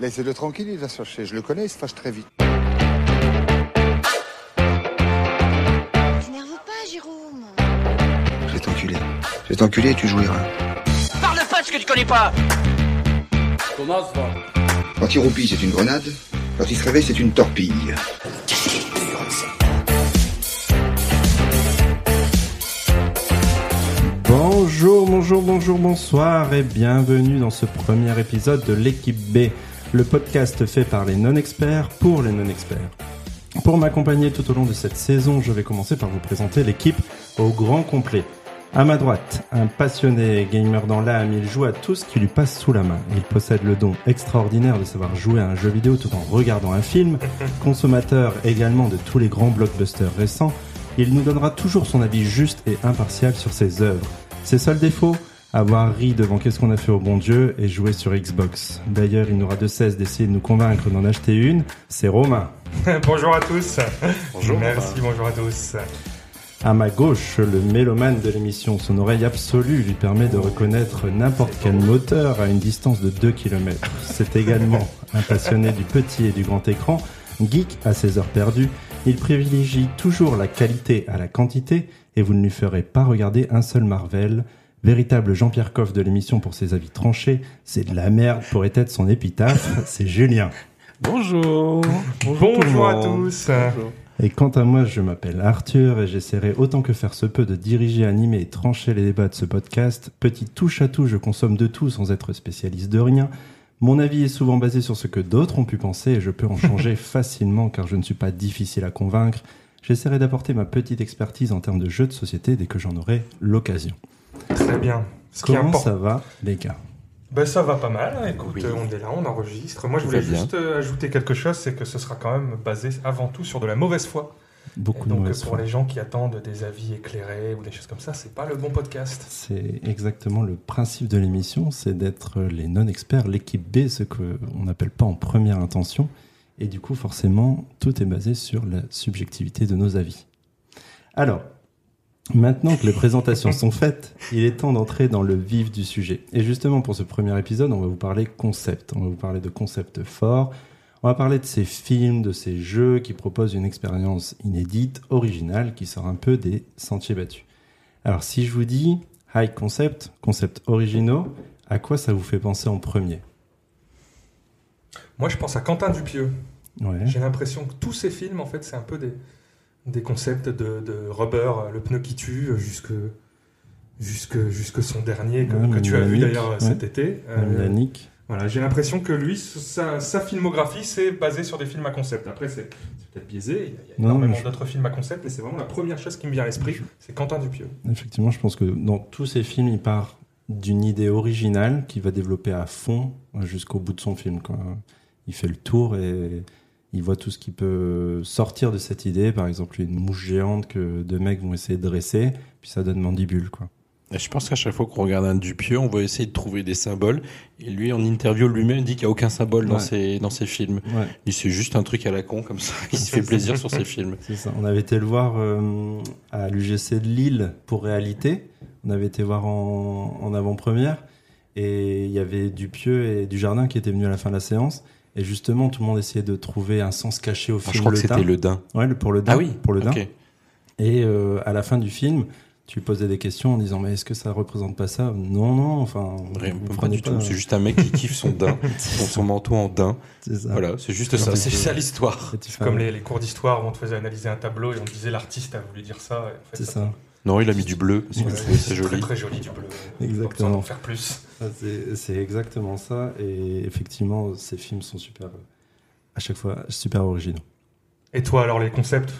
Laissez-le tranquille, il va se fâcher. Je le connais, il se fâche très vite. T'énerve pas, Jérôme. Je vais t'enculer. Je vais t'enculer et tu hein. jouiras. Parle pas de ce que tu connais pas Quand il roupille, c'est une grenade. Quand il se réveille, c'est une torpille. Bonjour, bonjour, bonjour, bonsoir et bienvenue dans ce premier épisode de l'équipe B, le podcast fait par les non-experts pour les non-experts. Pour m'accompagner tout au long de cette saison, je vais commencer par vous présenter l'équipe au grand complet. À ma droite, un passionné gamer dans l'âme, il joue à tout ce qui lui passe sous la main. Il possède le don extraordinaire de savoir jouer à un jeu vidéo tout en regardant un film. Consommateur également de tous les grands blockbusters récents, il nous donnera toujours son avis juste et impartial sur ses œuvres. Ses seuls défauts Avoir ri devant Qu'est-ce qu'on a fait au bon Dieu et jouer sur Xbox. D'ailleurs, il n'aura de cesse d'essayer de nous convaincre d'en acheter une. C'est Romain. Bonjour à tous. Bonjour. Merci, bonjour à tous. À ma gauche, le mélomane de l'émission, son oreille absolue lui permet de reconnaître n'importe quel moteur à une distance de 2 km. C'est également un passionné du petit et du grand écran, geek à ses heures perdues. Il privilégie toujours la qualité à la quantité et vous ne lui ferez pas regarder un seul Marvel. Véritable Jean-Pierre Coff de l'émission pour ses avis tranchés, c'est de la merde pourrait être son épitaphe, c'est Julien. Bonjour. Bonjour, tout le à monde. tous. Et quant à moi, je m'appelle Arthur et j'essaierai autant que faire se peut de diriger, animer et trancher les débats de ce podcast. Petit touche à tout, je consomme de tout sans être spécialiste de rien. Mon avis est souvent basé sur ce que d'autres ont pu penser et je peux en changer facilement car je ne suis pas difficile à convaincre. J'essaierai d'apporter ma petite expertise en termes de jeux de société dès que j'en aurai l'occasion. Très bien. Ce qui est Comment important. ça va, les gars Bah, ça va pas mal. Écoute, Oui. euh, on est là, on enregistre. Moi, je Tout voulais va bien. juste euh, ajouter quelque chose, c'est que ce sera quand même basé avant tout sur de la mauvaise foi. Et Beaucoup de donc, euh, mauvaise pour foi. les gens qui attendent des avis éclairés ou des choses comme ça, c'est pas le bon podcast. C'est exactement le principe de l'émission, c'est d'être les non-experts, l'équipe B, ce qu'on n'appelle pas en première intention. Et du coup, forcément, tout est basé sur la subjectivité de nos avis. Alors, maintenant que les présentations sont faites, il est temps d'entrer dans le vif du sujet. Et justement, pour ce premier épisode, on va vous parler concept. On va vous parler de concepts forts. On va parler de ces films, de ces jeux qui proposent une expérience inédite, originale, qui sort un peu des sentiers battus. Alors, si je vous dis high concept, concept originaux, à quoi ça vous fait penser en premier Moi, je pense à Quentin Dupieux. Ouais. J'ai l'impression que tous ces films, en fait, c'est un peu des, des concepts de, de rubber, euh, le pneu qui tue, euh, jusque, jusque, jusque son dernier, que, Ouais, que tu as vu Munich, d'ailleurs euh, cet ouais. été. Euh, Madame Yannick Voilà, j'ai l'impression que lui, sa, sa filmographie, c'est basé sur des films à concept. Après, c'est c'est peut-être biaisé, il y a, il y a Non, énormément mais je- d'autres films à concept, mais c'est vraiment la première chose qui me vient à l'esprit, c'est Quentin Dupieux. Effectivement, je pense que dans tous ces films, il part d'une idée originale qu'il va développer à fond euh, jusqu'au bout de son film. quoi. Il fait le tour et il voit tout ce qui peut sortir de cette idée. Par exemple, une mouche géante que deux mecs vont essayer de dresser, puis ça donne mandibule. Quoi. Et je pense qu'à chaque fois qu'on regarde un Dupieux, on va essayer de trouver des symboles. Et lui, en interview, lui-même dit qu'il n'y a aucun symbole dans, Ouais. ses, dans ses films. Ouais, Il c'est juste un truc à la con comme ça. Il se fait plaisir sur ses films. c'est ça. On avait été le voir euh, à l'UGC de Lille pour réalité. On avait été voir en, en avant-première. Et il y avait Dupieux et Dujardin qui étaient venus à la fin de la séance. Et justement, tout le monde essayait de trouver un sens caché au film. Enfin, Ah, je crois que Le c'était Dain. le Dain. Ouais, le- pour le din. Ah oui, pour le din. Ok. Et euh, à la fin du film, tu posais des questions en disant mais est-ce que ça représente pas ça Non, non. Enfin, Rien, vous pas, prenez du tout. C'est juste un mec qui kiffe son Dain, son, son manteau en Dain. C'est ça. Voilà, c'est juste ça. C'est ça l'histoire. Et tu fais, Comme les, les cours d'histoire où on te faisait analyser un tableau et on te disait l'artiste a voulu dire ça. et en C'est fait, ça. Non, il a mis du bleu. Parce que Ouais, je trouvais ça c'est très joli. très joli du bleu. Exactement. Pas besoin d'en faire plus. Ça, C'est c'est exactement ça. Et effectivement, ces films sont super, euh, à chaque fois, super originaux. Et toi alors les concepts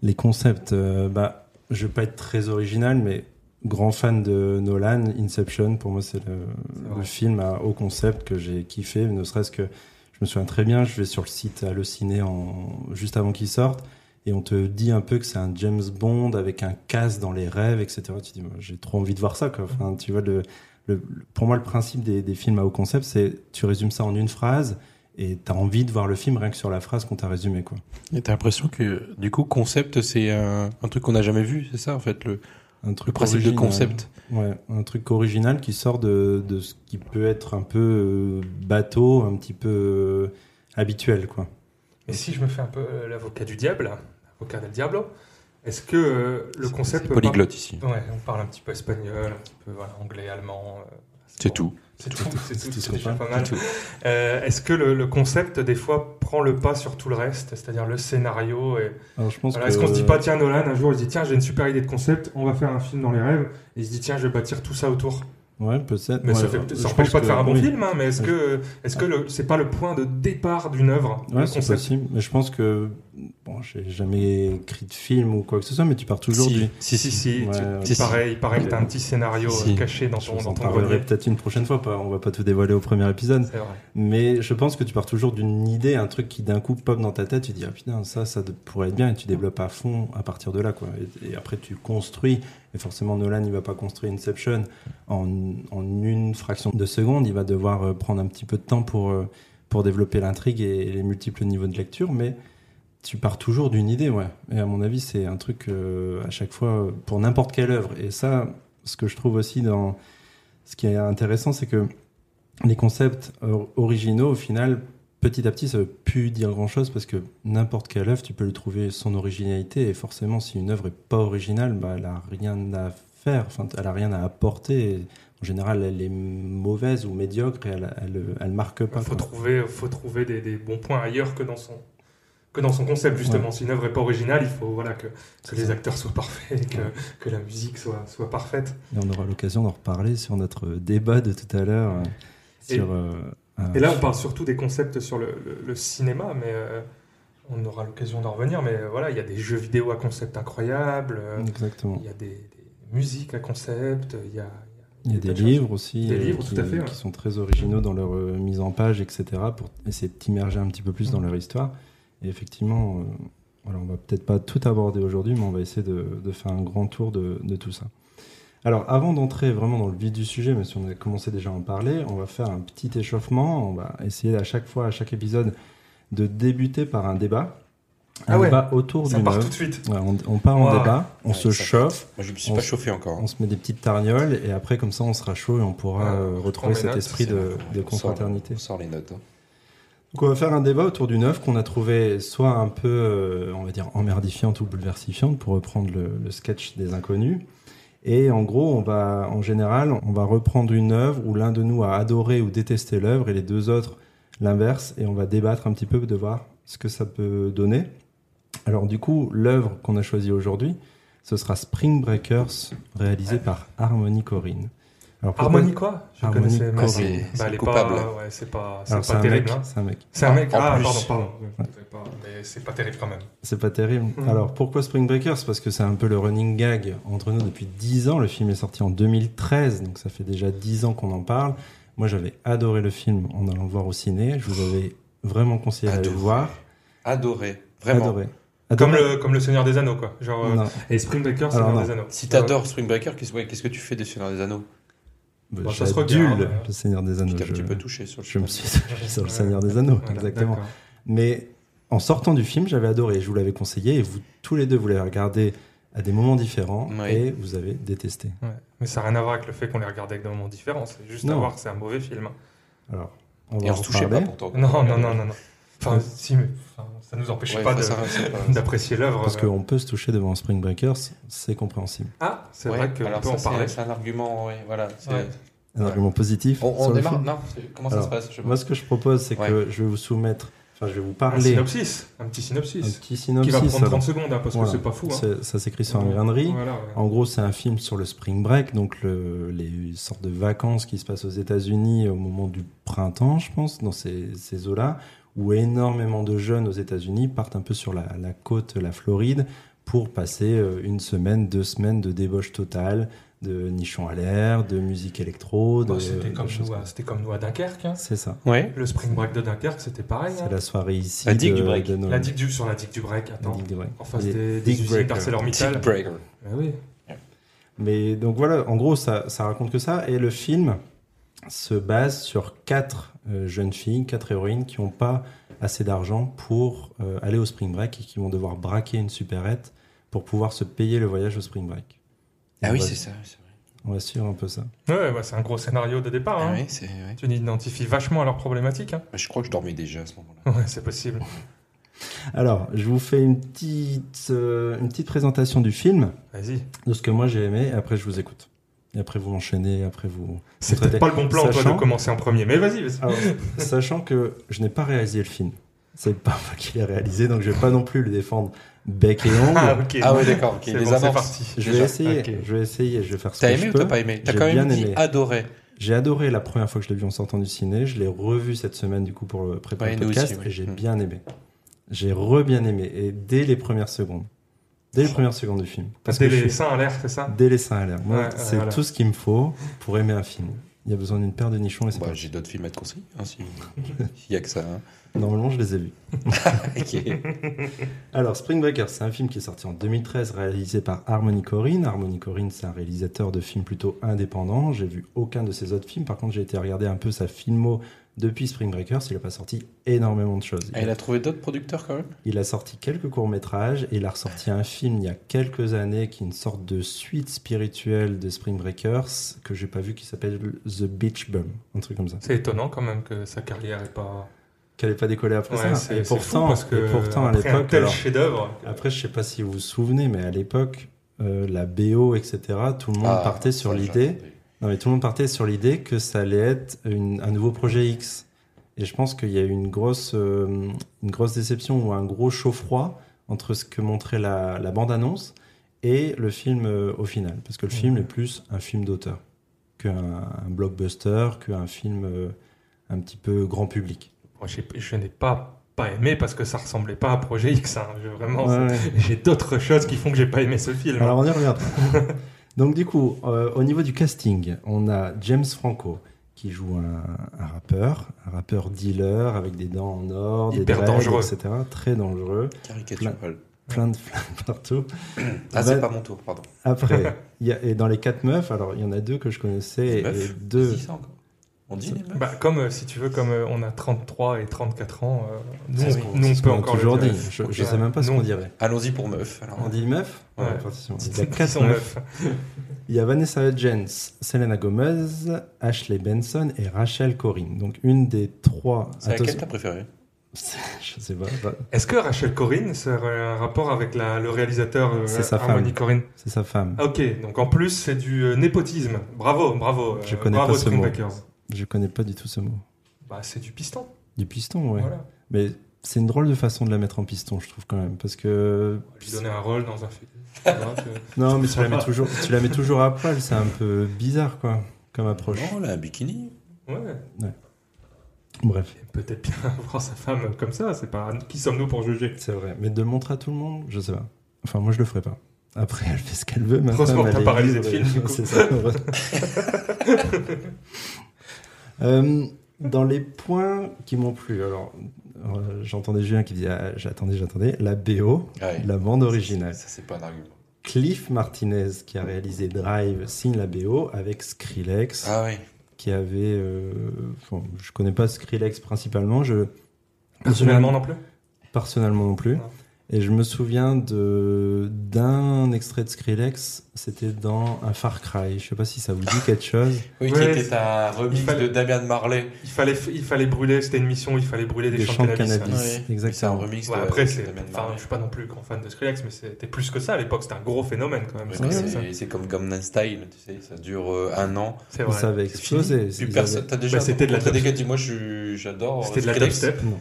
Les concepts, euh, bah, je vais pas être très original, mais grand fan de Nolan, Inception, pour moi, c'est le, C'est vrai. le film à haut concept que j'ai kiffé, ne serait-ce que je me souviens très bien, je vais sur le site Allociné en, juste avant qu'il sorte. Et on te dit un peu que c'est un James Bond avec un casse dans les rêves, etc. Tu dis, moi, j'ai trop envie de voir ça. Quoi. Enfin, tu vois, le, le- le- pour moi, le principe des, des films à haut concept, c'est tu résumes ça en une phrase et tu as envie de voir le film rien que sur la phrase qu'on t'a résumée. Quoi. Et t'as l'impression que, du coup, concept, c'est un, un truc qu'on n'a jamais vu, c'est ça, en fait, le, un truc euh, Le principe de original. concept. Ouais, un truc original qui sort de, de ce qui peut être un peu euh, bateau, un petit peu euh, habituel, quoi. Mais si je me fais un peu euh, l'avocat du diable, l'avocat del diablo, est-ce que euh, le concept. C'est polyglotte ici. Ouais, on parle un petit peu espagnol, un petit peu voilà, anglais, allemand. euh, C'est tout. C'est tout, c'est tout, tout c'est ce qu'on déjà parle. pas mal. Euh, Est-ce que le, le concept, des fois, prend le pas sur tout le reste, c'est-à-dire le scénario et... Alors, je pense Voilà, que- Est-ce qu'on se dit pas, tiens, Nolan, un jour, il se dit, tiens, j'ai une super idée de concept, on va faire un film dans les rêves, et il se dit, tiens, je vais bâtir tout ça autour. Ouais, peut-être. Mais ça Ouais, fait- je ça pense n'empêche pas de que- faire un bon oui. film, hein, mais est-ce que est-ce que le- c'est pas le point de départ d'une œuvre, Ouais, le c'est concept possible. Mais je pense que bon, j'ai jamais écrit de film ou quoi que ce soit, mais tu pars toujours du. Si, Si, si, si. si, Ouais, tu- ouais. Si, si. pareil, il paraît que t'as un petit scénario Si. euh, caché dans Je ton, vous dans en ton parlerai grenier. peut-être une prochaine fois. pas- On va pas tout dévoiler au premier épisode. C'est vrai. Mais je pense que tu pars toujours d'une idée, un truc qui d'un coup pop dans ta tête, tu dis ah putain ça ça de- pourrait être bien et tu développes à fond à partir de là quoi. Et, et après tu construis et forcément Nolan il va pas construire Inception en, en une fraction de seconde, il va devoir euh, prendre un petit peu de temps pour euh, pour développer l'intrigue et, les multiples niveaux de lecture, mais tu pars toujours d'une idée ouais. Et à mon avis c'est un truc euh, à chaque fois euh, pour n'importe quelle œuvre et ça ce que je trouve aussi dans ce qui est intéressant c'est que les concepts euh, originaux, au final, petit à petit, ça veut plus dire grand-chose parce que n'importe quelle œuvre, tu peux lui trouver son originalité. Et forcément, si une œuvre est pas originale, bah, elle a rien à faire, enfin, elle a rien à apporter. Et en général, elle est mauvaise ou médiocre et elle, elle, elle marque pas. Il faut quoi. trouver, faut trouver des, des bons points ailleurs que dans son que dans son concept justement. Si une œuvre est pas originale, il faut voilà que, que les ça. acteurs soient parfaits, et que, Ouais. que la musique soit soit parfaite. Et on aura l'occasion d'en reparler sur notre débat de tout à l'heure. euh, Et- sur, euh, un- Et là, on parle surtout des concepts sur le, le- le cinéma, mais euh, on aura l'occasion d'en revenir. Mais euh, voilà, il y a des jeux vidéo à concept incroyables, euh, Exactement. il y a des, des musiques à concept, il y a, Il y a des Peut-être livres aussi Des euh, livres, qui, tout à fait, ouais. qui sont très originaux dans leur euh, mise en page, etc., pour essayer de t'immerger un petit peu plus dans leur histoire. Et effectivement, euh, voilà, on va peut-être pas tout aborder aujourd'hui, mais on va essayer de, de faire un grand tour de, de tout ça. Alors, avant d'entrer vraiment dans le vif du sujet, même si on a commencé déjà à en parler, on va faire un petit échauffement. On va essayer à chaque fois, à chaque épisode, de débuter par un débat. Un Ah ouais, débat autour ça d'une part œuvre. tout de suite. Ouais, on, on part en Ouah. débat, on Ouais, se ça- chauffe. Moi, je me suis On pas se- chauffé encore. hein. On se met des petites tarnioles et après, comme ça, on sera chaud et on pourra Ouais, euh, je prends retrouver mes cet notes, esprit c'est de, de On sort- confraternité. On sort les notes. hein. Donc, on va faire un débat autour d'une œuvre qu'on a trouvé soit un peu, euh, on va dire, emmerdifiante ou bouleversifiante, pour reprendre le, le sketch des inconnus. Et en gros, on va, en général, on va reprendre une œuvre où l'un de nous a adoré ou détesté l'œuvre et les deux autres l'inverse, et on va débattre un petit peu de voir ce que ça peut donner. Alors du coup, l'œuvre qu'on a choisie aujourd'hui, ce sera Spring Breakers, réalisé par Harmony Corinne. Alors, pourquoi- Harmonie quoi Je Harmony connaissais, mais Corinne. c'est- C'est- bah, c'est elle est coupable. pas, ouais, c'est pas, c'est Alors, pas terrible. mec, hein. c'est un mec. C'est un mec. En ah, plus. pardon, pardon. Je savais pas, mais c'est pas terrible quand même. C'est pas terrible. Mhm. Alors pourquoi Spring Breakers Parce que c'est un peu le running gag entre nous depuis 10 ans. Le film est sorti en 2013, donc ça fait déjà 10 ans qu'on en parle. Moi j'avais adoré le film en allant le voir au ciné. Je vous avais vraiment conseillé d'aller le Adoré. voir. Adoré. Vraiment. Adoré. Comme Adoré. le, comme le Seigneur des Anneaux quoi. Genre, euh, Ah, Non. et Spring Breaker, Alors, Seigneur non. des Anneaux. Si t'adores Spring Breaker, qu'est-ce ouais, qu'est-ce que tu fais des Seigneurs des Anneaux Bah, Bon, ça se j'adule regarde, hein. le Seigneur des Tu Anneaux. t'es un Je, petit peu touché sur le je me chemin. suis sur le Seigneur des Anneaux, Voilà, exactement. d'accord. Mais en sortant du film, j'avais adoré. Je vous l'avais conseillé et vous tous les deux vous l'avez regardé à des moments différents Oui. et vous avez détesté. Ouais. Mais ça n'a rien à voir avec le fait qu'on les regardait avec des moments différents. C'est juste à Non. voir que c'est un mauvais film. Alors on va Et en on se touchait pas reparler. pourtant. Non, non, non, non, non. Enfin, Ouais. si, mais enfin, ça nous empêchait Ouais, pas enfin, de- ça, c'est pas- d'apprécier l'œuvre. Parce qu'on peut se toucher devant Spring Breakers, c'est compréhensible. Ah, c'est Ouais, vrai qu'on alors peut ça, en c'est- parler. C'est un argument, ouais, voilà. c'est- Ouais. Un Ouais. argument positif. On, on sur le démarre. film. Non, c'est- comment ça Alors, se passe je- Moi, ce que je propose, c'est que je vais vous soumettre, enfin, je vais vous parler Un un, synopsis, un petit synopsis. petit synopsis. qui va prendre alors. 30 secondes, hein, parce Voilà. que c'est pas fou. Hein. C'est- Ça s'écrit sur un grain de riz. Voilà, ouais. En gros, c'est un film sur le spring break, donc le- les sortes de vacances qui se passent aux États-Unis au moment du printemps, je pense, dans ces, ces eaux-là, où énormément de jeunes aux États-Unis partent un peu sur la, la côte, la Floride, pour passer euh, une semaine, deux semaines de débauche totale, de nichons à l'air, de musique électro, de, Bah, C'était de comme, choses nous à- comme ça. c'était comme nous à Dunkerque. hein. C'est ça. Ouais. Le spring break de Dunkerque, c'était pareil. hein. C'est la soirée ici. La digue de- du break. de Noël. La digue du, sur la digue du break, La attends. digue du break. En face Les des, digue euh. des usines breaker. d'ArcelorMittal. Tick Breaker. Ah oui. Mais donc voilà, en gros, ça, ça raconte que ça. Et le film se base sur quatre euh, jeunes filles, quatre héroïnes qui n'ont pas assez d'argent pour euh, aller au spring break et qui vont devoir braquer une supérette pour pouvoir se payer le voyage au spring break. Ah oui, Ouais. c'est ça. c'est vrai. On va suivre un peu ça. Ouais, bah, c'est un gros scénario de départ. Ah hein. oui, c'est- ouais. Bah, Tu identifies vachement à leurs problématiques. Hein. Je crois que je dormais déjà à ce moment-là. Ouais, c'est possible. Alors, je vous fais une petite, euh, une petite présentation du film, Vas-y. de ce que moi j'ai aimé, et après je vous écoute. Et après vous enchaînez, après vous... C'est vous traitez. peut-être pas le bon plan, toi, Sachant- de commencer en premier. Mais vas-y, vas-y. Alors, Ah sachant que je n'ai pas réalisé le film. C'est pas moi qui l'ai réalisé, donc je vais pas non plus le défendre bec et Ah, ongle. ok. Ah ouais, d'accord, ok. C'est Les bon, c'est amorces. parti. Je vais déjà, essayer, ok. je vais essayer, je vais faire ce T'as que aimé je ou t'as peux. pas aimé T'as J'ai quand même bien dit aimé. adoré. J'ai adoré la première fois que je l'ai vu en sortant du ciné. Je l'ai revu cette semaine du coup pour le préparer Ouais, le nous podcast aussi, ouais. et j'ai Mm. bien aimé. J'ai re bien aimé et dès les premières secondes, dès les premières secondes du film. Parce Parce que que je les suis- seins à l'air, c'est ça dès les seins à l'air. Moi, Ouais, c'est voilà. tout ce qu'il me faut pour aimer un film. Il y a besoin d'une paire de nichons et c'est Bah, parti. J'ai d'autres films à te conseiller, hein, si- s'il y a que ça. hein. Normalement, je les ai vus. Ok. Alors, Spring Breakers, c'est un film qui est sorti en 2013, réalisé par Harmony Corrine. Harmony Corrine, c'est un réalisateur de films plutôt indépendant. J'ai vu aucun de ses autres films. Par contre, j'ai été regarder un peu sa filmo depuis Spring Breakers. Il n'a pas sorti énormément de choses. Ah, il a trouvé d'autres producteurs quand même Il a sorti quelques courts-métrages et il a ressorti un film il y a quelques années qui est une sorte de suite spirituelle de Spring Breakers que j'ai pas vu qui s'appelle The Beach Bum, un truc comme ça. C'est étonnant quand même que sa carrière est pas. Qu'elle n'ait pas décollé après ça. Ouais, c'est Et c'est fou pourtant, parce que et pourtant à après un l'époque, tel alors, Ah. chef-d'œuvre. Après, je sais pas si vous vous souvenez, mais à l'époque, euh, la BO, etc., tout le monde Ah, partait sur ça, j'ai l'idée. entendu. Non, mais tout le monde partait sur l'idée que ça allait être une- un nouveau projet X. Et je pense qu'il y a eu une grosse, euh, une grosse déception ou un gros chaud-froid entre ce que montrait la, la bande-annonce et le film euh, au final. Parce que le film est plus un film d'auteur qu'un un blockbuster, qu'un film euh, un petit peu grand public. Moi, j'ai- je n'ai pas pas aimé parce que ça ressemblait pas à Projet X. hein. Je- vraiment, Ouais, ouais. c'est- j'ai d'autres choses qui font que j'ai pas aimé ce film. Alors on y regarde. Donc du coup, euh, au niveau du casting, on a James Franco qui joue un, un rappeur, un rappeur dealer avec des dents en or, des Hyper dreads, dangereux. etc. Très dangereux, Caricatural. plein de flammes partout. Ah, c'est Bah, pas mon tour, pardon. Après, il y a, et dans les quatre meufs, alors il y en a deux que je connaissais Les et, meufs deux. Si, ça encore. On dit les meufs Bah, comme euh, si tu veux, comme euh, on a 33 et 34 ans, euh, nous, C'est ce on- qu'on- nous, c'est on ce peut qu'on a encore toujours le dit. dire. Je, je Ouais. sais même pas ce Nous, qu'on dirait. Allons-y pour meuf. Alors, On dit meuf Ouais. à partir du moment- Il y a Ils quatre sont meufs. neufs. Il y a Vanessa Hudgens, Selena Gomez, Ashley Benson et Rachel Corinne. Donc une des trois. c'est laquelle Attention- t'as préférée Je sais pas. bah, Est-ce que Rachel Corinne, ça aurait un rapport avec la- le réalisateur euh, C'est sa Harmony femme. Corinne C'est sa femme. Ah, Ok, donc en plus, c'est du euh, népotisme. Bravo, bravo. euh, Je connais bravo pas ce Spring mot. Breakers. Je connais pas du tout ce mot. Bah, c'est du piston. Du piston, ouais. Voilà. Mais c'est une drôle de façon de la mettre en piston, je trouve quand même, parce que Lui donner un rôle dans un film. Tu vois que- non, mais tu la mets toujours, tu la mets toujours à poil, c'est un peu bizarre quoi, comme approche. Non, là, un bikini. ouais. Bref, Peut-être bien voir sa femme comme ça. C'est pas qui sommes-nous pour juger. c'est vrai. Mais de le montrer à tout le monde, je sais pas. Enfin, moi, je le ferai pas. Après, elle fait ce qu'elle veut. ma Heureusement femme, que t'as elle pas est réalisé libre, le film, du coup. c'est ça, heureux. Euh, dans les points qui m'ont plu, alors euh, j'entendais Julien qui disait ah, j'attendais, j'attendais la BO, Ouais. la bande originale. Ça, c'est pas un argument. Cliff Martinez qui a réalisé Drive signe la BO avec Skrillex Ah oui. qui avait euh, bon, je connais pas Skrillex principalement je Personnellement non plus. personnellement non plus Non. et je me souviens de d'un extrait de Skrillex c'était dans un Far Cry je sais pas si ça vous dit quelque chose Oui, Ouais, qui était un remix il fallait- de Damien Marley. Il fallait, il fallait brûler. C'était une mission. où Il fallait brûler des, champs de cannabis. cannabis. Ouais. C'est un exactement remix Ouais, de après, de c'est. Damian Enfin, Marley. je suis pas non plus grand fan de Skrillex, mais c'était plus que ça à l'époque. C'était un gros phénomène quand même. Ouais, Ouais, c'est- Skrillex, hein. c'est- C'est comme Gangnam Style, tu sais, ça dure euh, un an. C'est Et vrai. ça avait C'est fini. explosé Plus Ils personne. avaient- T'as déjà Bah, c'était de la rencontré des dubstep. gars qui dit Moi, je- j'adore. euh, C'était de la Skrillex. dubstep. Non.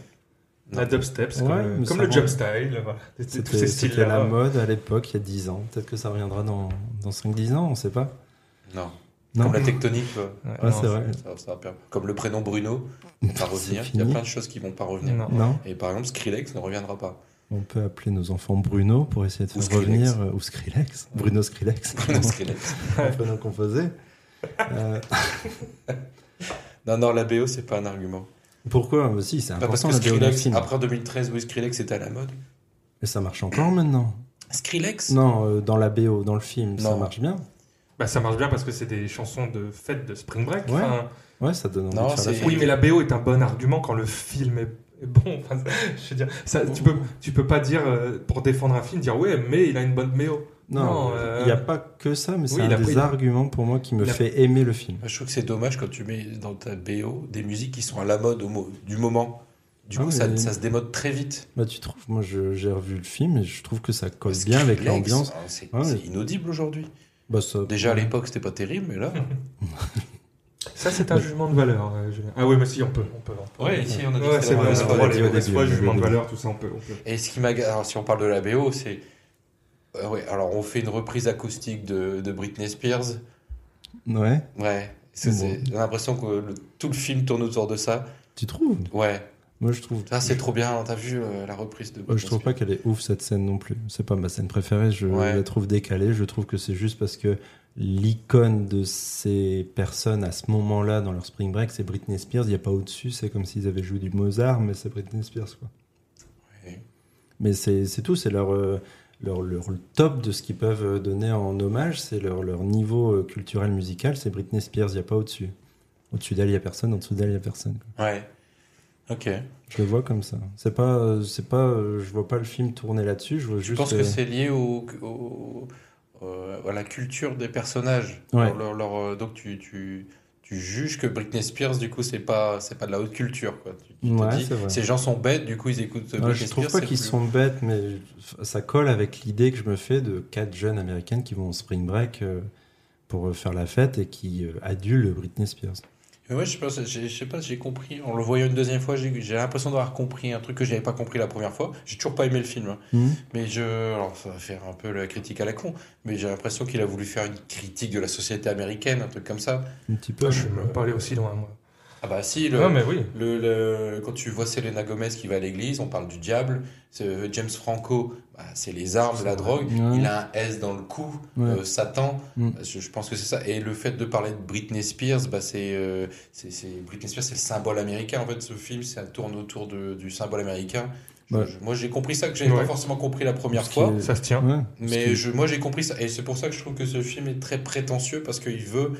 Non. La dubstep, c'est Ouais, comme, mais comme ça le va. jump style, voilà. Tous c'était c'était ces styles-là. la mode à l'époque il y a 10 ans peut-être que ça reviendra dans dans 5 10 ans on sait pas Non. non Comme la tectonique. euh, Ouais, Ah, non, c'est vrai ça- ça va perdre. Comme le prénom Bruno, il va pas revenir. Il y a fini. plein de choses qui vont pas revenir. Non. non Et par exemple, Skrillex ne reviendra pas. On peut appeler nos enfants Bruno pour essayer de Ou faire Skrillex. revenir, euh, ou Skrillex, Bruno Skrillex, Bruno Skrillex. un prénom composé. Euh, Non, non, la BO, c'est pas un argument. pourquoi Mais Si, c'est Pas Bah, parce important que la Skrillex, biographie. après 2013, oui, Skrillex était à la mode. Mais ça marche encore maintenant Skrillex Non, euh, dans la BO, dans le film, ça Non. marche bien. Bah, ça marche bien parce que c'est des chansons de fête de Spring Break. Ouais. Enfin, Ouais, ça donne envie Non, de faire la c'est- fête. oui, mais la BO est un bon argument quand le film est est bon. Enfin, je veux dire, ça, tu peux, tu peux pas dire euh, pour défendre un film, dire ouais, mais il a une bonne BO. Non, Non, euh, il n'y a pas que ça, mais c'est oui, un il a- des il a- arguments pour moi qui me il a- fait aimer le film. Bah, Je trouve que c'est dommage quand tu mets dans ta BO des musiques qui sont à la mode au mo- du moment. Du Ah, coup, ça, mais- ça se démode très vite. Bah, tu trouves, moi je- j'ai revu le film et je trouve que ça colle Parce bien que avec Legs, l'ambiance. ah, C'est Ouais. c'est inaudible aujourd'hui. Bah, ça- Déjà à l'époque, c'était pas terrible, mais là. Ça, c'est un jugement de valeur. euh, Julien. ah oui, mais si, on peut. On peut. Ouais, ici, on Ouais, c'est on vrai, l'a dit c'est vrai, au les mauvaises début, fois, on l'a dit jugement au de début. valeur, tout ça, on peut. on peut. Et ce qui m'a. Alors, si on parle de la BO, c'est. Euh, ouais, alors on fait une reprise acoustique de, de Britney Spears. Ouais, Ouais. C'est- Bon. c'est- J'ai l'impression que le- tout le film tourne autour de ça. tu trouves Ouais. Moi je trouve. Ça, c'est trop bien. T'as vu euh, la reprise de Euh, Je trouve pas qu'elle est ouf cette scène non plus. C'est pas ma scène préférée, je Ouais. la trouve décalée. Je trouve que c'est juste parce que l'icône de ces personnes à ce moment-là dans leur spring break, c'est Britney Spears. Il n'y a pas au-dessus, c'est comme s'ils avaient joué du Mozart, mais c'est Britney Spears quoi. Ouais. Mais c'est c'est tout, c'est leur, euh, leur, leur top de ce qu'ils peuvent euh, donner en hommage, c'est leur, leur niveau euh, culturel musical, c'est Britney Spears, il n'y a pas au-dessus. Au-dessus d'elle, il n'y a personne, en dessous d'elle, il n'y a personne. quoi. Ouais. Ok. Je le vois comme ça. C'est pas, euh, c'est pas, euh, je vois pas le film tourner là-dessus. Je vois Je juste. pense que euh, c'est lié au, au- euh, à la culture des personnages. Ouais. Leur- leur- leur, euh, donc tu, tu, tu juges que Britney Spears, du coup, c'est pas, c'est pas de la haute culture. Quoi. Tu, tu te Ouais, dis, c'est vrai. ces gens sont bêtes, du coup, ils écoutent Ouais, Britney je trouve Spears, pas c'est qu'ils plus- sont bêtes, mais ça colle avec l'idée que je me fais de quatre jeunes américaines qui vont au spring break euh, pour euh, faire la fête et qui euh, adulent Britney Spears. Mais ouais, je pense- j'ai- je sais pas, j'ai compris. En le voyant une deuxième fois, j'ai j'ai l'impression d'avoir compris un truc que j'avais pas compris la première fois. J'ai toujours pas aimé le film. hein. Hmm. Mais je. Alors, ça va faire un peu la critique à la con, mais j'ai l'impression qu'il a voulu faire une critique de la société américaine, un truc comme ça. Un petit peu. Putain, je vais même pas aller aussi loin, moi. Ah bah si, le, Non, mais oui. Le, le- quand tu vois Selena Gomez qui va à l'église, on parle du diable. C'est- James Franco, bah, c'est les armes, la drogue. Ouais. Il a un S dans le cou, Ouais. euh, Satan. Mm. Je, je pense que c'est ça. Et le fait de parler de Britney Spears, bah, c'est euh, c'est- c'est- Britney Spears, c'est le symbole américain. En fait, ce film, ça tourne autour de- du symbole américain. Je- Ouais. je- moi, j'ai compris ça que j'avais pas Ouais. forcément compris la première Ce qui fois. est- Ça se tient. Ouais, Mais je, moi j'ai compris ça et c'est pour ça que je trouve que ce film est très prétentieux parce qu'il veut,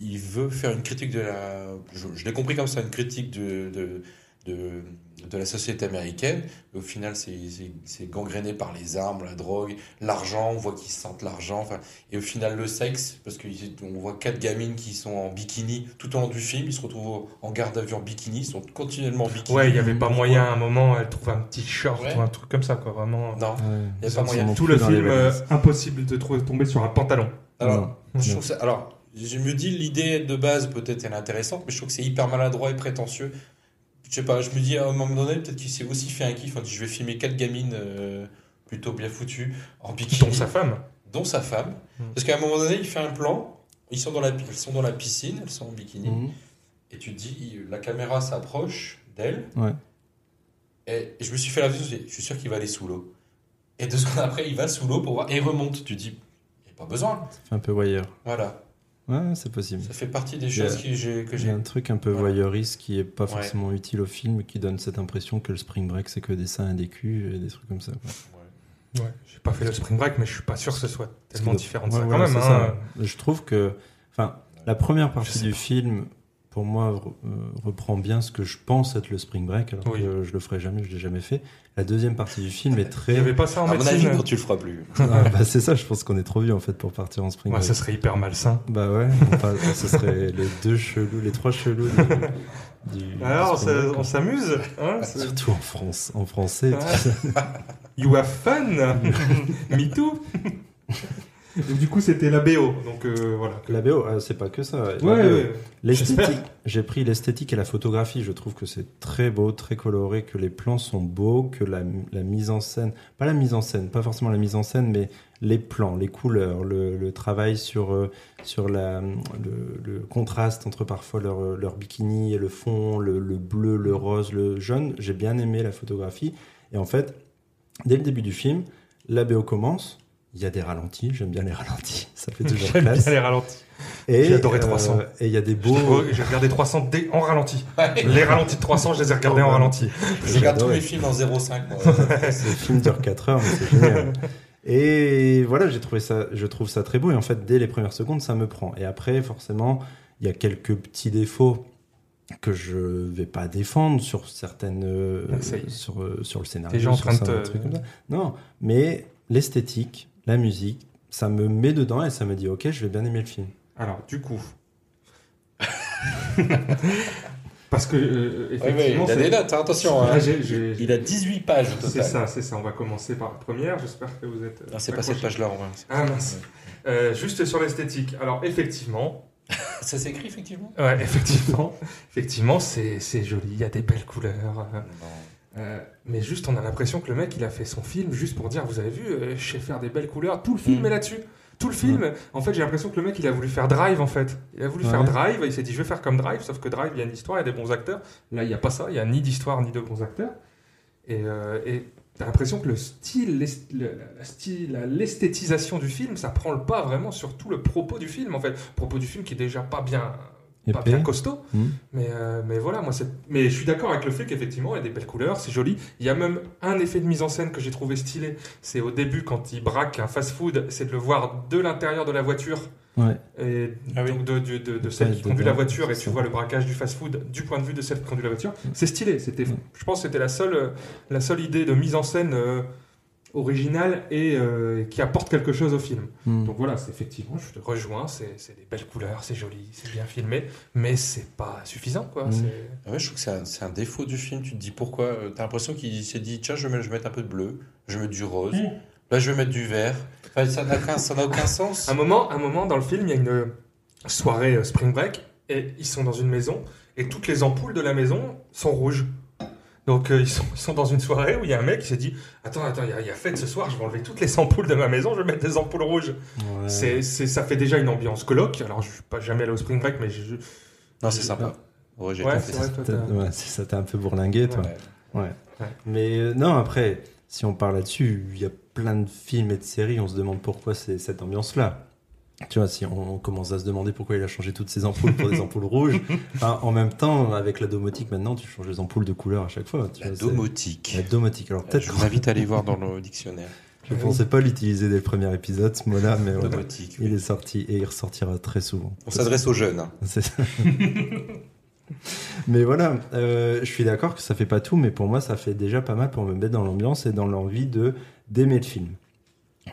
il veut faire une critique de la, je, je l'ai compris comme ça, une critique de de, de, de la société américaine. Au final, c'est c'est- c'est gangréné par les armes, la drogue, l'argent. On voit qu'ils sentent l'argent. Enfin, et au final, le sexe, parce que ils- on voit quatre gamines qui sont en bikini tout au long du film. Ils se retrouvent en garde à vue en bikini. Ils sont continuellement en bikini. Ouais, il y avait pas moyen à un moment, elle trouve un petit short Ouais. ou un truc comme ça, quoi. Vraiment. Non. ouais. Il y a Ils pas en moyen. sont Tout le plus dans les film, euh, valises. impossible de trou- tomber sur un pantalon. Alors, Non. Je trouve ça. Alors, je me dis l'idée de base peut-être elle est intéressante, mais je trouve que c'est hyper maladroit et prétentieux. Je sais pas. Je me dis à un moment donné peut-être qu'il s'est aussi fait un kiff. On dit je vais filmer quatre gamines euh, plutôt bien foutues en bikini, Dont sa femme. dont sa femme. Mm. Parce qu'à un moment donné, il fait un plan. Ils sont dans la, elles sont dans la piscine, elles sont en bikini, Mhm. et tu te dis la caméra s'approche d'elle. Ouais. Et je me suis fait la vision, je me suis dit, je suis sûr qu'il va aller sous l'eau. Et deux secondes après, il va sous l'eau pour voir et remonte. Tu te dis, il n'y a pas besoin. Ça fait un peu voyeur. Voilà. Ouais, c'est possible. Ça fait partie des choses Yeah. qui- j'ai- que Il y j'ai. a un truc un peu Voilà. voyeuriste qui est pas Ouais. forcément utile au film, qui donne cette impression que le spring break c'est que des seins et des culs et des trucs comme ça. quoi. Ouais, j'ai pas fait le spring break, mais je suis pas sûr que ce soit tellement Parce que- différent de Ouais, ça voilà, quand même. c'est hein. ça. Je trouve que, enfin, la première Je partie sais du pas. film, pour moi, re- euh, reprend bien ce que je pense être le spring break, alors Oui. que je le ferai jamais, je l'ai jamais fait. La deuxième partie du film est Il très. y avait pas ça en À mon avis, médecine. non, tu le feras plus. Ah, bah, c'est ça, je pense qu'on est trop vieux en fait pour partir en spring Ouais, break. ça serait hyper malsain. Bah ouais, enfin, ce serait les deux chelous, les trois chelous. du- du- du Bah Alors, spring break, on quoi. s'amuse. hein. Surtout en France, en français. tout Ah. ça. you have fun. Me too. Donc, du coup, c'était la BO. Donc euh, voilà. La BO, euh, c'est pas que ça. La Ouais, BO, ouais. L'esthétique, j'ai pris l'esthétique et la photographie. Je trouve que c'est très beau, très coloré, que les plans sont beaux, que la, la mise en scène, pas la mise en scène, pas forcément la mise en scène, mais les plans, les couleurs, le, le travail sur, euh, sur la, le, le contraste entre parfois leur, euh, leur bikini et le fond, le, le bleu, le rose, le jaune. J'ai bien aimé la photographie. Et en fait, dès le début du film, la BO commence. Il y a des ralentis, j'aime bien les ralentis, ça fait toujours J'aime bien classe. les ralentis. Et, euh, J'ai adoré 300. et il y a des J'ai beaux. j'ai regardé 300 dé- en ralenti. les ralentis de 300, je les ai regardés Oh, en ralenti. Je regarde tous J'adorais. mes films en 0,5. moi. Le film dure 4 heures, mais c'est génial. Et voilà, j'ai trouvé ça, je trouve ça très beau. Et en fait, dès les premières secondes, ça me prend. Et après, forcément, il y a quelques petits défauts que je vais pas défendre sur certaines, euh, Ah, ça y est. sur, euh, sur le scénario. T'es déjà en sur train de certains te- trucs comme ça. Non, mais l'esthétique, la musique, ça me met dedans et ça me dit ok, je vais bien aimer le film. Alors, du coup. Parce que, euh, effectivement. il a c'est- des notes, hein, attention. hein. Ah, j'ai- j'ai- Il a 18 pages au C'est total. ça, c'est ça. On va commencer par la première. J'espère que vous êtes. euh, Non, c'est pas cette accrochés. page-là, Romain. Ah mince. Euh, juste sur l'esthétique. Alors, effectivement. Ça s'écrit, effectivement Ouais, effectivement. effectivement, c'est c'est joli. Il y a des belles couleurs. euh, Euh, mais juste, on a l'impression que le mec, il a fait son film juste pour dire, vous avez vu, euh, je sais faire des belles couleurs. Tout le film Mm. est là-dessus. Tout le film. En fait, j'ai l'impression que le mec, il a voulu faire Drive, en fait. Il a voulu Ouais. faire Drive. Il s'est dit, je vais faire comme Drive, sauf que Drive, il y a une histoire, il y a des bons acteurs. Là, il n'y a pas ça. Il y a ni d'histoire, ni de bons acteurs. Et, euh, et t'as l'impression que le style, l'est- le- la style- la- l'esthétisation du film, ça prend le pas vraiment sur tout le propos du film, en fait. Propos du film qui est déjà pas bien, pas Épais. bien costaud. Mm. Mais, euh, mais voilà, moi, c'est... mais je suis d'accord avec le fait qu'effectivement, il y a des belles couleurs, c'est joli. Il y a même un effet de mise en scène que j'ai trouvé stylé. C'est au début, quand il braque un fast-food, c'est de le voir de l'intérieur de la voiture. Ouais. Et Ah oui. donc de, de, de, de celle Ouais, qui je conduit vois. la voiture, et C'est Hmm. tu ça. vois le braquage du fast-food du point de vue de celle qui conduit la voiture. C'est stylé. C'était, Je pense que c'était la seule, la seule idée de mise en scène euh, originale et euh, qui apporte quelque chose au film. Hmm. Donc voilà, c'est effectivement, je te rejoins, c'est c'est des belles couleurs, c'est joli, c'est bien filmé, mais c'est pas suffisant, quoi. Mm. c'est- Ah ouais, je trouve que c'est un, c'est un défaut du film. Tu te dis pourquoi euh, T'as l'impression qu'il s'est dit tiens, je vais, je vais mettre un peu de bleu, je vais mettre du rose, Mm. là, je vais mettre du vert. Enfin, ça n'a aucun, ça n'a aucun sens. Un moment, un moment dans le film, il y a une euh, soirée euh, spring break et ils sont dans une maison et toutes les ampoules de la maison sont rouges. Donc euh, ils, sont, ils sont dans une soirée où il y a un mec qui s'est dit attends attends il y, a- il y a fête ce soir je vais enlever toutes les ampoules de ma maison je vais mettre des ampoules rouges. Ouais. C'est, c'est- ça fait déjà une ambiance colloque alors je suis pas jamais allé au spring break mais je, je- Non, c'est sympa. Ouais, j'ai ouais déjà c'est fait vrai ça. toi, T'as- t'as- ouais, c'est ça, t'es un peu bourlingué, toi. Ouais. Ouais. Ouais. Mais euh, non, après, si on parle là-dessus, il y a plein de films et de séries, on se demande pourquoi c'est cette ambiance-là. Tu vois, si on, on commence à se demander pourquoi il a changé toutes ses ampoules pour des ampoules rouges, enfin, en même temps, avec la domotique maintenant, tu changes les ampoules de couleur à chaque fois. tu La vois, c'est- domotique. La domotique. Alors peut-être Je vous invite à aller voir dans le dictionnaire. je pensais pas l'utiliser dès le premier épisode, ce mot-là, mais voilà. Domotique. Il est sorti et il ressortira très souvent. On s'adresse aux jeunes. hein. C'est ça. mais voilà, euh, je suis d'accord que ça fait pas tout, mais pour moi, ça fait déjà pas mal pour me mettre dans l'ambiance et dans l'envie de d'aimer le film.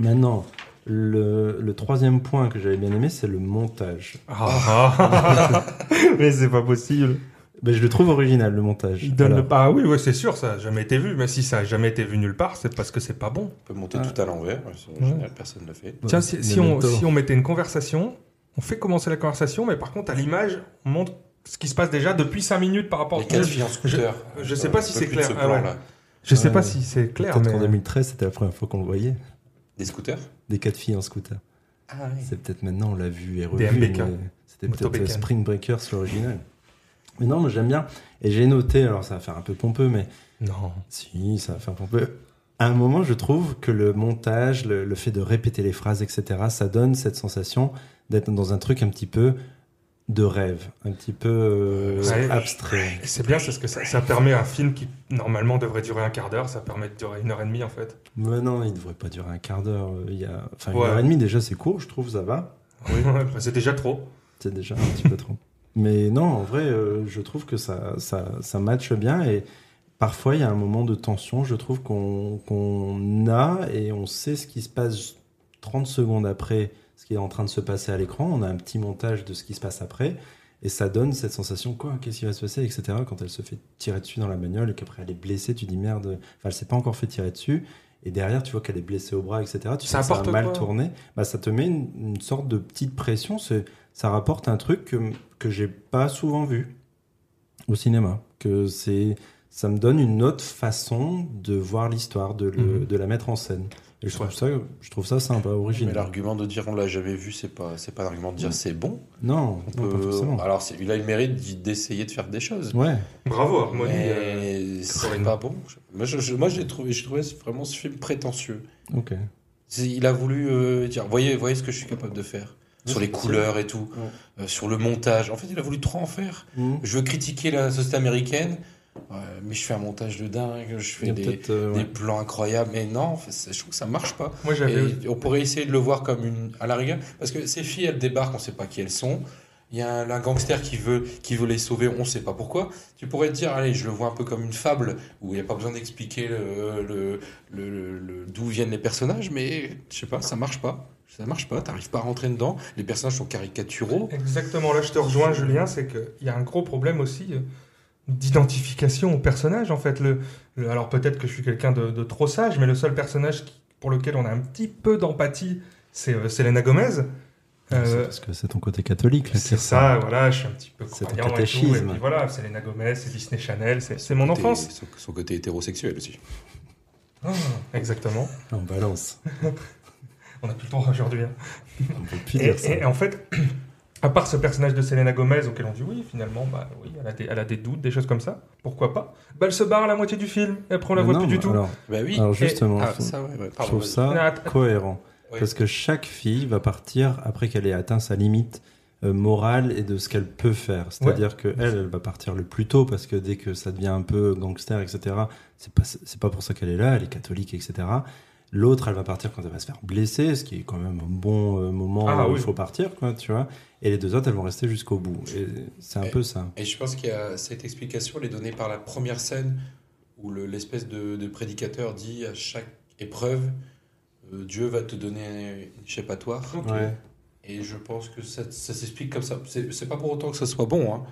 Maintenant, le, le troisième point que j'avais bien aimé, c'est le montage. Ah, ah, mais c'est pas possible. Mais Ben, je le trouve original, le montage. il donne Alors, le pas ah oui ouais c'est sûr ça a jamais été vu mais si ça a jamais été vu nulle part c'est parce que c'est pas bon. On peut monter Ah. tout à l'envers. c'est- En Ouais. général, personne ne le fait. bon, Tiens, si, si on, Memento. si on mettait une conversation, on fait commencer la conversation, mais par contre, à l'image, on montre ce qui se passe déjà depuis 5 minutes par rapport Les quatre Je, filles en scooter. je sais pas si Un peu c'est plus de clair. ce Ah ouais. plan-là. je sais Ouais. pas si c'est clair, Peut-être qu'en mais 2013, c'était la première fois qu'on le voyait. Des scooters Des quatre filles en scooter. Ah oui. C'est peut-être maintenant, on l'a vu et Des revu. mais MBK. C'était Motobécan. peut-être euh, Spring Breakers, l'original. Mais non, moi j'aime bien. Et j'ai noté, alors ça va faire un peu pompeux, mais non. si, ça va faire pompeux. À un moment, je trouve que le montage, le, le fait de répéter les phrases, etc., ça donne cette sensation d'être dans un truc un petit peu de rêve, un petit peu euh, Ouais. abstrait. C'est bien, c'est ce que ça, ça permet un film qui normalement devrait durer un quart d'heure, ça permet de durer une heure et demie en fait. Mais non, il devrait pas durer un quart d'heure. euh, Il y a... Enfin, Ouais. une heure et demie déjà, c'est court, je trouve, ça va. Ouais, c'est déjà trop. C'est déjà un petit peu trop. Mais non, en vrai, euh, je trouve que ça, ça, ça matche bien et parfois il y a un moment de tension, je trouve qu'on qu'on a et on sait ce qui se passe 30 secondes après ce qui est en train de se passer à l'écran. On a un petit montage de ce qui se passe après et ça donne cette sensation quoi, qu'est-ce qui va se passer, etc. Quand elle se fait tirer dessus dans la bagnole et qu'après elle est blessée, tu dis merde, enfin elle s'est pas encore fait tirer dessus. Et derrière, tu vois qu'elle est blessée au bras, etc. Tu Ça sens que ça apporte a mal quoi tourné. Bah, ça te met une, une sorte de petite pression. C'est- ça rapporte un truc que, que j'ai pas souvent vu au cinéma. Que c'est, ça me donne une autre façon de voir l'histoire, de, le- Mhm. de la mettre en scène. Et je trouve ça, je trouve ça sympa, Mais original. l'argument de dire on l'a jamais vu, c'est pas, c'est pas un argument de dire c'est bon. Non, On non, pas peut- forcément. Alors, c'est- il a le mérite d'y- d'essayer de faire des choses. Ouais, Bravo Harmonie. euh, mais c'est Corinne. pas bon. Moi, je, je- moi, j'ai trouvé, je trouvais vraiment ce film prétentieux. ok. C'est- Il a voulu euh, dire, voyez, voyez ce que je suis capable de faire. Ouais, Sur les c'est couleurs et tout, euh, sur le montage. En fait, il a voulu trop en faire. Mhm. Je veux critiquer la société américaine, ouais, mais je fais un montage de dingue, je Il y fais a des, peut-être, euh, des ouais. plans incroyables. Mais non, en fait, c'est- je trouve que ça marche pas. Moi j'avais. Et on pourrait essayer de le voir comme une. à la rigueur. Parce que ces filles, elles débarquent, on sait pas qui elles sont. Il y a un, un gangster qui veut, qui veut les sauver, on sait pas pourquoi. Tu pourrais te dire, allez, je le vois un peu comme une fable, où il n'y a pas besoin d'expliquer le, le, le- le- le- d'où viennent les personnages, mais je sais pas, ça marche pas. Ça marche pas, t'arrives pas à rentrer dedans. Les personnages sont caricaturaux. Exactement, là je te rejoins Julien, c'est qu'il y a un gros problème aussi euh, d'identification au personnage en fait. Le, le- alors peut-être que je suis quelqu'un de, de trop sage, mais le seul personnage qui- pour lequel on a un petit peu d'empathie, c'est euh, Selena Gomez. Euh, C'est parce que c'est ton côté catholique. là, c'est qui- ça, voilà, je suis un petit peu C'est ton croyant et tout, catéchisme. et puis voilà, Selena Gomez, c'est Disney Channel, c'est c'est mon Côté- enfance. Son, son côté hétérosexuel aussi. Ah, exactement, On balance. on a tout le temps aujourd'hui. hein. On peut plus Et, dire ça. et- et en fait, à part ce personnage de Selena Gomez auquel on dit oui, finalement, bah oui, elle a des, elle a des doutes, des choses comme ça, pourquoi pas Bah elle se barre à la moitié du film, et après on la Mais voit non, plus du mais tout. Alors, Bah oui. alors justement, Ah, je, ça, ouais, ouais, je pardon, trouve vas-y. ça Non, attends. cohérent. Ouais. Parce que chaque fille va partir après qu'elle ait atteint sa limite euh, morale et de ce qu'elle peut faire. C'est-à-dire que elle, elle va partir le plus tôt parce que dès que ça devient un peu gangster, etc., c'est pas, c'est pas pour ça qu'elle est là, elle est catholique, etc. L'autre, elle va partir quand elle va se faire blesser, ce qui est quand même un bon euh, moment Ah, où oui. il faut partir, quoi, tu vois. Et les deux autres, elles vont rester jusqu'au bout. Et c'est un Et- peu ça. Et je pense qu'il y a cette explication, elle est donnée par la première scène où le- l'espèce de, de prédicateur dit à chaque épreuve, euh, Dieu va te donner une échappatoire. Ouais. Et je pense que ça, ça s'explique comme ça. C'est c'est pas pour autant que ça soit bon. Hein.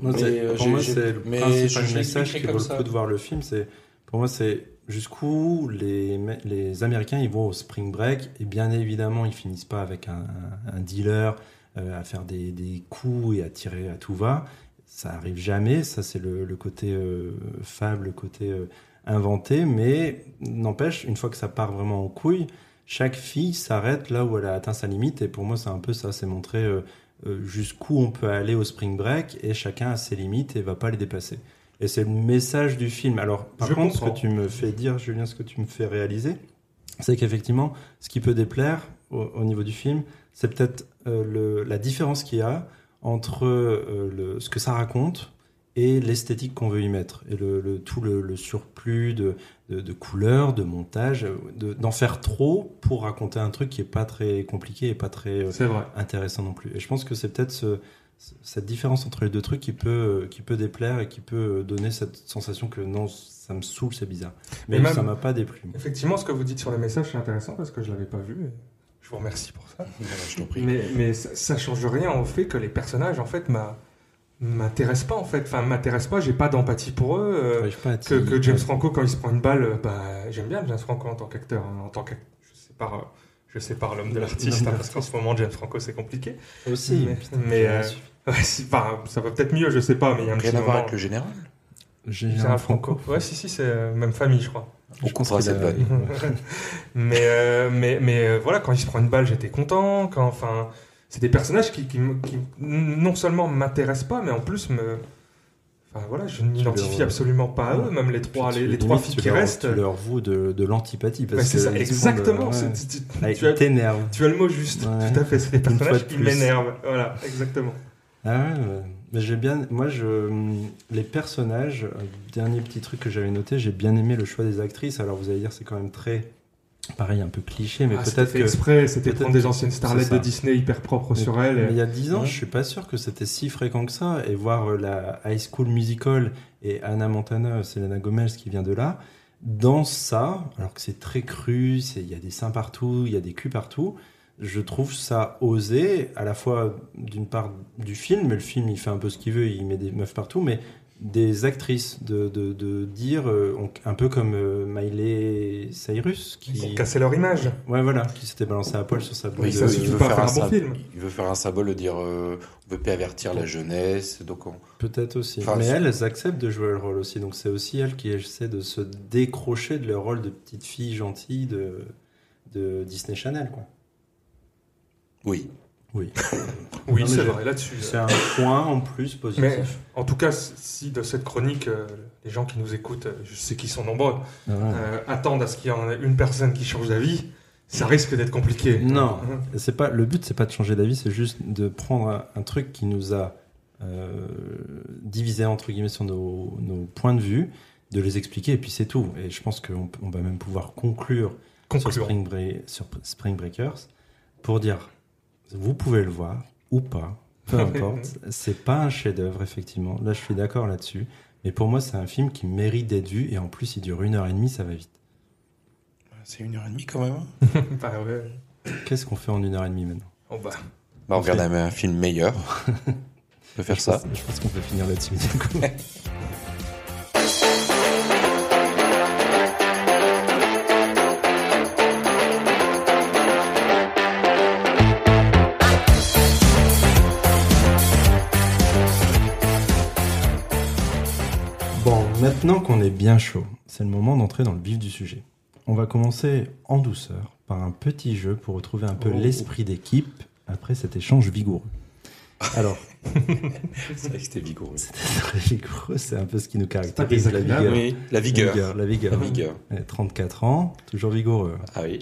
Moi, Mais, c'est- euh, pour j'ai- moi, j'ai- c'est le mais principal message je l'expliquerai qui vaut comme le ça. coup de voir le film. C'est pour moi, c'est jusqu'où les, me- les Américains ils vont au spring break et bien évidemment ils finissent pas avec un, un- un dealer euh, à faire des, des coups et à tirer à tout va. Ça arrive jamais. Ça c'est le, le côté euh, fable, le côté euh, inventé. Mais n'empêche, une fois que ça part vraiment en couille, chaque fille s'arrête là où elle a atteint sa limite. Et pour moi, c'est un peu ça. C'est montrer euh, euh, jusqu'où on peut aller au spring break et chacun a ses limites et va pas les dépasser. Et c'est le message du film. Alors, par Je contre, comprends. ce que tu me fais dire, Julien, ce que tu me fais réaliser, c'est qu'effectivement, ce qui peut déplaire au, au niveau du film, c'est peut-être euh, le- la différence qu'il y a entre euh, le- ce que ça raconte et l'esthétique qu'on veut y mettre. Et le, le- tout le, le surplus de, de, de couleurs, de montage, euh, de- d'en faire trop pour raconter un truc qui est pas très compliqué et pas très euh, C'est vrai. intéressant non plus. Et je pense que c'est peut-être ce- ce- cette différence entre les deux trucs qui peut, euh, qui peut déplaire et qui peut euh, donner cette sensation que non, ça me saoule, c'est bizarre. Mais Et même- ça m'a pas déplu. Effectivement, ce que vous dites sur les messages, c'est intéressant parce que je l'avais pas vu. et Je vous remercie pour ça. Voilà, je t'en prie. Mais, mais ça, ça change rien au fait que les personnages, en fait, m'a- m'intéressent pas, en fait. Enfin, m'intéressent pas, j'ai pas d'empathie pour eux. euh, J'arrive pas à que, t'y- que James Franco quand il se prend une balle, euh, bah, j'aime bien James Franco en tant qu'acteur, hein, en tant que je sépare, euh, je sépare l'homme de l'artiste L'homme de hein, parce qu'en ce moment James Franco c'est compliqué. aussi. mais- putain, mais, j'ai euh, reçu. Ouais, si, bah, ça va peut-être mieux, je sais pas, mais il y a un Rien petit à voir moment. avec le général. J'ai Gérard Franco. Ouais, si si, c'est euh, même famille, je crois. On comprend cette a- vanne. mais euh, mais mais euh, voilà, quand il se prend une balle, j'étais content. Quand enfin, c'est des personnages qui, qui, m- qui non seulement m'intéressent pas, mais en plus me Enfin, voilà, je n'identifie leur- euh, absolument pas à eux, Ouais. même les trois, Puis les, tu- les trois limite, filles tu qui leur- restent. Tu leur voues de, de l'antipathie. Bah, parce c'est que ça, ils se font exactement. de- ouais. c'est- tu- tu- Ah, tu as- Ils t'énervent. Tu as le mot juste, Ouais. tout à fait. C'est des Une fois personnages de qui plus. m'énervent. Voilà, exactement. Ah ouais, ouais. mais j'ai bien. Moi, je les personnages. euh, Dernier petit truc que j'avais noté, j'ai bien aimé le choix des actrices. Alors vous allez dire, c'est quand même très pareil, un peu cliché, mais Ah, c'était peut-être fait que exprès, c'était peut-être prendre que- des anciennes starlettes c'est ça. de Disney hyper propres sur elles. Mais il et- y a 10 ans, Ouais. je suis pas sûr que c'était si fréquent que ça. Et voir euh, la High School Musical et Anna Montana, Selena Gomez qui vient de là, dans ça, alors que c'est très cru, c'est- il y a des seins partout, il y a des culs partout, je trouve ça osé, à la fois d'une part du film, mais le film il fait un peu ce qu'il veut, il met des meufs partout, mais des actrices de, de- de dire, euh, on- un peu comme euh, Miley Cyrus, Ils ont qui, cassé leur image. ouais, voilà, qui s'était balancée à poil sur sa boule Oui, de- ça il, veut, suffit il veut pas à faire faire un un bon symbole- film. il veut faire un symbole de dire euh, on veut pervertir la jeunesse. Donc on- Peut-être aussi. Enfin, mais c'est- elles, elles acceptent de jouer le rôle aussi. Donc c'est aussi elles qui essaient de se décrocher de leur rôle de petite fille gentille de, de Disney Channel. Quoi. Oui. Oui. Oui, mais c'est j'ai- vrai, là-dessus. euh. c'est un point en plus positif. Mais en tout cas, si de cette chronique, euh, les gens qui nous écoutent, euh, je sais qu'ils sont nombreux, Ah euh, attendent à ce qu'il y en ait une personne qui change d'avis, ça risque d'être compliqué. Non, Hein. c'est pas le but, c'est pas de changer d'avis, c'est juste de prendre un, un truc qui nous a euh, divisé entre guillemets sur nos, nos points de vue, de les expliquer et puis c'est tout. Et je pense qu'on on va même pouvoir conclure sur Concluons. Spring, Bre- sur Spring Breakers pour dire vous pouvez le voir ou pas, peu importe. c'est pas un chef-d'œuvre, effectivement. Là, je suis d'accord là-dessus. Mais pour moi, c'est un film qui mérite d'être vu et en plus, il dure une heure et demie, ça va vite. C'est une heure et demie quand même. hein. Bah ouais. Qu'est-ce qu'on fait en une heure et demie maintenant Oh bah, Bah, on Parfait. regarde un, un film meilleur. on peut faire je ça. Pense, je pense qu'on peut finir là-dessus. du coup. Bon, maintenant qu'on est bien chaud, c'est le moment d'entrer dans le vif du sujet. On va commencer en douceur par un petit jeu pour retrouver un peu Oh. l'esprit d'équipe après cet échange vigoureux. Alors, C'est vrai que c'était vigoureux. Très vigoureux, c'est un peu ce qui nous caractérise, C'est la pas vigueur. désagréable, Oui, la La vigueur. vigueur. La La vigueur. vigueur. Ouais, 34 ans, toujours vigoureux. Ah oui.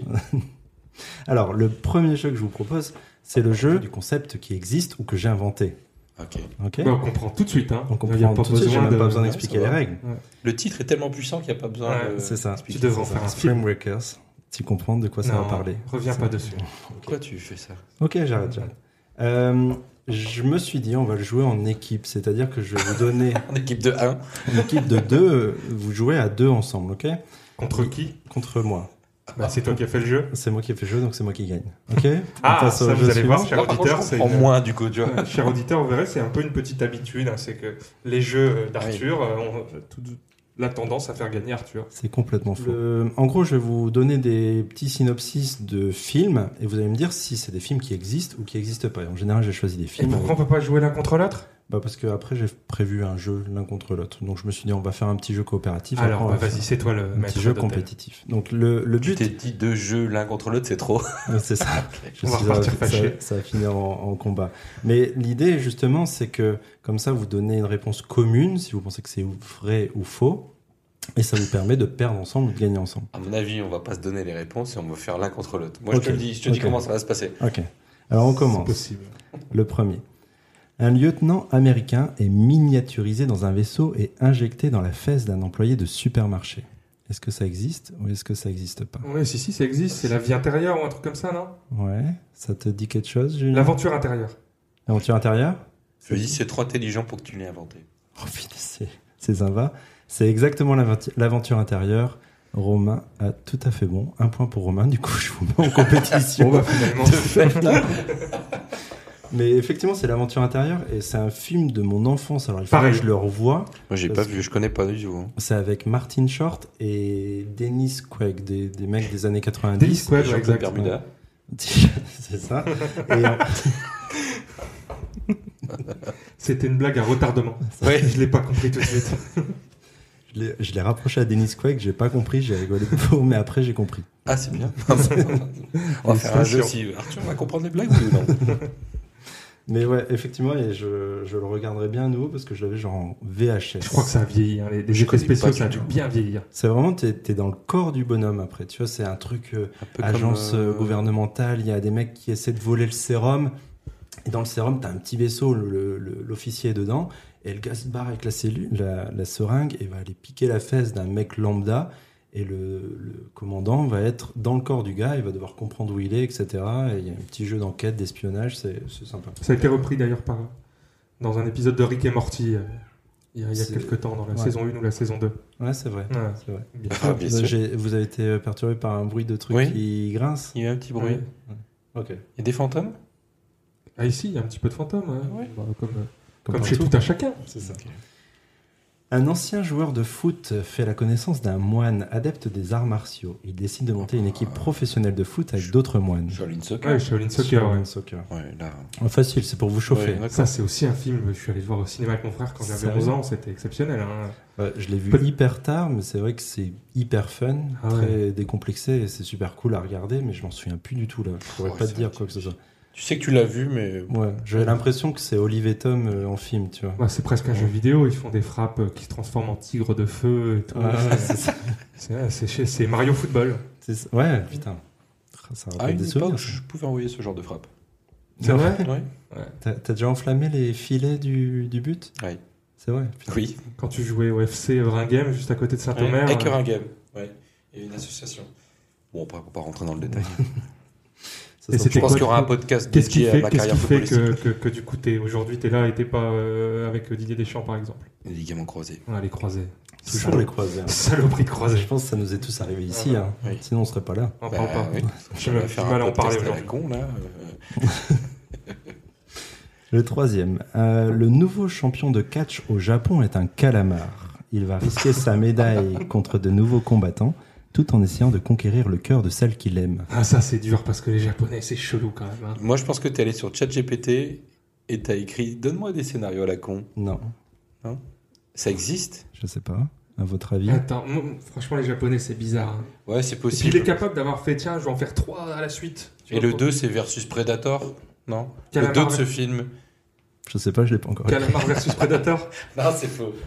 Alors, le premier jeu que je vous propose, c'est le jeu du concept qui existe ou que j'ai inventé. Ok. Ok bah, on comprend tout de suite. Hein. On Il y a comprend tout de suite, j'ai même pas besoin d'expliquer ça les va. règles. Le titre est tellement puissant qu'il n'y a pas besoin Ouais, de. c'est ça. Tu devrais en C'est faire ça. un film. Framebreakers. Tu comprends de quoi ça va Non, parler. Reviens C'est- pas dessus. Pourquoi tu fais ça Ok, j'arrête, j'arrête. Euh, je me suis dit, on va le jouer en équipe, c'est-à-dire que je vais vous donner En équipe de 1. une équipe de deux, vous jouez à deux ensemble, ok Contre qui Contre moi. bah, C'est toi qui as fait le jeu. C'est moi qui ai fait le jeu, donc c'est moi qui gagne. Ok Ah, On passe au ça, vous jeu allez voir, suivant. cher Ah, par auditeur, contre, c'est En une- moins, du coup, tu vois. Ouais, Cher auditeur, vous verrez, c'est un peu une petite habitude. hein, c'est que les jeux euh, d'Arthur euh, ont euh, tout- la tendance à faire gagner Arthur. C'est complètement faux. Le- En gros, je vais vous donner des petits synopsis de films et vous allez me dire si c'est des films qui existent ou qui n'existent pas. Et en général, j'ai choisi des Et films. pourquoi on peut pas jouer l'un contre l'autre Bah, parce que après, j'ai prévu un jeu l'un contre l'autre. Donc, je me suis dit, on va faire un petit jeu coopératif. Alors, Après, on bah, va vas-y, faire c'est toi le Un maître petit jeu d'hôtel. compétitif. Donc, le, le Tu but, t'es dit deux jeux l'un contre l'autre, c'est trop. c'est ça. Je On va sais, ça repartir ça- fâché. Ça, va finir en, en combat. Mais l'idée, justement, c'est que comme ça, vous donnez une réponse commune si vous pensez que c'est ou- vrai ou faux. Et ça vous permet de perdre ensemble ou de gagner ensemble. À mon avis, on va pas se donner les réponses et on va faire l'un contre l'autre. Moi, Ok. je te le dis, je te dis Ok. comment ça va se passer. Ok. Alors Bah, on C'est commence. possible. Le premier. Un lieutenant américain est miniaturisé dans un vaisseau et injecté dans la fesse d'un employé de supermarché. Est-ce que ça existe ou est-ce que ça n'existe pas Oui, si, si, ça existe. C'est la vie intérieure ou un truc comme ça, non Ouais. Ça te dit quelque chose, Julien L'aventure intérieure. L'aventure intérieure Je dis, c'est trop intelligent pour que tu l'aies inventé. Oh putain, c'est- c'est Zinva. C'est exactement l'aventi- l'aventure intérieure. Romain a tout à fait bon. Un point pour Romain, du coup, je vous mets en compétition. Bon, bah, finalement, Mais effectivement, c'est l'aventure intérieure et c'est un film de mon enfance. Alors, il faut Pareil. que je le revoie. Moi, j'ai Parce pas que- vu, je connais pas du tout. hein. C'est avec Martin Short et Dennis Quaid, des, des mecs des années 90. Dennis Quaid, ouais, Jean-Claude exact. Bermuda. c'est ça. Et en- C'était une blague à retardement. Ouais. Je l'ai pas compris tout de suite. je l'ai- je l'ai rapproché à Dennis Quaid, j'ai pas compris, j'ai rigolé beaucoup, mais après j'ai compris. Ah, c'est bien. on va faire un jeu aussi. Arthur va comprendre les blagues ou non Mais ouais, effectivement, et je, je le regarderai bien à nouveau parce que je l'avais genre en VHS. Je crois que ça a vieilli. hein, Les, les Je effets connais spéciaux, pas du ça a dû tout. bien vieillir. C'est vraiment, t'es es dans le corps du bonhomme après. Tu vois, c'est un truc euh, Un peu agence comme, euh, euh, gouvernementale. Il y a des mecs qui essaient de voler le sérum. Et dans le sérum, t'as un petit vaisseau, le- le- le- l'officier est dedans. Et le gars se barre avec la, cellule, la, la seringue et va aller piquer la fesse d'un mec lambda. Et le, le commandant va être dans le corps du gars. Il va devoir comprendre où il est, etc. Et il y a un petit jeu d'enquête, d'espionnage. C'est c'est sympa. Ça a été repris d'ailleurs par dans un épisode de Rick et Morty euh, il y a, il y a C'est- quelques temps, dans la ouais. saison 1 ou la saison 2. Ouais, c'est vrai. Ouais. C'est vrai. Ah, bien sûr. J'ai- Vous avez été euh, perturbé par un bruit de truc Oui. qui grince Il y a un petit bruit. Ouais. Ok. Il y a des fantômes Ah, ici, il y a un petit peu de fantôme. hein. Bah, comme euh, comme, chez partout. tout un chacun. C'est ça. Un ancien joueur de foot fait la connaissance d'un moine adepte des arts martiaux. Il décide de monter une équipe professionnelle de foot avec d'autres moines. Shaolin Soccer. Ouais, Shaolin Soccer. Sur ouais. un soccer. Ouais, là. Oh, Facile, c'est pour vous chauffer. Ouais, d'accord. Ça, c'est aussi un film. Je suis allé le voir au cinéma avec mon frère quand j'avais Sérieux 11 ans. C'était exceptionnel. hein. Ouais, Euh, je l'ai vu Peut- hyper tard, mais c'est vrai que c'est hyper fun, Ah très décomplexé et c'est super cool à regarder, mais je m'en souviens plus du tout là. Je pourrais Ouais, pas te Oh, c'est dire vrai. quoi que ce soit. Tu sais que tu l'as vu, mais. Ouais, j'ai l'impression que c'est Olive et Tom euh, en film, tu vois. Ouais, Bah, c'est presque un jeu vidéo. Ils font des frappes euh, qui se transforment en tigre de feu et tout. Ah, ouais, c'est ça. C'est- c'est chez- c'est Mario Football. C'est ça. Ouais, putain. Ah, Ça À rappelle une des époque, souvenirs. ça. je pouvais envoyer ce genre de frappe. C'est vrai Ouais. T'as t'as déjà enflammé les filets du, du but Ouais. C'est vrai. Oui. Quand tu jouais au FC Vringhem, juste à côté de Saint-Omer. Avec euh, un game. Ouais. Et une association. Bon, on va pas rentrer dans le détail. Ça Et sera- Je c'était pense quoi, qu'il y aura un du coup podcast Qu'est-ce qui dédié à fait, ma qu'est-ce carrière qui fait footballistique. que, que, que du coup, t'es- aujourd'hui, t'es là et t'es pas euh, avec Didier Deschamps, par exemple Les ligaments croisés. On a les croisés. Toujours les croisés. hein. Saloperie de Je croisés. pense que ça nous est tous arrivé ici. hein. Ah, Oui. Sinon, on serait pas là. On en Bah, parle pas. oui. J'ai On va même du faire mal à un en parler podcast à la aujourd'hui. con, là. Euh, Le troisième. Euh, le nouveau champion de catch au Japon est un calamar. Il va risquer sa médaille contre de nouveaux combattants tout en essayant de conquérir le cœur de celle qu'il aime. Ah, ça, c'est dur parce que les Japonais, c'est chelou quand même. hein. Moi, je pense que t'es allé sur ChatGPT et t'as écrit Donne-moi des scénarios à la con. Non, Ça existe je sais pas. À votre avis Attends, moi, franchement, les Japonais, c'est bizarre. hein. Ouais, c'est Et puis, il possible. est capable d'avoir fait, tiens, je vais en faire trois à la suite. Tu Et vois, le 2, c'est versus Predator Non Le Calamar 2 de vers- ce film Je sais pas, je l'ai pas encore. Calamar versus Predator Non, c'est faux.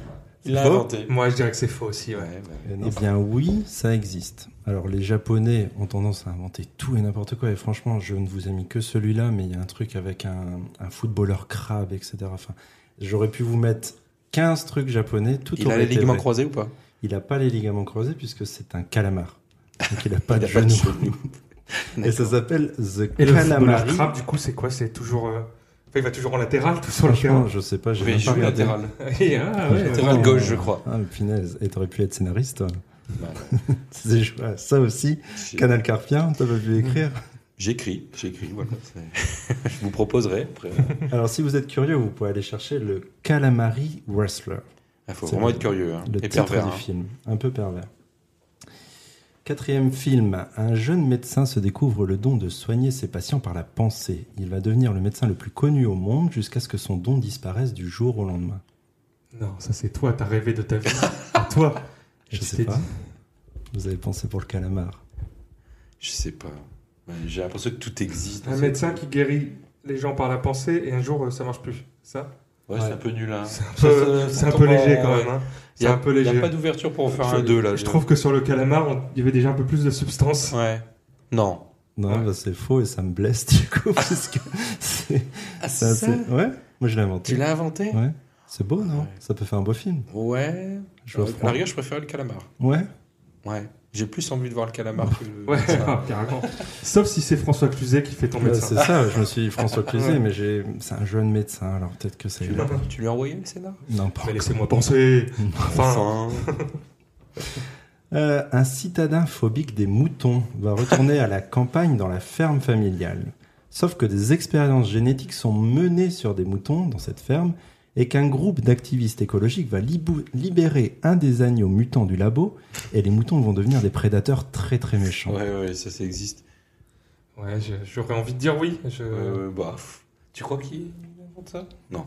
Il l'a Faux inventé. Moi, je dirais que c'est faux aussi, ouais. Ouais, bah, Eh bien oui, ça existe. Alors les Japonais ont tendance à inventer tout et n'importe quoi. Et franchement, je ne vous ai mis que celui-là, mais il y a un truc avec un, un footballeur crabe, etc. Enfin, j'aurais pu vous mettre 15 trucs japonais, tout Il aurait a les été ligaments vrai. croisés ou pas Il n'a pas les ligaments croisés puisque c'est un calamar. Donc il n'a pas, Il de a pas de genou. genou. Et ça s'appelle The Et le footballeur Calamari. crabe, du coup, c'est quoi C'est toujours. euh, enfin, il va toujours en latéral, tout sur le Franchement, terrain. je sais pas, j'ai Mais même il pas joue regardé. latéral. Et, ah, ouais, ouais. Latéral gauche, je crois. Ah, punaise. Et t'aurais pu être scénariste, toi. Bah, C'est joué à ça aussi. j'ai- Canal Carpien, t'as pas Hmm. pu écrire. J'écris, j'écris, voilà. c'est- je vous proposerai après. euh, Il Alors, si vous êtes curieux, vous pouvez aller chercher le Calamari Wrestler, Ah, faut C'est vraiment le- être curieux hein, le et titre pervers. du hein. film. Un peu pervers. Quatrième film. Un jeune médecin se découvre le don de soigner ses patients par la pensée. Il va devenir le médecin le plus connu au monde jusqu'à ce que son don disparaisse du jour au lendemain. Non, ça, c'est toi, t'as rêvé de ta vie. À toi. Et Je tu sais t'es pas. dit- Vous avez pensé pour le calamar. Je sais pas. Ouais, J'ai l'impression que tout existe. Un C'est- médecin qui guérit les gens par la pensée et un jour euh, ça marche plus. Ça Ouais, c'est un peu nul. hein. peu- Ça- C'est un ça peu tombe en- léger quand même. hein. Il C'est y a- un peu Il n'y léger. a pas d'ouverture pour en faire un Je- 2 là. Je trouve que sur le calamar, on- il y avait déjà un peu plus de substance. Ouais. Non. Non, Ouais. bah, c'est faux et ça me blesse du coup. parce que c'est, Ah, ça, c'est- Ouais, moi je l'ai Tu inventé. l'as inventé Ouais. C'est beau, non Ouais. Ça peut faire un beau film. Ouais. Je À vois la rigueur, je préfère le calamar. Ouais. Ouais. J'ai plus envie de voir le calamar que le. Ouais, Ah, Ça. carrément. Sauf si c'est François Cluzet qui fait ton Ouais, médecin. c'est ça, je me suis dit François Cluzet, mais j'ai... c'est un jeune médecin, alors peut-être que c'est. Tu l'as- Tu lui as envoyé le scénar Non, pas Ah, Mais encore. laissez-moi penser. Enfin, Enfin. Euh, un citadin phobique des moutons va retourner à la campagne dans la ferme familiale. Sauf que des expériences génétiques sont menées sur des moutons dans cette ferme et qu'un groupe d'activistes écologiques va libou- libérer un des agneaux mutants du labo et les moutons vont devenir des prédateurs très très méchants. Ouais, ouais, ça, ça existe. ouais, je- j'aurais envie de dire oui. Je- Euh, bah. pff. Tu crois qu'il invente ça Non.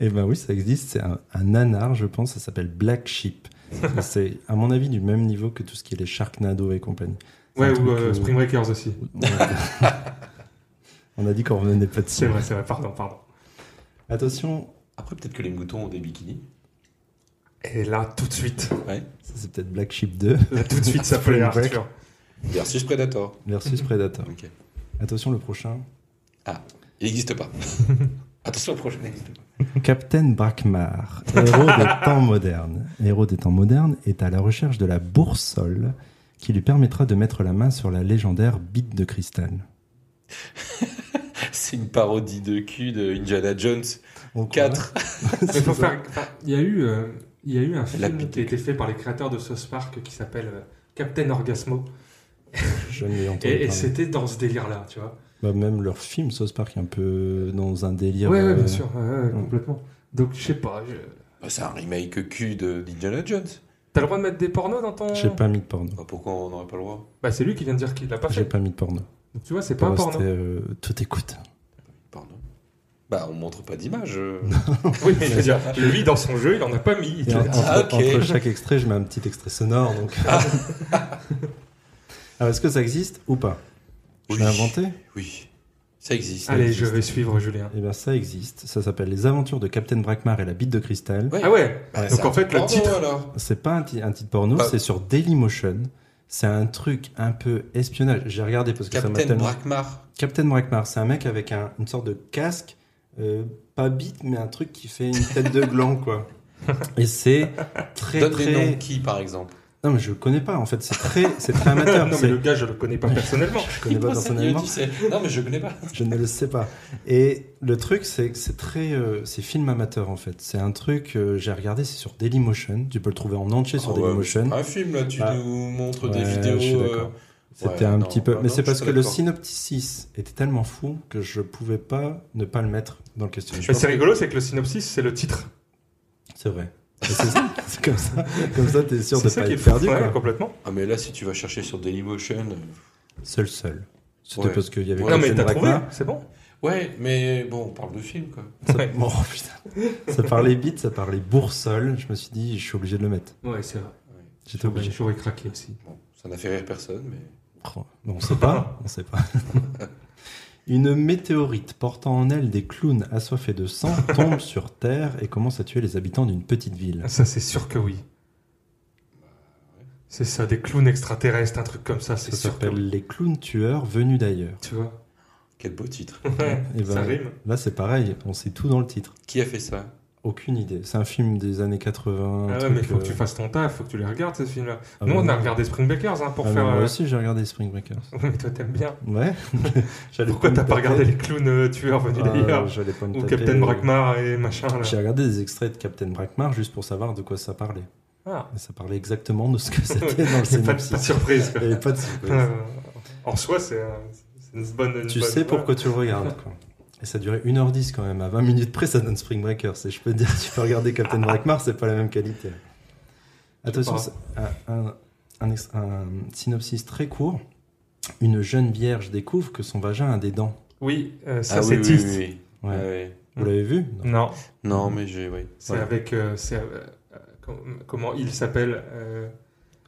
Eh ben oui, ça existe. C'est un, un nanar, je pense. Ça s'appelle Black Sheep. Et c'est, à mon avis, du même niveau que tout ce qui est les Sharknado et compagnie. C'est un Ouais, truc ou euh, où- Spring Breakers aussi. Ouais. On a dit qu'on revenait pas dessus. C'est vrai, c'est vrai. Pardon, pardon. Attention, Après, peut-être que les moutons ont des bikinis. Et là, tout de suite. ça c'est peut-être Black Sheep 2 Là, tout de suite, ça Spring plaît à Break. Arthur. Versus Predator. versus Mhm. Predator. Ah, Ok. Attention, le prochain. Il n'existe pas. Attention, le prochain n'existe pas. Captain Brackmar, héros des temps modernes. Héros des temps modernes est à la recherche de la boursole qui lui permettra de mettre la main sur la légendaire bite de cristal. C'est une parodie de cul de Indiana Jones On 4. Mais faut faire- enfin, Il y a eu, euh, il y a eu un La film bite qui a été fait par les créateurs de South Park qui s'appelle euh, Captain Orgasmo. croit. Je n'ai entendu Et, et parler. c'était dans ce délire-là, tu vois. Bah, même leur film South Park est un peu dans un délire. ouais, ouais, euh, bien sûr, ouais, ouais, ouais. complètement. Donc, je sais pas. je- Bah, c'est un remake cul de- d'Indiana Jones. T'as le droit de mettre des pornos dans ton. J'ai pas mis de porno. Ah, pourquoi on n'aurait pas le droit Bah, c'est lui qui vient de dire qu'il l'a pas J'ai fait. pas mis de porno. Donc, tu vois, c'est pas un Pour porno. rester, euh, tout écoute. Pardon. Bah, on montre pas d'image. euh. Oui, mais je veux dire, lui, dans son jeu, il en a pas mis. Il Et te l'a en- dit. entre, Ah, ok. entre chaque extrait, je mets un petit extrait sonore. Donc... Ah. Alors, est-ce que ça existe ou pas Je Oui. l'ai inventé Oui, ça existe. Allez, je vais suivre Julien. Eh bien, ça existe. Ça s'appelle Les Aventures de Captain Brackmar et la bite de cristal. Ouais. Ah ouais Bah, Donc, ça- en fait, le Bravo, titre. alors. C'est pas un, ti- un titre porno, Bah. c'est sur Dailymotion. C'est un truc un peu espionnage. J'ai regardé parce que ça m'a Captain tellement... Brackmar. Captain Brackmar, c'est un mec avec un- une sorte de casque, euh, pas bite, mais un truc qui fait une tête de gland, quoi. Et c'est très Donne des très. noms qui, par exemple Non, mais je le connais pas. En fait, c'est très, c'est très amateur. non, c'est- mais le gars, je le connais pas personnellement. Je connais pas personnellement. Non, mais je connais pas. Je ne le sais pas. Et le truc, c'est que c'est très, euh, c'est film amateur en fait. C'est un truc, euh, j'ai regardé, c'est sur Dailymotion. Tu peux le trouver en entier sur Ah ouais, Dailymotion. Un film, là, tu Ah. nous montres des Ouais, vidéos. je suis euh, d'accord. C'était ouais, un non, petit peu. non, Mais non, c'est je parce suis que le d'accord. synopticis était tellement fou que je pouvais pas ne pas le mettre dans le questionnaire. Mais c'est rigolo, c'est que le synopsis, c'est le titre. C'est vrai. Mais C'est c'est comme ça, comme ça, t'es sûr de C'est ça pas qui est être fou, perdu. ouais, quoi. complètement. Ah, mais là, si tu vas chercher sur Dailymotion. euh, Seul, seul. C'était Ouais. parce qu'il y avait. Ouais, non, Catherine mais t'as trouvé, Ragnar. c'est bon. Ouais, mais bon, on parle de film, quoi. Ça- Bon, putain. Ça parlait bite, ça parlait boursole. Je me suis dit, je suis obligé de le mettre. Ouais, c'est vrai. J'étais obligé. J'aurais craqué aussi. Bon, ça n'a fait rire personne, mais. Oh, On sait pas, on sait pas. Une météorite portant en elle des clowns assoiffés de sang tombe sur Terre et commence à tuer les habitants d'une petite ville. Ça, c'est sûr que oui. C'est ça, des clowns extraterrestres, un truc comme ça, c'est Ça sûr que oui. s'appelle les clowns tueurs venus d'ailleurs. Tu vois Quel beau titre. Eh ben, Ça rime. Là, c'est pareil, on sait tout dans le titre. Qui a fait ça Aucune idée. C'est un film des années 80. un Ah ouais, truc, mais faut que euh, tu fasses ton taf, faut que tu les regardes, ces films-là. ah Nous, bah on a non. regardé Spring Breakers hein, pour Ah, mais faire. Moi euh, aussi, j'ai regardé Spring Breakers. Mais toi, t'aimes bien. Ouais. J'allais Pourquoi me t'as pas taper. regardé les clowns euh, tueurs venus Ah, d'ailleurs j'allais pas me Ou taper. euh, Captain Brackmar et machin, là. J'ai regardé des extraits de Captain Brackmar juste pour savoir de quoi ça parlait. Ah, Et ça parlait exactement de ce que c'était dans le c'est pas, pas de synopsis. surprise. quoi. Il y avait pas de surprise. Euh, en soi, c'est euh, c'est une bonne. une Tu bonne- sais pourquoi tu le regardes. quoi. Et ça durait 1h10 quand même. À 20 minutes près, ça donne Spring Breakers. Et je peux te dire, tu peux regarder Captain Brackmar, c'est pas la même qualité. Attention, pas. c'est un, un ex- un synopsis très court. Une jeune vierge découvre que son vagin a des dents. Oui, euh, ça, Ah c'est oui, oui, Tist. oui, oui. Ouais. Ah ouais. Mm. Vous l'avez vu Non. Non, Non, mais j'ai. Oui. c'est Voilà. avec. euh, c'est, euh, euh, com- comment il s'appelle euh,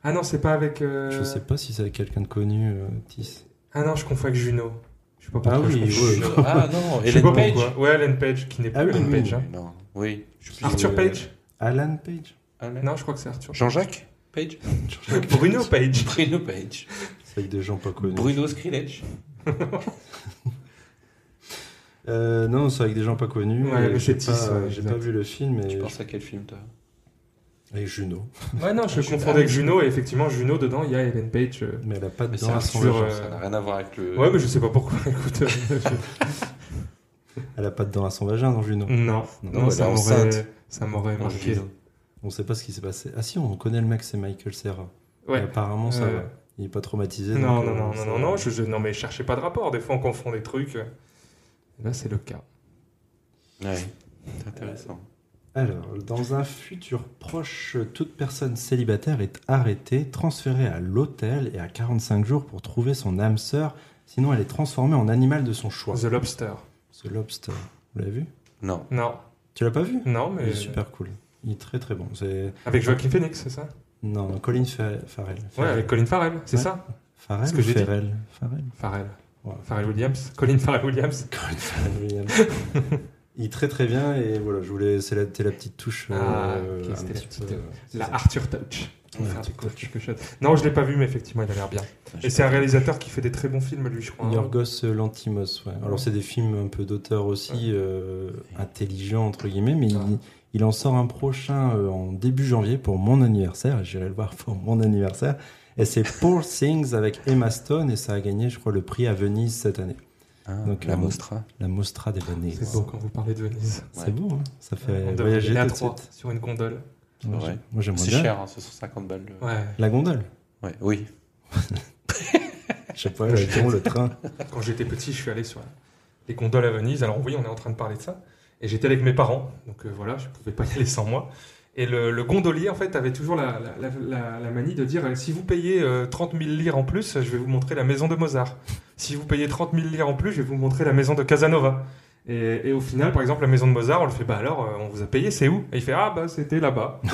Ah non, c'est pas avec. euh, Je sais pas si c'est quelqu'un de connu, euh, Tis. Ah non, je confonds avec Juno. Je sais pas Ah pourquoi. je oui, confonds ouais. Juno. Ah non, Je sais pas Ellen Page. pourquoi. Ouais, Ellen Page, qui n'est Ah plus oui, Ellen oui, Page. hein. Non, oui. Je suis- Arthur euh, Page Alan Page Alan- Non, je crois que c'est Arthur. Jean-Jacques Page Bruno Page. Bruno Page. C'est avec des gens pas connus. Bruno Skrillex. Euh, non, c'est avec des gens pas connus. Ouais, Et mais j'ai c'est pas, Tis, ouais, j'ai exact. pas vu le film. Et... Tu penses à quel film, toi Avec Juno. Ouais, non, je Je suis confondais pas- avec Juno, et effectivement, Juno, dedans, il y a Ellen Page. euh. Mais elle a pas de Mais c'est dents à un son sur, vagin. euh, ça n'a rien à voir avec le. Ouais, mais je sais pas pourquoi, écoute. euh, je- Elle a pas de dents à son vagin dans Juno. non, non, Non, ça elle est m'aurait enceinte. ça m'aurait Non, marqué. Juno. On sait pas ce qui s'est passé. Ah si, on connaît le mec, c'est Michael Serra. Et Ouais. apparemment, ça Euh, va. Il est pas traumatisé. Non, donc, non, euh, non, ça non, non, va. non, je, je- non, mais cherchez pas de rapport. Des fois, on confond des trucs. Là, c'est le cas. Ouais. C'est intéressant. Alors, dans un futur proche, toute personne célibataire est arrêtée, transférée à l'hôtel et à 45 jours pour trouver son âme sœur. Sinon, elle est transformée en animal de son choix. The Lobster. The Lobster. Vous l'avez vu Non. Non, Tu l'as pas vu non, Il mais. est super cool. Il est très très bon. C'est Avec Joaquin Phoenix, c'est ça non Colin Fa- Farrell. Ouais, Farrell. avec Colin Farrell, c'est Ouais. ça Farrell ce que ou j'ai dit. Farrell Farrell. Farrell. Ouais. Farrell Williams. Colin Farrell Williams. Colin Farrell Williams. Il est très très bien et voilà, je voulais, c'est la, c'était la petite touche. Ah, euh, ok, un c'était la petit petite, peu, euh, c'est La ça. Arthur Touch. On va Ouais, faire Arthur découvrir quelque chose. Non, je l'ai pas vu, mais effectivement, il a l'air bien. Et c'est un réalisateur qui fait des très bons films, lui, je crois. Yorgos Lantimos. Ouais. Alors c'est des films un peu d'auteur aussi euh, intelligents entre guillemets, mais Ouais. il, il en sort un prochain euh, en début janvier pour mon anniversaire. et J'irai le voir pour mon anniversaire. Et c'est Poor Things avec Emma Stone et ça a gagné, je crois, le prix à Venise cette année. Ah, Donc, la euh, Mostra. La Mostra de Venise. C'est beau quand vous parlez de Venise. C'est beau, hein ça fait On devrait voyager aller à tout de trois suite. sur une gondole. Moi, j'ai- Ouais. Moi j'aimerais C'est bien. cher, hein, c'est 150 balles. le- Ouais. La gondole. Ouais, oui. Je sais pas, l'avion, le train. Quand j'étais petit, je suis allé sur les gondoles à Venise. Alors oui, on est en train de parler de ça. Et j'étais avec mes parents, donc euh, voilà, je pouvais pas y aller sans moi. Et le, le gondolier, en fait, avait toujours la, la- la- la- la manie de dire euh, si vous payez euh, 30 000 lires en plus, je vais vous montrer la maison de Mozart. Si vous payez 30 000 lires en plus, je vais vous montrer la maison de Casanova. Et, et au final, par exemple, la maison de Mozart, on le fait bah alors, euh, on vous a payé, c'est où Et il fait ah bah c'était là-bas. donc,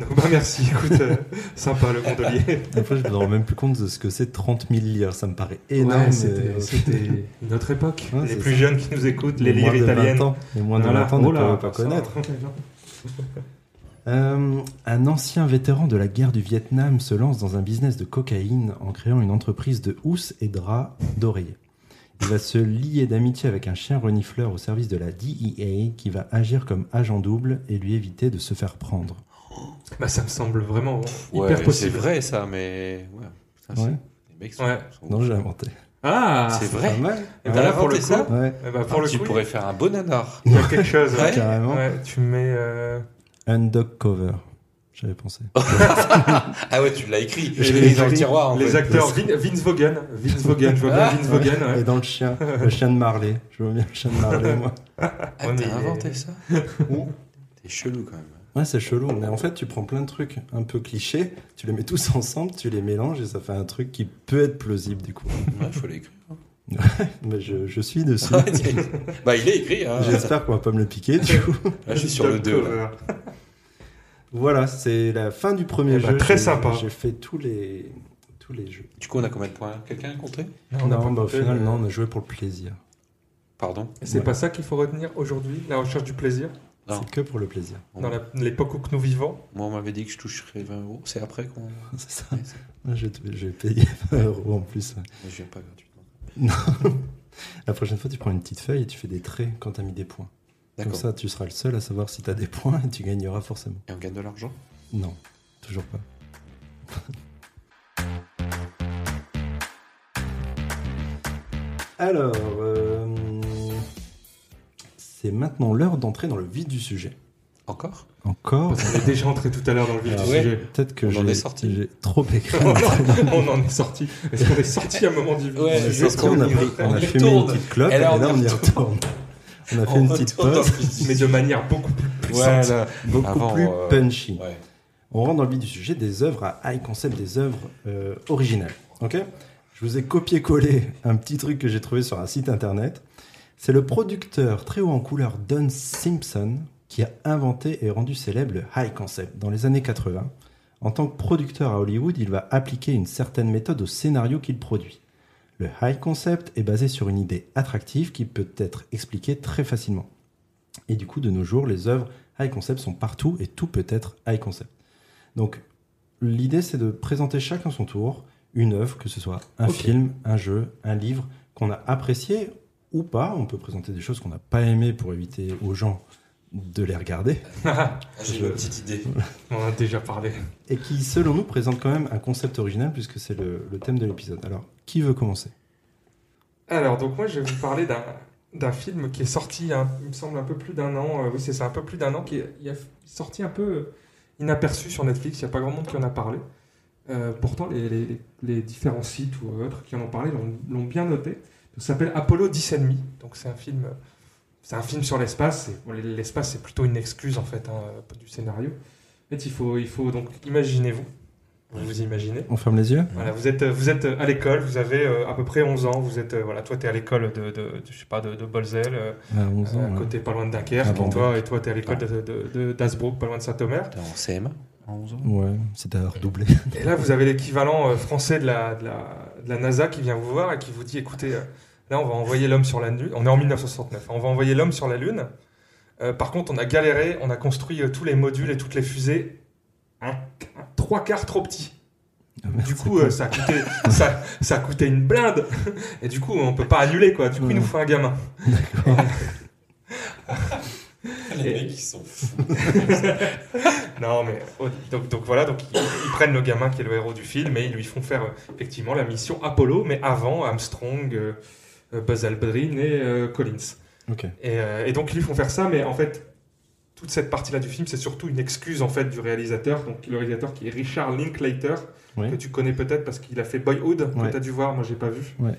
donc, bah merci, écoute, euh, sympa le gondolier. Des fois, je me rends même plus compte de ce que c'est 30 000 lire. Ça me paraît énorme. euh, Ouais, mais- c'était- euh, C'était notre époque. Ouais, les c'est plus ça. jeunes qui nous écoutent, les moins livres de 20 italiennes. ans- Les moins de Voilà. 20 ans ne Oh là, peuvent pas ça, connaître. non. Euh, un ancien vétéran de la guerre du Vietnam se lance dans un business de cocaïne en créant une entreprise de housses et draps d'oreiller. Il va se lier d'amitié avec un chien renifleur au E service de la DEA qui va agir comme agent double et lui éviter de se faire prendre. Bah, ça me semble vraiment Ouais, hyper C'est possible. vrai, ça, mais. Ouais, putain, Ah, c'est- Ouais. Les mecs Ouais. sont- Non, j'ai inventé. Ah C'est Pas vrai. mal. Et T'as ben là, pour le inventé ça coup, Ouais, eh ben, pour Ah, le tu coup, pourrais faire un bon nanar. il y a quelque chose. ouais. carrément. Ouais, tu mets. euh, Undercover, cover, j'avais pensé. Ah ouais, tu l'as écrit. Je Je l'ai l'ai dans le écrit. tiroir. Ah, en les fait. acteurs, Vin- Vince Vaughan. Vince Vaughan, je vois bien Ah. Vince Vaughan. Et ouais. dans le chien, le chien de Marley. Je vois bien le chien de Marley, moi. Ah, Ouais, mais- t'as inventé ça T'es chelou quand même. Ouais, c'est chelou. Mais en fait, tu prends plein de trucs un peu clichés, tu les mets tous ensemble, tu les mélanges et ça fait un truc qui peut être plausible, du coup. Ouais, faut l'écrire. Mais je, je suis dessus. Ah, tiens. bah, il est écrit. Hein. J'espère qu'on va pas me le piquer, du coup. Là, je suis sur le 2. Cover. Voilà, c'est la fin du premier Eh jeu. ben, très J'ai- sympa. J'ai fait tous les, tous les jeux. Du coup, on a combien de points là Quelqu'un a compté Non, on Non, a pas bah, au compté, final, mais- non, on a joué pour le plaisir. Pardon C'est Ouais. pas ça qu'il faut retenir aujourd'hui, la recherche du plaisir, Non. C'est que pour le plaisir. On- dans la- l'époque où que nous vivons. Moi, on m'avait dit que je toucherais 20 euros. C'est après qu'on. C'est ça. Ouais, c'est- Je vais payer 20 euros en plus. ouais. Mais je viens pas gratuitement. La prochaine fois, tu prends une petite feuille et tu fais des traits quand t'as mis des points. Comme D'accord. ça, tu seras le seul à savoir si t'as des points et tu gagneras forcément. Et on gagne de l'argent Non, toujours pas. Alors, euh, c'est maintenant l'heure d'entrer dans le vif du sujet. Encore Encore Parce qu'on est déjà entré tout à l'heure dans le vif Alors, du ouais. sujet. Peut-être que On en j'ai est sorti. j'ai trop écrit. on en- on en est sorti. Est-ce qu'on est sorti à un moment du vif Ouais, du C'est sujet parce qu'on a, pris- on on a y fumé une retourne. petite clope Et et là, là, on y on y retourne. On Oh, a fait une petite retourne dans pause le business. Mais de manière beaucoup plus Ouais, puissante. là. beaucoup Avant, plus euh, punchy. Ouais. On rentre dans le vif du sujet des œuvres à high concept, des œuvres euh, originales. Ok Je vous ai copié-collé un petit truc que j'ai trouvé sur un site internet. C'est le producteur très haut en couleur Don Simpson qui a inventé et rendu célèbre le high concept dans les années 80. En tant que producteur à Hollywood, il va appliquer une certaine méthode au scénario qu'il produit. Le high concept est basé sur une idée attractive qui peut être expliquée très facilement. Et du coup, de nos jours, les œuvres high concept sont partout et tout peut être high concept. Donc, l'idée, c'est de présenter chacun son tour une œuvre, que ce soit un Ok. film, un jeu, un livre, qu'on a apprécié ou pas. On peut présenter des choses qu'on n'a pas aimées pour éviter aux gens de les regarder. Ah, J'ai une petite idée. On en a déjà parlé. Et qui, selon nous, présente quand même un concept original puisque c'est le, le thème de l'épisode. Alors, qui veut commencer Alors, donc moi, je vais vous parler d'un d'un film qui est sorti, il, y a, il me semble, un peu plus d'un an. Euh, oui, c'est ça, un peu plus d'un an, qui est, il est sorti un peu euh, inaperçu sur Netflix. Il n'y a pas grand monde qui en a parlé. Euh, pourtant, les, les- les différents sites ou autres qui en ont parlé l'ont- l'ont bien noté. Ça s'appelle Apollo 10,5. Donc, c'est un film... euh, C'est un film sur l'espace. et, bon, L'espace, c'est plutôt une excuse, en fait, hein, euh, du scénario. En fait, il faut, il faut donc... Imaginez-vous. Vous vous imaginez. On ferme les yeux Voilà, vous êtes, vous êtes à l'école, vous avez euh, à peu près 11 ans, vous êtes, euh, voilà, toi t'es à l'école de, de, de- je sais pas, de, de Bolzel, euh, À 11 à ans, ouais. côté pas loin de Ah, Dunkerque, bon, et toi, et toi t'es à l'école de, de, de- d'Hasbrook, pas loin de Saint-Omer. T'es en CM à 11 ans Ouais, c'était à redoubler. Et là, vous avez l'équivalent euh, français de la, de, la, de la NASA qui vient vous voir et qui vous dit, écoutez, euh, là on va envoyer l'homme sur la Lune, on est en 1969, hein, on va envoyer l'homme sur la Lune. Euh, par contre, on a galéré, on a construit euh, tous les modules et toutes les fusées un, un- trois quarts trop petits. Ah, merde, Du c'est coup, con. euh, ça, a coûté, ça, ça a coûté une blinde. Et du coup, on peut pas annuler, quoi. Du coup, il nous faut un gamin. Les Et- mecs, ils sont fous. Non, mais oh, donc, donc voilà, donc ils, ils prennent le gamin qui est le héros du film et ils lui font faire euh, effectivement la mission Apollo, mais avant Armstrong, euh, euh, Buzz Aldrin et euh, Collins. Ok. Et, euh, et donc ils lui font faire ça, mais en fait, toute cette partie-là du film, c'est surtout une excuse en fait du réalisateur, donc le réalisateur qui est Richard Linklater, Oui. que tu connais peut-être parce qu'il a fait Boyhood, Ouais. que tu as dû voir, moi j'ai pas vu. Ouais.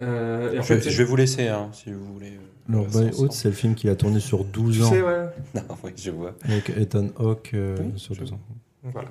Euh, et en Je, fait, je vais vous laisser, hein, si vous voulez. euh, Alors, on Boy reste Haute, c'est le film qu'il a tourné sur 12 bah, tu ans sais, ouais. ensemble. Non, oui, je vois. avec Ethan Hawke euh, Oui, sur je- 12 ans. Donc Voilà.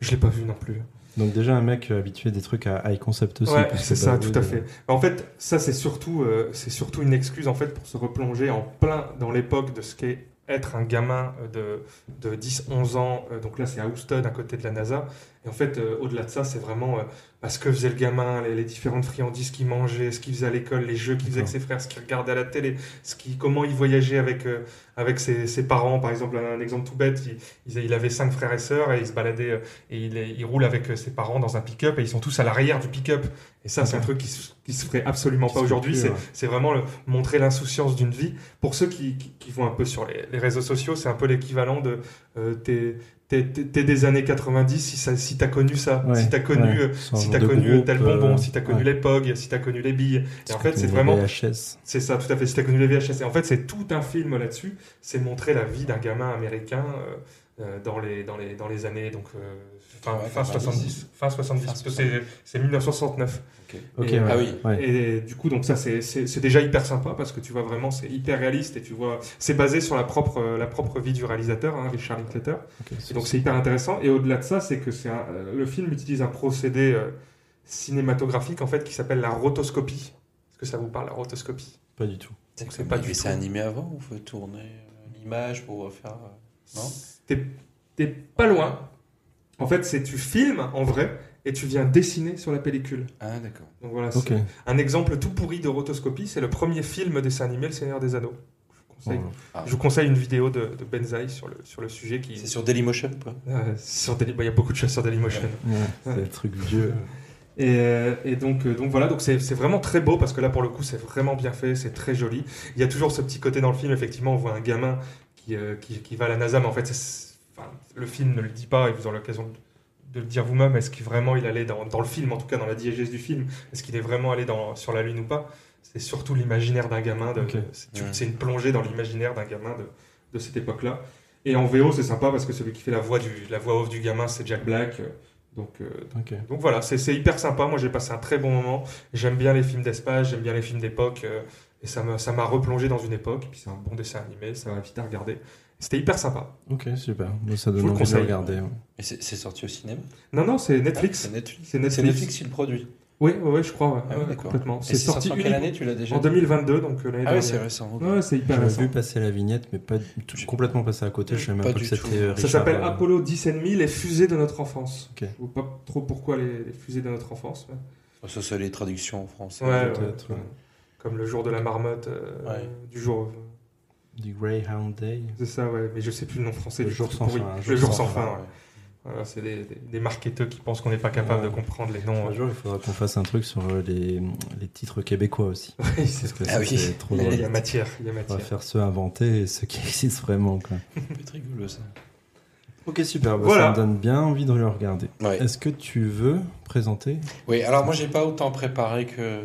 Je l'ai pas vu non plus. Donc déjà un mec euh, habitué des trucs à high concept aussi. ouais, Bah, parce que c'est ça, bah, tout oui, à euh, fait. En fait, ça c'est surtout, euh, c'est surtout une excuse en fait pour se replonger en plein dans l'époque de ce qu'est être un gamin euh, de, de 10-11 ans. Euh, Donc là, c'est à Houston, à côté de la NASA. Et en fait, euh, au-delà de ça, c'est vraiment euh, bah, ce que faisait le gamin, les, les différentes friandises qu'il mangeait, ce qu'il faisait à l'école, les jeux qu'il faisait avec ses frères, ce qu'il regardait à la télé, ce qui, comment il voyageait avec, euh, avec ses, ses parents. Par exemple, un, un exemple tout bête, il, il- il avait cinq frères et sœurs et il se baladait euh, et il, est- il roule avec euh, ses parents dans un pick-up et ils sont tous à l'arrière du pick-up. Et ça, c'est un truc qui se, qui se ferait absolument Qui pas se fait aujourd'hui. plus, C'est ouais. c'est vraiment le- montrer l'insouciance d'une vie. Pour ceux qui, qui, qui vont un peu sur les, les réseaux sociaux, c'est un peu l'équivalent de euh, t'es t'es T'es- T'es t'es des années 90, si, ça- si t'as connu ça, Ouais, si t'as connu, ouais, euh, ce si genre t'as de connu groupe, tel bonbon, euh, si t'as connu ouais. les POG, si t'as connu les billes. Et en Parce fait, que c'est les vraiment VHS. c'est ça, tout à fait. Si t'as connu les VHS. Et en fait, c'est tout un film là-dessus. C'est montrer la vie d'un gamin américain euh, euh, dans, les, dans, les, dans les années. Donc, euh, fin, Ouais, fin 90. 70. Fin 70. Fin parce que c'est- C'est 1969. Ok, Et- ouais, Ah oui. ouais. Et du coup, donc ça, c'est- c'est c'est déjà hyper sympa parce que tu vois vraiment, c'est hyper réaliste et tu vois, c'est basé sur la propre, euh, la propre vie du réalisateur, hein, Richard Linklater. Ok, Et donc c'est hyper intéressant. Et au-delà de ça, c'est que c'est un- euh, le film utilise un procédé euh, cinématographique en fait qui s'appelle la rotoscopie. Est-ce que ça vous parle la rotoscopie Pas du tout. Donc C'est pas du dessin animé avant ou faut tourner euh, une image pour faire. euh, Non T'es t'es pas loin. En fait, c'est tu filmes en vrai et tu viens dessiner sur la pellicule. Ah, d'accord. Donc voilà, c'est Ok. un exemple tout pourri de rotoscopie. C'est le premier film dessin animé, Le Seigneur des Anneaux. Je vous conseille Bon, Je vous conseille une vidéo de, de Benzaï sur le, sur le sujet qui. C'est sur Dailymotion, quoi. Euh, sur Daily- bah, Il y a beaucoup de choses sur Dailymotion. ouais, c'est des trucs vieux. Et, euh, et donc, euh, donc voilà, donc c'est c'est vraiment très beau parce que là pour le coup c'est vraiment bien fait, c'est très joli. Il y a toujours ce petit côté dans le film, effectivement, on voit un gamin qui, euh, qui, qui va à la NASA, mais en fait, c'est- enfin, le film ne le dit pas et vous aurez l'occasion de le dire vous-même. Est-ce qu'il vraiment il allait dans, dans le film, en tout cas dans la diégèse du film, est-ce qu'il est vraiment allé dans, sur la Lune ou pas C'est surtout l'imaginaire d'un gamin. de- Ok. c'est- tu- Ouais. C'est une plongée dans l'imaginaire d'un gamin de, de cette époque-là. Et en VO, c'est sympa parce que celui qui fait la voix, du, la voix off du gamin, c'est Jack Black. euh, Donc, euh, Ok. donc voilà, c'est c'est hyper sympa. Moi, j'ai passé un très bon moment. J'aime bien les films d'espace, j'aime bien les films d'époque. euh, et ça me- ça m'a replongé dans une époque. Et puis c'est un bon dessin animé, ça va vite à regarder. C'était hyper sympa. Ok, super. Bon, ça donne Je vous le envie de conseille. regarder. ouais. Et c'est c'est sorti au cinéma Non, non, c'est Ah, Netflix. C'est Netflix. C'est Netflix. C'est Netflix qui le produit. Oui, oui, oui, je crois, ouais. Ah oui, Ouais, d'accord. complètement. Et C'est sorti en unique- quelle année tu l'as déjà en 2022, donc euh, l'année Ah oui, c'est dernière. récent. ok. Ouais, c'est hyper J'avais récent. vu passer la vignette, mais pas du tout- J'ai- complètement passé à côté. Je savais même Pas pas, que du c'était tout. euh, Ça Richard, s'appelle euh, Apollo 10 les fusées de notre enfance. Ok. Je ne vois pas trop pourquoi les, les fusées de notre enfance. mais- Oh, Ça, c'est les traductions en français. Ouais, ouais, peut-être, comme, ouais. comme le jour de la marmotte euh, euh, Ouais. du jour. Du Greyhound Day. C'est ça, ouais, mais je sais plus le nom français. Le du jour coup, sans pourri. fin, un Le jour sans fin, ouais. Voilà, c'est des, des, des marketeurs qui pensent qu'on n'est pas capable Ouais. de comprendre les noms. Un euh. jour, il faudra qu'on fasse un truc sur euh, les, les titres québécois aussi. Oui, c'est- Parce que Ah ça, oui. c'est trop euh, il y drôle. a matière, il y a On va matière. faire ceux inventés et ceux qui existent vraiment. Quoi. Ça peut être rigolo, ça. Ok, super. Bah, Voilà. Ça me donne bien envie de le regarder. Ouais. Est-ce que tu veux présenter Oui, alors moi, j'ai pas autant préparé que.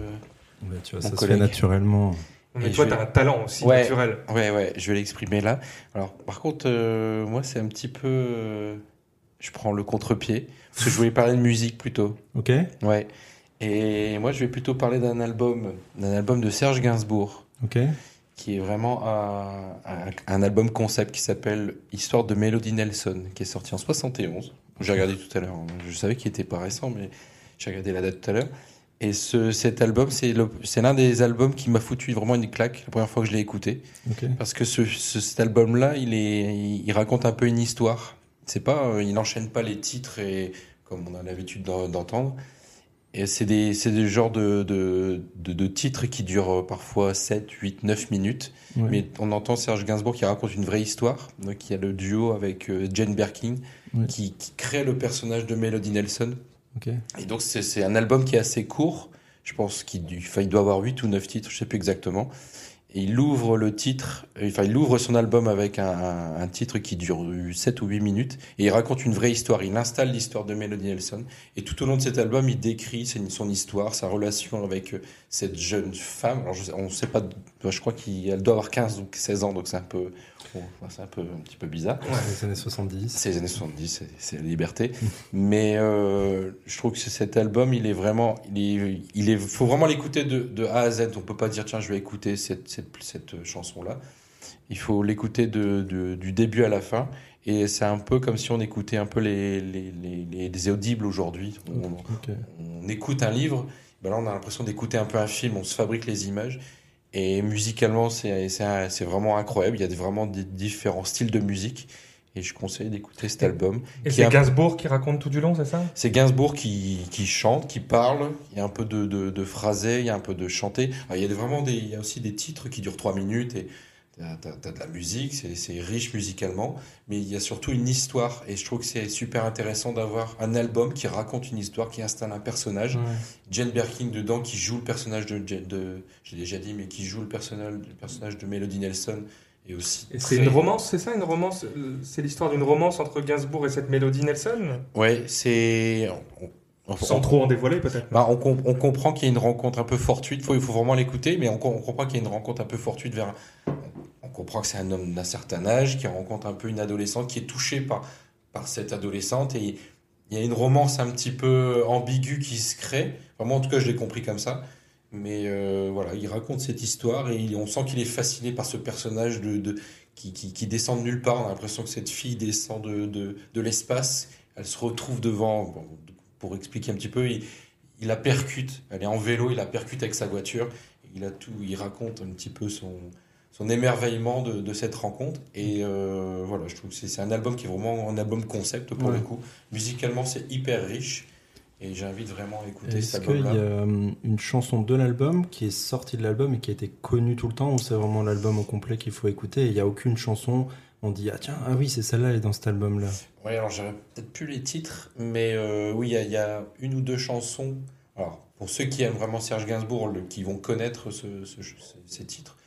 Bah, Tu vois, Mon ça se fait collègue. naturellement. Mais Et toi, je tu vais- as un talent aussi Ouais. naturel. Ouais, ouais, je vais l'exprimer là. Alors, par contre, euh, moi, c'est un petit peu. euh, je prends le contre-pied. Parce que je voulais parler de musique plutôt. Ok Ouais. Et moi, je vais plutôt parler d'un album, d'un album de Serge Gainsbourg, Ok qui est vraiment un, un- un album concept qui s'appelle Histoire de Melody Nelson, qui est sorti en 71. J'ai regardé tout à l'heure. hein. Je savais qu'il était pas récent, mais j'ai regardé la date tout à l'heure. Et ce, cet album, c'est le- c'est l'un des albums qui m'a foutu vraiment une claque la première fois que je l'ai écouté. Ok. Parce que ce, ce- cet album-là, il, est, il, il raconte un peu une histoire. C'est pas, euh, il n'enchaîne pas les titres et comme on a l'habitude d'en- d'entendre. Et c'est des, c'est des genres de, de, de, de titres qui durent euh, parfois 7, 8, 9 minutes. Ouais. Mais on entend Serge Gainsbourg qui raconte une vraie histoire. Donc il y a le duo avec euh, Jane Birkin Ouais. qui, qui crée le personnage de Melody Nelson. Ok. Et donc, c'est c'est un album qui est assez court. Je pense qu'il du- enfin, il doit avoir 8 ou 9 titres, je sais plus exactement. Et il ouvre le titre, euh, enfin, il ouvre son album avec un, un- un titre qui dure 7 ou 8 minutes. Et il raconte une vraie histoire. Il installe l'histoire de Melody Nelson. Et tout au long de cet album, il décrit son son histoire, sa relation avec euh, cette jeune femme. Alors, je sais- on sait pas, je crois qu'elle doit avoir 15 ou 16 ans, donc c'est un peu, bon, c'est un peu, un petit peu bizarre. Les années 70. C'est les années 70, c'est- c'est la liberté. Mais euh, je trouve que cet album, il est vraiment. Il est, il est, faut vraiment l'écouter de, de A à Z. On peut pas dire, tiens, je vais écouter cette, cette, cette chanson-là. Il faut l'écouter de, de- du début à la fin. Et c'est un peu comme si on écoutait un peu les, les, les, les- les audibles aujourd'hui. On- Ok. on écoute un livre, ben là on a l'impression d'écouter un peu un film, on se fabrique les images. Et musicalement, c'est c'est un- c'est vraiment incroyable. Il y a des- vraiment des différents styles de musique. Et je conseille d'écouter cet album. Et Qui c'est a- Gainsbourg qui raconte tout du long, c'est ça C'est Gainsbourg qui, qui chante, qui parle. Il y a un peu de, de, de phrasé, il y a un peu de chanté. Alors, il y a des- vraiment des, il y a aussi des titres qui durent trois minutes et t'as t'as- t'as de la musique, c'est c'est riche musicalement. Mais il y a surtout une histoire. Et je trouve que c'est super intéressant d'avoir un album qui raconte une histoire, qui installe un Mm. personnage. Jane Birkin dedans qui joue le personnage de, Jane- de j'ai déjà dit mais qui joue le personnage, le personnage de Melody Nelson et Et aussi. Et c'est très- une romance, c'est ça une romance euh, C'est l'histoire d'une romance entre Gainsbourg et cette Mélodie Nelson Ouais, c'est. on- on- Sans on- trop en dévoiler peut-être. Bah, on, com- on comprend qu'il y a une rencontre un peu fortuite. Faut, il faut vraiment l'écouter, mais on, com- on comprend qu'il y a une rencontre un peu fortuite vers. un- On comprend que c'est un homme d'un certain âge qui rencontre un peu une adolescente qui est touchée par par cette adolescente et il y a une romance un petit peu ambiguë qui se crée. Enfin, moi, en tout cas, je l'ai compris comme ça. Mais euh, voilà, il raconte cette histoire et il- on sent qu'il est fasciné par ce personnage de, de- qui, qui, qui descend de nulle part. On a l'impression que cette fille descend de, de, de l'espace. Elle se retrouve devant. Bon, pour expliquer un petit peu, il, il la percute. Elle est en vélo, il la percute avec sa voiture. Il a tout. Il raconte un petit peu son, son émerveillement de, de cette rencontre. Et euh, voilà, je trouve que c'est c'est un album qui est vraiment un album concept pour Ouais. le coup. Musicalement, c'est hyper riche. Et j'invite vraiment à écouter Est-ce cet qu'il y a album-là. euh, une chanson de l'album qui est sortie de l'album et qui a été connue tout le temps ou c'est vraiment l'album au complet qu'il faut écouter et il n'y a aucune chanson on dit ah tiens ah oui c'est celle-là elle est dans cet album là Oui, alors j'aurais peut-être plus les titres, mais euh, oui, il y, a- il y a une ou deux chansons. Alors, pour ceux qui aiment vraiment Serge Gainsbourg, le- qui vont connaître ce, ce- ce- ces titres,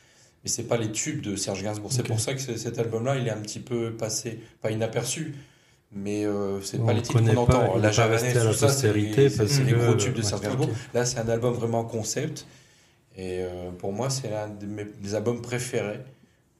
mais c'est pas les tubes de Serge Gainsbourg. C'est Ok. pour ça que c'est- cet album-là, il est un petit peu passé, pas inaperçu, mais euh, c'est On pas le les titres qu'on connaît pas, entend. il La est pas resté Javanaise, à la tout ça, c'est postérité les, c'est- parce c'est les que- gros tubes de ouais, Serge ok. Gainsbourg. Là, c'est un album vraiment concept, et euh, pour moi, c'est l'un de mes des albums préférés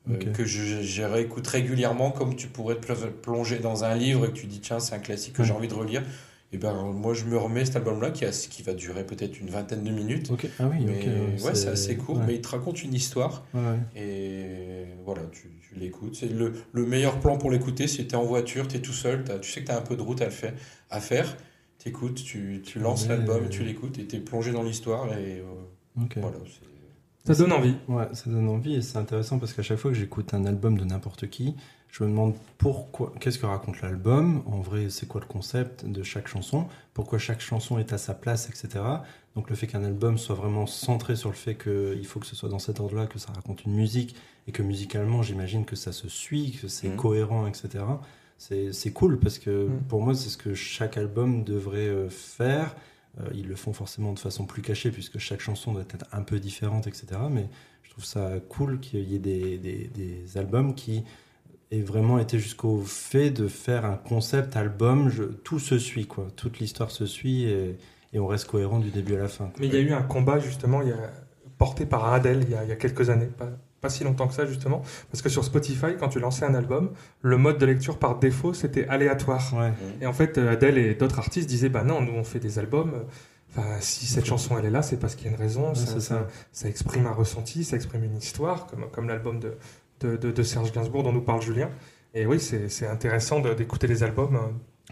euh, Ok. que je, je réécoute régulièrement, comme tu pourrais te plo- plonger dans un livre et que tu dis tiens c'est un classique que j'ai Ouais. envie de relire. Et ben moi je me remets cet album-là qui, a- qui va durer peut-être une vingtaine de minutes. ok ah oui Mais ok ouais, c'est assez court, ouais, mais il te raconte une histoire ouais, ouais. et voilà, tu, tu l'écoutes. C'est le, le meilleur plan pour l'écouter, c'est t'es en voiture, t'es tout seul, t'as- tu sais que t'as un peu de route à, le faire, à faire, t'écoutes, tu, tu lances Ouais. l'album, tu l'écoutes et t'es plongé dans l'histoire et euh, Ok. voilà. c'est- Ça donne envie. Ouais, ça donne envie et c'est intéressant parce qu'à chaque fois que j'écoute un album de n'importe qui, je me demande pourquoi, qu'est-ce que raconte l'album En vrai, c'est quoi le concept de chaque chanson Pourquoi chaque chanson est à sa place, etc. Donc le fait qu'un album soit vraiment centré sur le fait qu'il faut que ce soit dans cet ordre-là, que ça raconte une musique et que musicalement, j'imagine que ça se suit, que c'est Mm. Mhm. cohérent, etc. C'est c'est cool parce que Mhm. pour moi, c'est ce que chaque album devrait euh, faire. Euh, ils le font forcément de façon plus cachée puisque chaque chanson doit être un peu différente, etc. Mais je trouve ça cool qu'il y ait des, des- des albums qui aient vraiment été jusqu'au fait de faire un concept album. Je- tout se suit, quoi. Toute l'histoire se suit et, et on reste cohérent du début à la fin. quoi. Mais il y a eu un combat justement il y a- porté par Adele il y, a, il y a quelques années, pas, pas si longtemps que ça justement, parce que sur Spotify, quand tu lançais un album, le mode de lecture par défaut c'était aléatoire. Ouais. Et en fait, euh, Adele et d'autres artistes disaient bah non, nous on fait des albums. euh, Enfin, si cette chanson elle est là, c'est parce qu'il y a une raison. Ouais, ça, c'est ça. ça- ça exprime un ressenti, ça exprime une histoire, comme, comme l'album de, de, de- de Serge Gainsbourg dont nous parle Julien. Et oui, c'est c'est intéressant de- d'écouter les albums euh,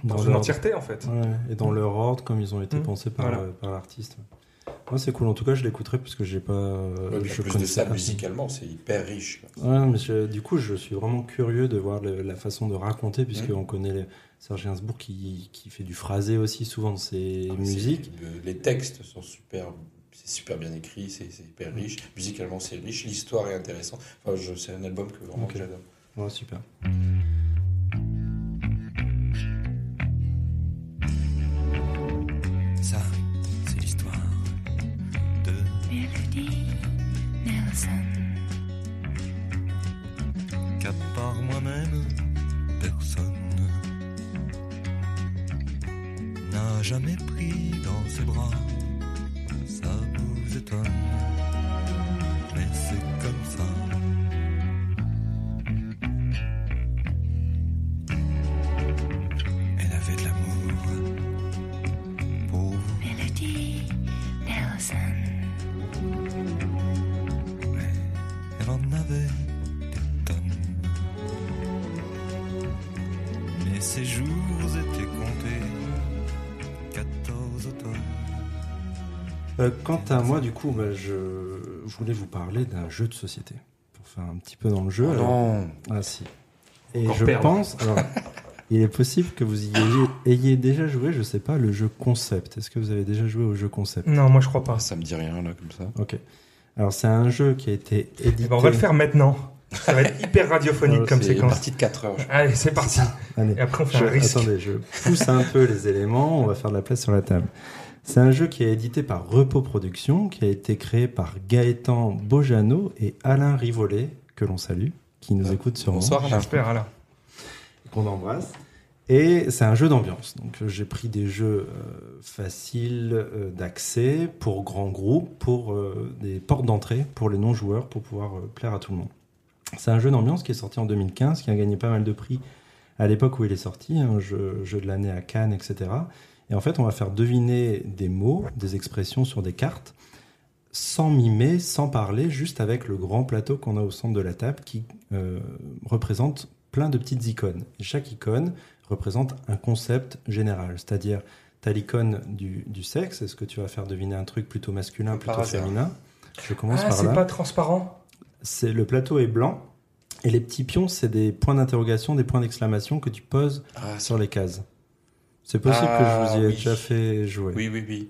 dans, une leur- entièreté en fait. Ouais, et dans leur ordre, comme ils ont été Mhm. pensés par, Voilà. euh, par l'artiste. Moi, c'est cool. En tout cas, je l'écouterai parce que j'ai pas. euh, Ouais, puis je en plus de connaissais ça, pas. musicalement, c'est hyper riche. Ouais, mais je- du coup, je suis vraiment curieux de voir le- la façon de raconter, Mm. puisqu'on connaît les- Serge Gainsbourg qui, qui fait du phrasé aussi souvent de ses Ah, mais c'est- musiques. le- les textes sont super, c'est super bien écrit, c'est c'est hyper riche. Musicalement, c'est riche, l'histoire est intéressante. Enfin, je- c'est un album que vraiment Ok. que j'adore. Ouais, super. Ça, c'est l'histoire de Mélodie Nelson, qu'à part moi-même, personne n'a jamais pris dans ses bras. Ça vous étonne, mais c'est comme ça. Elle avait de l'amour pour vous. Mélodie Nelson, Mais elle en avait des tonnes. Mais ses jours étaient comptés, 14 automnes. Euh, quant à moi, du coup, bah, je voulais vous parler d'un jeu de société. Pour faire un petit peu dans le jeu. alors- Ah si. Et Oh Encore je perdre. pense. Alors, il est possible que vous y ayez, ayez déjà joué, je sais pas, le jeu concept. Est-ce que vous avez déjà joué au jeu concept Non, moi je crois pas. Ah, ça me dit rien, là, comme ça. Ok. Alors c'est un jeu qui a été édité. Mm. Eh ben, on va le faire maintenant. Ça va être hyper radiophonique Ouais, comme C'est une séquence. partie de 4 heures. je Allez, c'est parti. Allez. Et après, on fait Je- un risque. Attendez, je pousse un peu les éléments, on va faire de la place sur la table. C'est un jeu qui est édité par Repos Productions, qui a été créé par Gaëtan Bojano et Alain Rivolet, que l'on salue, qui nous écoute sûrement. Bonsoir Alain. Ah, J'espère, Alain. qu'on embrasse. Et c'est un jeu d'ambiance. Donc euh, j'ai pris des jeux euh, faciles euh, d'accès pour grands groupes, pour euh, des portes d'entrée pour les non-joueurs, pour pouvoir euh, plaire à tout le monde. C'est un jeu d'ambiance qui est sorti en 2015, qui a gagné pas mal de prix à l'époque où il est sorti, un jeu, jeu de l'année à Cannes, etc. Et en fait, on va faire deviner des mots, des expressions sur des cartes, sans mimer, sans parler, juste avec le grand plateau qu'on a au centre de la table qui euh, représente plein de petites icônes. Et chaque icône représente un concept général, c'est-à-dire tu as l'icône du, du sexe, est-ce que tu vas faire deviner un truc plutôt masculin, Par plutôt hasard. féminin Je commence Ah, par là. c'est pas transparent C'est le plateau est blanc et les petits pions c'est des points d'interrogation, des points d'exclamation que tu poses Ah, c'est- sur les cases. C'est possible Ah, que je vous y ai oui. déjà fait jouer. Oui, oui, oui.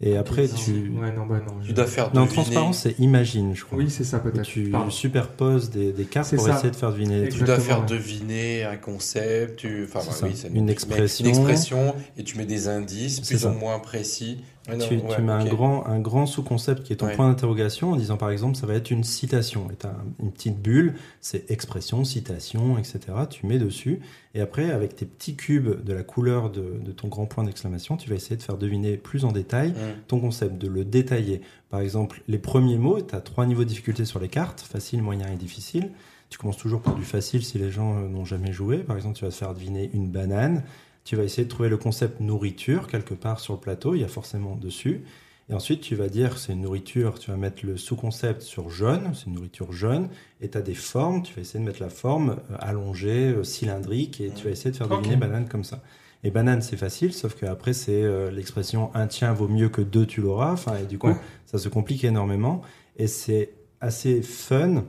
Et après tu Ouais, non, bah non. je- Tu dois faire non deviner. transparence c'est imagine je crois. Oui, c'est ça, Où peut-être. tu Pardon. superposes des, des cartes C'est pour ça. essayer de faire deviner les Et- trucs. Tu dois Exactement, faire ouais. deviner un concept, tu... enfin, C'est bah ça. oui, c'est- Une mais expression. une expression, et tu mets des indices C'est plus ça. ou moins précis. Ouais, Ah non, tu, tu ouais, mets ok. un grand, un grand sous-concept qui est ton Ouais. point d'interrogation en disant par exemple ça va être une citation. Et tu une petite bulle, c'est expression, citation, etc. Tu mets dessus et après avec tes petits cubes de la couleur de, de ton grand point d'exclamation, tu vas essayer de faire deviner plus en détail Mm. ton concept, de le détailler. Par exemple, les premiers mots, tu as trois niveaux de difficulté sur les cartes, facile, moyen et difficile. Tu commences toujours par du facile si les gens euh, n'ont jamais joué. Par exemple, tu vas te faire deviner une banane. Tu vas essayer de trouver le concept nourriture quelque part sur le plateau, il y a forcément dessus. Et ensuite, tu vas dire c'est une nourriture, tu vas mettre le sous-concept sur jaune, c'est une nourriture jaune, et tu as des formes, tu vas essayer de mettre la forme euh, allongée, euh, cylindrique, et tu vas essayer de faire Ok. deviner banane comme ça. Et banane, c'est facile, sauf qu'après, c'est euh, l'expression un tien vaut mieux que deux, tu l'auras. Enfin, et du coup, Ouais. ça se complique énormément. Et c'est assez fun,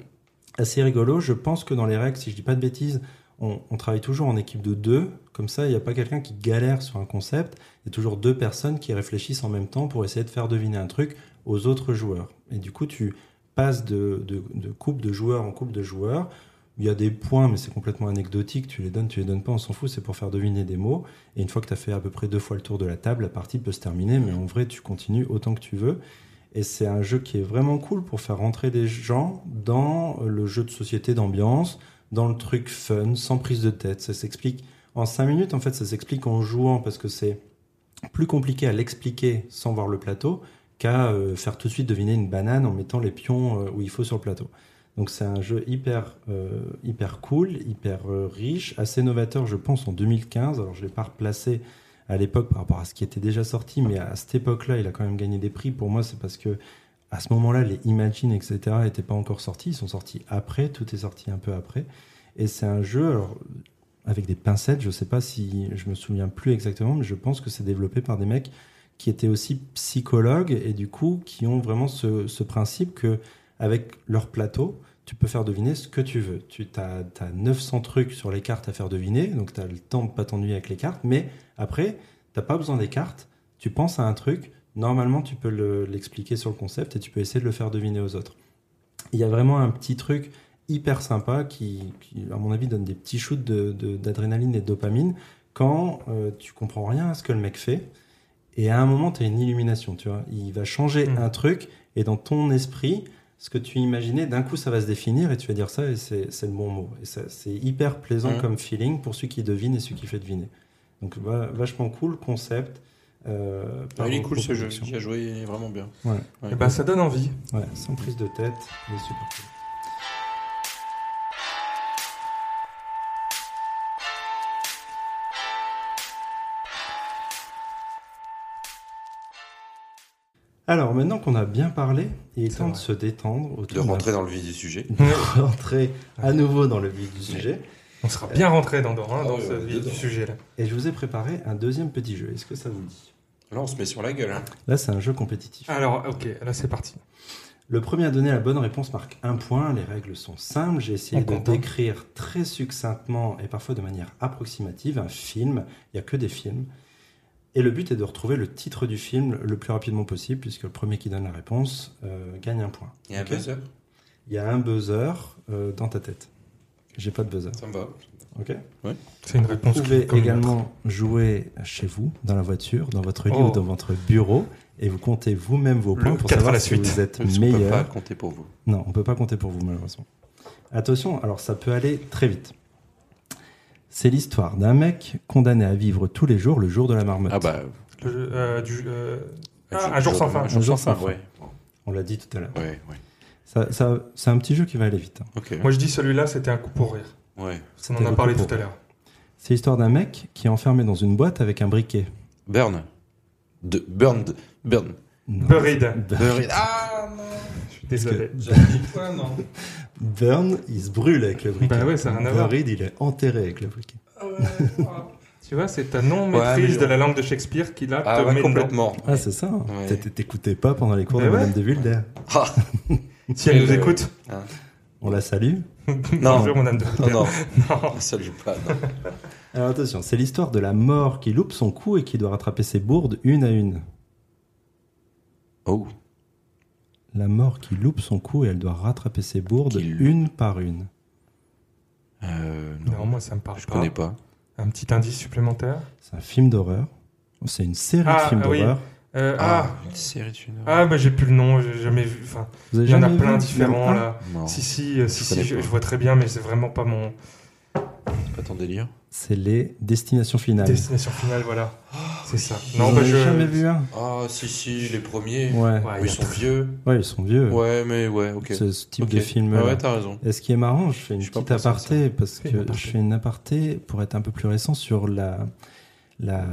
assez rigolo. Je pense que dans les règles, si je dis pas de bêtises, on, on travaille toujours en équipe de deux. Comme ça, il n'y a pas quelqu'un qui galère sur un concept. Il y a toujours deux personnes qui réfléchissent en même temps pour essayer de faire deviner un truc aux autres joueurs. Et du coup, tu passes de, de, de couple de joueurs en couple de joueurs. Il y a des points, mais c'est complètement anecdotique. Tu les donnes, tu les donnes pas, on s'en fout. C'est pour faire deviner des mots. Et une fois que tu as fait à peu près deux fois le tour de la table, la partie peut se terminer. Mais en vrai, tu continues autant que tu veux. Et c'est un jeu qui est vraiment cool pour faire rentrer des gens dans le jeu de société d'ambiance, dans le truc fun, sans prise de tête. Ça s'explique en cinq minutes, en fait, ça s'explique en jouant parce que c'est plus compliqué à l'expliquer sans voir le plateau qu'à euh, faire tout de suite deviner une banane en mettant les pions euh, où il faut sur le plateau. Donc c'est un jeu hyper, euh, hyper cool, hyper euh, riche, assez novateur, je pense, en 2015. Alors je ne l'ai pas replacé à l'époque par rapport à ce qui était déjà sorti, mais à cette époque-là, il a quand même gagné des prix. Pour moi, c'est parce que à ce moment-là, les Imagine, etc., n'étaient pas encore sortis. Ils sont sortis après, tout est sorti un peu après. Et c'est un jeu, alors, avec des pincettes, je sais pas si je me souviens plus exactement, mais je pense que c'est développé par des mecs qui étaient aussi psychologues et du coup qui ont vraiment ce, ce principe que avec leur plateau, tu peux faire deviner ce que tu veux. Tu as, 900 trucs sur les cartes à faire deviner, donc tu as le temps de pas t'ennuyer avec les cartes, mais après, t'as pas besoin des cartes, tu penses à un truc, normalement tu peux le- l'expliquer sur le concept et tu peux essayer de le faire deviner aux autres. Il y a vraiment un petit truc hyper sympa qui, qui, à mon avis, donne des petits shoots de- de- d'adrénaline et de dopamine quand euh, tu comprends rien à ce que le mec fait. Et à un moment, tu as une illumination, tu vois. Il va changer Mm. un truc et dans ton esprit, ce que tu imaginais, d'un coup, ça va se définir et tu vas dire ça et c'est c'est le bon mot. Et ça, c'est hyper plaisant Mm. comme feeling pour celui qui devine et celui qui fait deviner. Donc, va- vachement cool concept. euh, Ah, par il est cool ce jeu, proposition. j'y ai joué il est vraiment bien. Ouais. Ouais. Eh ben, ça donne envie. Ouais, sans prise de tête, mais super cool. Alors maintenant qu'on a bien parlé, il est C'est temps de vrai. se détendre autour De d'un- rentrer dans le vif du sujet. de rentrer à nouveau dans le vif du sujet. On sera bien rentré dans, dans, hein, Ah dans ouais, ce ouais, vif dedans. du sujet-là. Et je vous ai préparé un deuxième petit jeu. Est-ce que ça vous dit Là, on se met sur la gueule. hein. Là, c'est un jeu compétitif. Alors, ok, là, c'est parti. Le premier à donner la bonne réponse marque un point. Les règles sont simples. J'ai essayé On de compte, hein. décrire très succinctement et parfois de manière approximative un film. Il n'y a que des films. Et le but est de retrouver le titre du film le plus rapidement possible, puisque le premier qui donne la réponse euh, gagne un point. Il y a un Ok. buzzer, Il y a un buzzer euh, dans ta tête. J'ai pas de buzzer. ça me va. Ok. C'est une réponse Vous qui pouvez est comme une autre. également jouer chez vous, dans la voiture, dans votre lit Oh. ou dans votre bureau, et vous comptez vous-même vos points Le pour quatre à savoir la si suite. vous êtes Parce qu'on peut meilleur. pas compter pour vous. Non, on peut pas compter pour vous malheureusement. Attention, alors ça peut aller très vite. C'est l'histoire d'un mec condamné à vivre tous les jours le jour de la marmotte. Ah bah. Le jeu, euh, du, euh, Ah, un jour sans fin. Un jour sans fin. Ouais, On l'a dit tout à l'heure. ouais, ouais. Ça- ça- c'est un petit jeu qui va aller vite. hein. Ok. Moi, je dis celui-là, c'était un coup pour rire. Ouais. On en C'était a le parlé coup pour tout à l'heure. C'est l'histoire d'un mec qui est enfermé dans une boîte avec un briquet. Burn. De Burn. Burn. Non. Buried. Burn. Ah non. Je suis Parce désolé. que Ah, non. Burn, il se brûle avec le briquet. Bah ouais, ça a rien à voir. Buried, il est enterré avec le briquet. Tu vois, c'est ta Ouais, mais non-maîtrise je- de la langue de Shakespeare qui là Ah te ouais, met complètement. complètement. Ah, c'est ça. hein. Ouais. T'étais- T'écoutais pas pendant les cours Mais de ouais. Madame de Wilder. Ah, Si elle nous Euh, écoute, On la salue. non. bonjour, madame de non, Voltaire. non, Ah Non. ça joue pas. non. Alors attention, c'est l'histoire de la mort qui loupe son coup et qui doit rattraper ses bourdes une à une. Oh, La mort qui loupe son coup et elle doit rattraper ses bourdes Qui loupe. une par une. euh, non, Non, moi, ça me parle je pas. connais pas. Un petit indice supplémentaire. C'est un film d'horreur. C'est une série de Ah, films ah oui. d'horreur. Euh, ah, une série de films. ah, bah j'ai plus le nom, j'ai jamais vu. Enfin, Vous avez il y en a jamais plein vu différents Même un là. Non, Si, si, euh, si, Je si, connais je, pas. je vois très bien, mais c'est vraiment pas mon pas ton délire. C'est les destinations Ah. finales. destination finale, voilà. Oh, C'est ça. Vous Non, en bah avez je. jamais vu un Ah, si, si, les premiers. Ah, ouais. Ouais, Ils sont vieux. Ouais, ils sont vieux. Ouais, mais ouais, ok. Ce, ce type Ok. de film. euh, Ah ouais, t'as raison. Et ce qui est marrant, je fais une Je suis pas petite pensé à aparté parce Fais que une aparté. je fais une aparté pour être un peu plus récent sur la la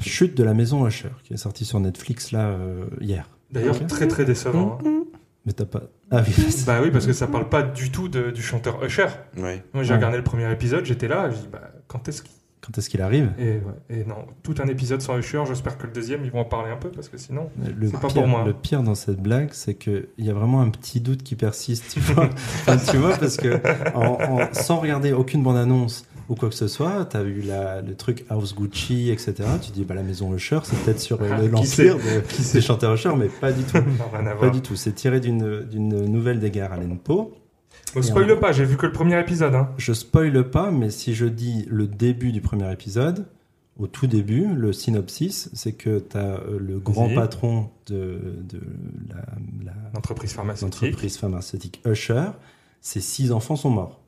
chute de la maison Usher qui est sortie sur Netflix là euh, hier. D'ailleurs, Ok. très très décevant. hein. Mais t'as pas ah oui bah, c'est- Bah oui, parce que ça parle pas du tout de- du chanteur Usher. Ouais. Moi, j'ai Ouais. regardé le premier épisode, j'étais là, j'ai dit, bah, quand est-ce qu'il. quand est-ce qu'il arrive Et, ouais, et non, tout un épisode sans Usher, j'espère que le deuxième, ils vont en parler un peu, parce que sinon. le C'est pire, pas pour moi. le pire dans cette blague, c'est qu'il y a vraiment un petit doute qui persiste, tu vois, Enfin, tu vois parce que en- en- sans regarder aucune bande-annonce ou quoi que ce soit, t'as eu la, le truc House Gucci, etc. Tu dis, bah la maison Usher, c'est peut-être sur euh, Ah, le qui l'empire de- des chanteurs Usher, mais pas du tout. Non, rien Hmm. Pas à voir. du tout. C'est tiré d'une d'une nouvelle d'Edgar Allan Poe. Bon, spoil pas, j'ai vu que le premier épisode. Hein. Je spoile pas, mais si je dis le début du premier épisode, au tout début, le synopsis, c'est que tu as le grand Vas-y. patron de, de la- la- L'entreprise pharmaceutique. l'entreprise pharmaceutique Usher. Ses six enfants sont morts.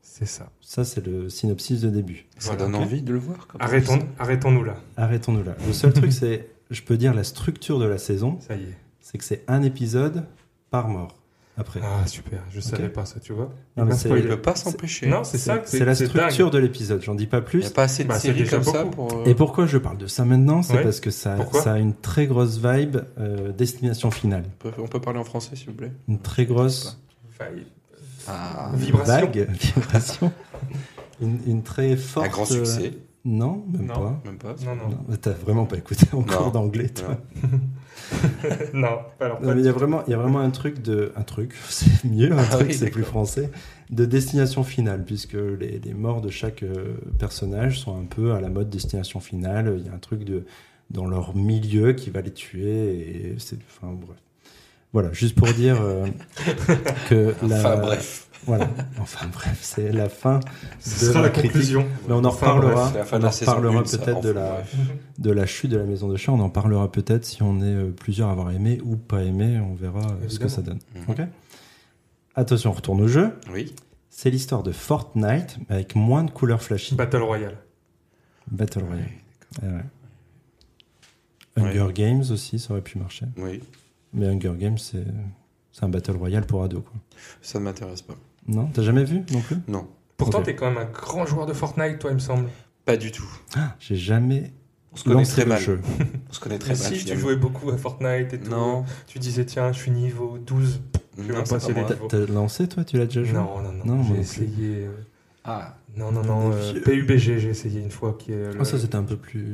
C'est ça. Ça, c'est le synopsis de début. Ça Voilà. donne envie de le voir. quand même. Arrêtons- Arrêtons-nous là. Arrêtons-nous là. Le seul truc, c'est, je peux dire la structure de la saison, Ça y est. c'est que c'est un épisode par mort. Après. Ah, super, je savais pas ça, tu vois. Non, mais m'a c'est- Il spoilé. peut pas s'empêcher. Non, c'est ça que c'est la dingue. structure de l'épisode. J'en dis pas Il y a plus. pas assez de Bah, c'est séries déjà comme ça beaucoup. pour. euh, Et pourquoi je parle de ça maintenant C'est Ouais. parce que ça, Pourquoi ça a une très grosse vibe euh, destination finale. on peut- On peut parler en français, s'il vous plaît. Une très grosse Enfin, Ah, Vibration. vague, vibration. une, une très forte. un grand succès. euh, Non, même Non. pas. Même pas. Non, non, Non, mais T'as vraiment pas écouté en Non. cours d'anglais, toi. Non. non, alors Non, mais il y a vraiment, il y a vraiment un truc de, un truc, c'est mieux, un Ah truc, oui, c'est plus d'accord. français, de destination finale, puisque les, les morts de chaque euh, personnage sont un peu à la mode destination finale. Il y a un truc de dans leur milieu qui va les tuer et c'est, enfin bref. Voilà, juste pour dire euh, que la, Enfin, bref. voilà, enfin bref, c'est la fin ce de sera la critique. conclusion. Mais on en Enfin, reparlera, C'est la fin on de en la saison reparlera une, ça, peut-être de enfin, la, bref. de la chute de la maison de chat. On en parlera peut-être si on est euh, plusieurs à avoir aimé ou pas aimé. On verra euh, ce que Évidemment. ça donne. Mhm. Ok Attention, on retourne au jeu. Oui. C'est l'histoire de Fortnite mais avec moins de couleurs flashy. Battle Royale. Battle Royale. Eh ouais. Ouais. Hunger Games aussi, ça aurait pu marcher. Oui. Mais Hunger Games, c'est c'est un Battle Royale pour ados. Quoi. Ça ne m'intéresse pas. Non T'as jamais vu non plus Non. Pourtant, Ok. t'es quand même un grand joueur de Fortnite, toi, il me semble. Pas du tout. Ah, J'ai jamais On se connaît lancé très le mal. jeu. On se connaît bah, très mal. Ah, si, tu finalement. jouais beaucoup à Fortnite et tout. Non. Tu disais, tiens, je suis niveau 12. veux Non, pas c'est passer pas les moi. T'as- T'as lancé toi Tu l'as déjà joué Non, non, non. Non, moi non j'ai plus. essayé. euh, Ah. Non, non, non. Des euh, vieux. PUBG, j'ai essayé une fois. qui est le- Ah, ça c'était un peu plus.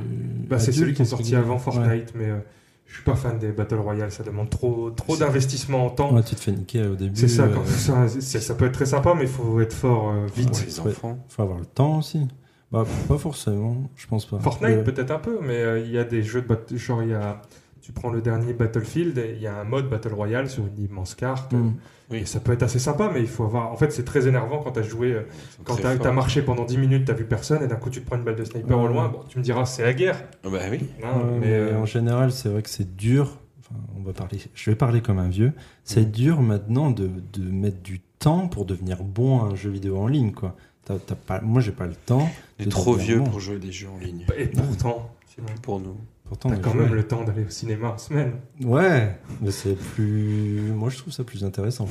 Bah, c'est adulte, celui qui est entre sorti guillemets. avant Ouais. Fortnite, mais euh, je suis pas fan des Battle Royale. Ça demande trop, trop d'investissement en temps. Ouais, tu te fais niquer au début. C'est ça, euh, quand ça, c'est- ça peut être très sympa, mais il faut être fort euh, vite. Pour les Ouais. enfants. Faut avoir le temps aussi. Bah, pas forcément, je pense pas. Fortnite Le- peut-être un peu, mais euh, il y a des jeux de bat- genre il y a tu prends le dernier Battlefield, et il y a un mode Battle Royale sur une immense carte. Mm. Et ça peut être assez sympa, mais il faut avoir. En fait, c'est très énervant quand t'as joué, euh, Ils sont quand très t'as forts. t'as marché pendant 10 minutes, t'as vu personne, et d'un coup tu te prends une balle de sniper Ouais. au loin. Bon, tu me diras, c'est la guerre. Ah Bah oui. hein, Ouais, mais mais euh, en général, c'est vrai que c'est Hmm. dur. Enfin, on va parler. Je vais parler comme un vieux. C'est dur maintenant de, de mettre du temps pour devenir bon à un jeu vidéo en ligne, quoi. T'as- t'as pas, moi, j'ai pas le temps. On est de trop devenir vieux bon. pour jouer des jeux en ligne. Et pourtant, Simon, Pour nous. Pourtant, t'as on a quand joué. même le temps d'aller au cinéma en semaine. Ouais, mais c'est plus. Moi, je trouve ça plus intéressant.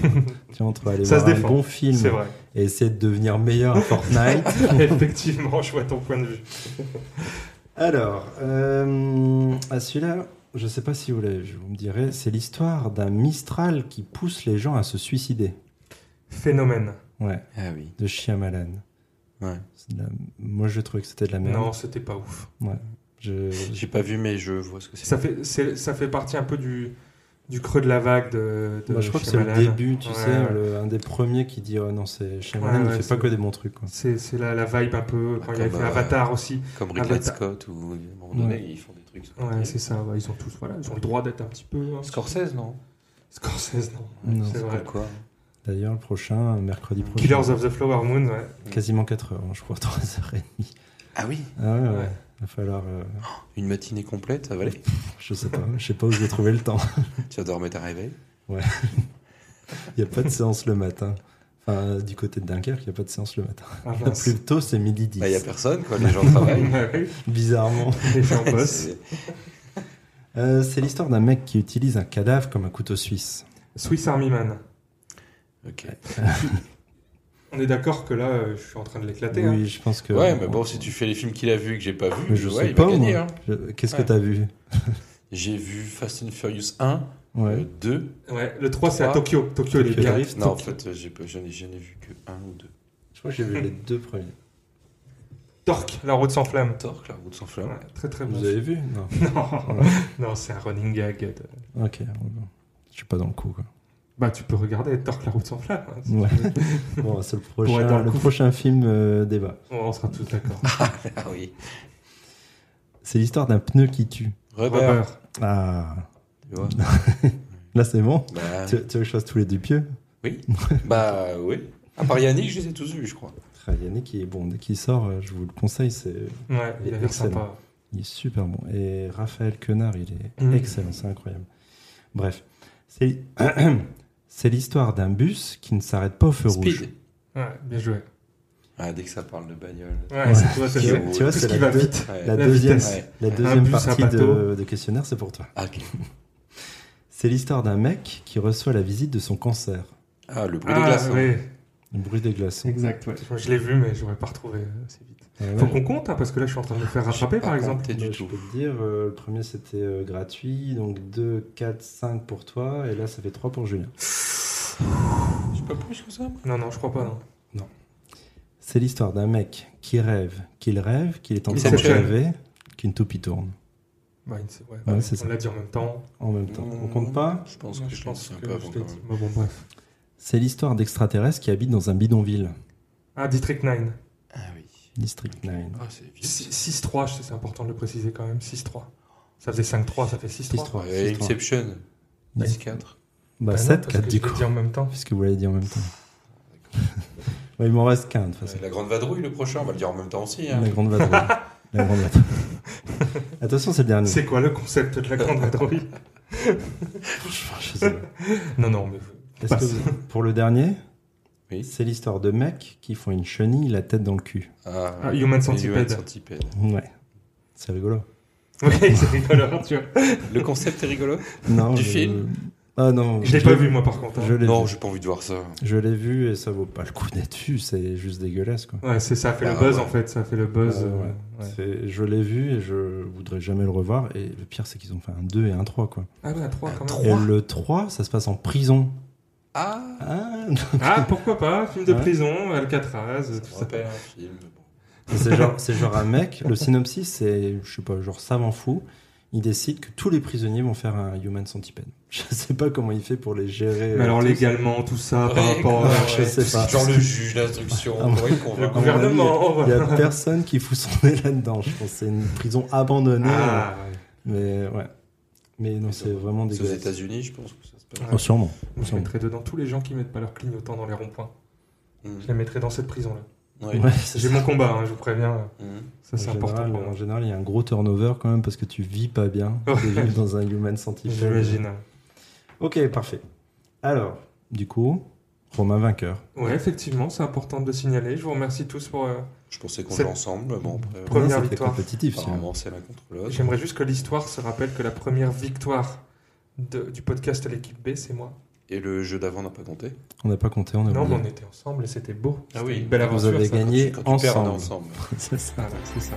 quoi. tu vois, entre aller Ça voir se un défend. bon film C'est vrai. et essayer de devenir meilleur à Fortnite. Effectivement, je vois ton point de vue. Alors, euh, à celui-là, je sais pas si vous l'avez vu, vous me direz, c'est l'histoire d'un Mistral qui pousse les gens à se suicider. Phénomène. Ouais, Ah oui. de Shyamalan. Ouais. C'est de la- Moi, je trouvais que c'était de la merde. Non, c'était pas ouf. Je- J'ai pas vu, mais je vois ce que c'est. Ça fait, c'est- ça fait partie un peu du, du creux de la vague de, de Moi, je crois que c'est le Shyamalan. début, tu Ouais, sais, ouais. le- un des premiers qui dit oh non, c'est Shyamalan, Ouais, il ouais, fait pas c'est- que des bons trucs. quoi. C'est c'est la, la vibe un peu. Ah, Quand il a bah Comme, fait euh, Avatar aussi. Comme Ridley Avatar. Scott, ou à un moment donné, ils font des trucs. sur Ouais, la c'est télé. ça. ouais, ils, ont tous, voilà, ils ont le droit d'être un petit peu. hein. Scorsese, non Scorsese, non. Non. c'est vrai. Comme quoi D'ailleurs, le prochain, mercredi prochain, Killers of the Flower Moon, ouais. quasiment 4 heures, hein, je crois, 3h30. Ah oui Ah ouais, ouais. Ouais. Il va falloir. euh, Une matinée complète, ça va aller je sais pas, je sais pas où je vais trouver le temps. Tu vas dormir ta réveil Il n'y a pas de séance le matin. Enfin, du côté de Dunkerque, il n'y a pas de séance le matin. Ah, Le mince. Bah plus tôt, c'est midi 10. Bah, y a personne, quoi. Les gens travaillent. Ouais, Bizarrement. Les gens bossent. C'est- Euh, c'est l'histoire d'un mec qui utilise un cadavre comme un couteau suisse. Swiss Army Man. Ok. On est d'accord que là, euh, je suis en train de l'éclater. hein. Oui, je pense que. Ouais, mais bon, si tu fais les films qu'il a vus et que j'ai pas Mais vu, je ouais, sais il pas. va gagner. moi. hein. Je- Qu'est-ce Ouais. que t'as vu J'ai vu Fast and Furious 1, euh, Ouais. 2. Ouais, le 3, c'est à Trois. Tokyo. Tokyo, il est Tokyo. bien. Drift, Non, en Tokyo. fait, euh, j'ai pas- j'en ai, j'en ai vu que 1 ou 2. Je crois que j'ai vu les deux premiers. Torque, la route sans flamme. Torque, la route sans Ouais, flamme. très très bon. Vous avez vu Non. Non, non c'est un running gag. de- Ok, bon. je suis pas dans le coup. Quoi. Bah, tu peux regarder Torque, la route sans flamme. hein. Ouais. bon, c'est le Pour être prochain, dans le, le coup. prochain film euh, débat. On on sera tous d'accord. Ah oui. C'est l'histoire d'un pneu qui tue. Rubber. Rubber. Ah, Tu vois là c'est bon. bah, Tu, tu veux que je fasse tous les deux pieux oui. bah oui. À part Yannick, je les ai tous vus, je crois. Ah, Yannick, qui est bon, dès qu'il sort, euh, je vous le conseille, c'est, Ouais, il a l'air Excellent. sympa. il est super bon. Et Raphaël Quenard, il est Mhm. excellent, c'est incroyable. Bref, c'est, c'est l'histoire d'un bus qui ne s'arrête pas au feu rouge. Speed. Ouais, bien joué. Ah, dès que ça parle de bagnole. Ouais, Ouais. c'est toi, ça, Tu c'est vois, Tout tu vois, tout c'est ce la, qui va deux- vite. Ouais. la La deuxième, vitesse. Ouais. la Un deuxième bus, un partie de, bateau. de questionnaire, c'est pour toi. Ah, ok. C'est l'histoire d'un mec qui reçoit la visite de son cancer. Ah, le bruit des Ah, hein. glaçons. oui. Le bruit des glaçons. Exact, ouais. Je l'ai vu, mais j'aurais pas retrouvé euh, assez vite. Ah ouais. Faut qu'on compte, hein, parce que là, je suis en train de me faire rattraper, pas par exemple. compté Bah, du je tout. peux te dire, euh, le premier c'était euh, gratuit, donc 2, 4, 5 pour toi, et là ça fait 3 pour Julien. Je sais pas plus que ça. moi. Non, non, je crois pas, non. C'est l'histoire d'un mec qui rêve, qu'il rêve, qu'il est en train de Inception. rêver, qu'une toupie tourne. Bah, il- ouais, Ouais, c'est on ça. l'a dit en même temps. En même temps. On compte pas Hmm, Je pense que je pense un que peu avant je l'ai quand dit. même. Bah, bon, bref. C'est l'histoire d'extraterrestres qui habitent dans un bidonville. Ah, District 9. Ah oui. District 9. Ah, c'est vieux. 6-3, je sais, c'est important de le préciser quand même. 6-3. Ça faisait 5-3, ça fait 6-3. 6-3. Ouais, 6-3. Inception. 10-4. Bah, non, 7, parce 4 du que je l'ai coup. dit en même temps. Puisque vous l'avez dit en même temps. Ouais, il m'en reste qu'un de toute façon. C'est la grande vadrouille le prochain, on va le dire en même temps aussi. hein. La grande vadrouille. La grande vadrouille. Attention, c'est le dernier. C'est quoi le concept de la grande vadrouille Je sais pas. Non, non, mais. Est-ce que vous- pour le dernier, Oui. c'est l'histoire de mecs qui font une chenille la tête dans le cul. Ah, Ah, Human les Centipede. Centipede. Ouais. C'est rigolo. Ouais, c'est rigolo, tu vois. Le concept est rigolo Non, Du je- film Ah non. Je l'ai pas vu, moi, par contre. hein. Je l'ai Non, vu. j'ai pas envie de voir ça. Je l'ai vu et ça vaut pas le coup d'être vu. C'est juste dégueulasse quoi. Ouais, c'est ça, a fait Ah, le buzz ouais. en fait, ça a fait le buzz. Ah, euh, ouais. ouais. C'est- Je l'ai vu et je voudrais jamais le revoir. Et le pire, c'est qu'ils ont fait un 2 et un 3 quoi. Ah ouais, 3 quand même. Et le 3, ça se passe en prison. Ah Ah Ah, pourquoi pas, film de Ouais. prison, Alcatraz, euh, tout Ça ça. s'appelle un film. bon. C'est genre, c'est genre un mec, le synopsis, c'est, je sais pas, genre ça m'en fout. Il décide que tous les prisonniers vont faire un human centipede. Je sais pas comment il fait pour les gérer. euh, Mais alors tous. légalement, tout ça, par Ouais, rapport ouais, à... je ouais. sais pas. Genre le juge, l'instruction, Ah, moi- pour y le convaincre. gouvernement. Il y voilà. a personne qui fout son nez là-dedans. Je pense que c'est une prison abandonnée. euh. Ah, Mais ouais. Mais non, c'est vraiment C'est aux dégueulasse. États-Unis, je pense que ça se passe. Ouais. Oh, sûrement. ouais. je sûrement. mettrais dedans tous les gens qui mettent pas leur clignotant dans les ronds-points. Mm. Je les mettrais dans cette prison-là. Ouais. Ouais, c'est J'ai ça. mon combat, hein, je vous préviens, Mm. ça c'est en, important général, pour moi. en général, il y a un gros turnover quand même parce que tu vis pas bien. Tu Ouais. vis euh, dans un human centipede. J'imagine. Ok, parfait. Alors, du coup, Romain vainqueur. Ouais, effectivement, c'est important de le signaler. Je vous remercie tous pour. euh, Je pensais qu'on C'est- jouait ensemble, mais bon, après, Première Non, c'était victoire. compétitif. sinon. apparemment, c'est la contrôleuse. J'aimerais juste que l'histoire se rappelle que la première victoire de- du podcast L'équipe B, c'est moi. Et le jeu d'avant n'a pas compté. On n'a pas compté, on a Non, mais oublié. on était ensemble et c'était beau. Ah oui. C'était une belle Ah Vous aventure. avez ça. gagné Quand tu perds, on est ensemble. ensemble. C'est ça. Voilà, c'est ça.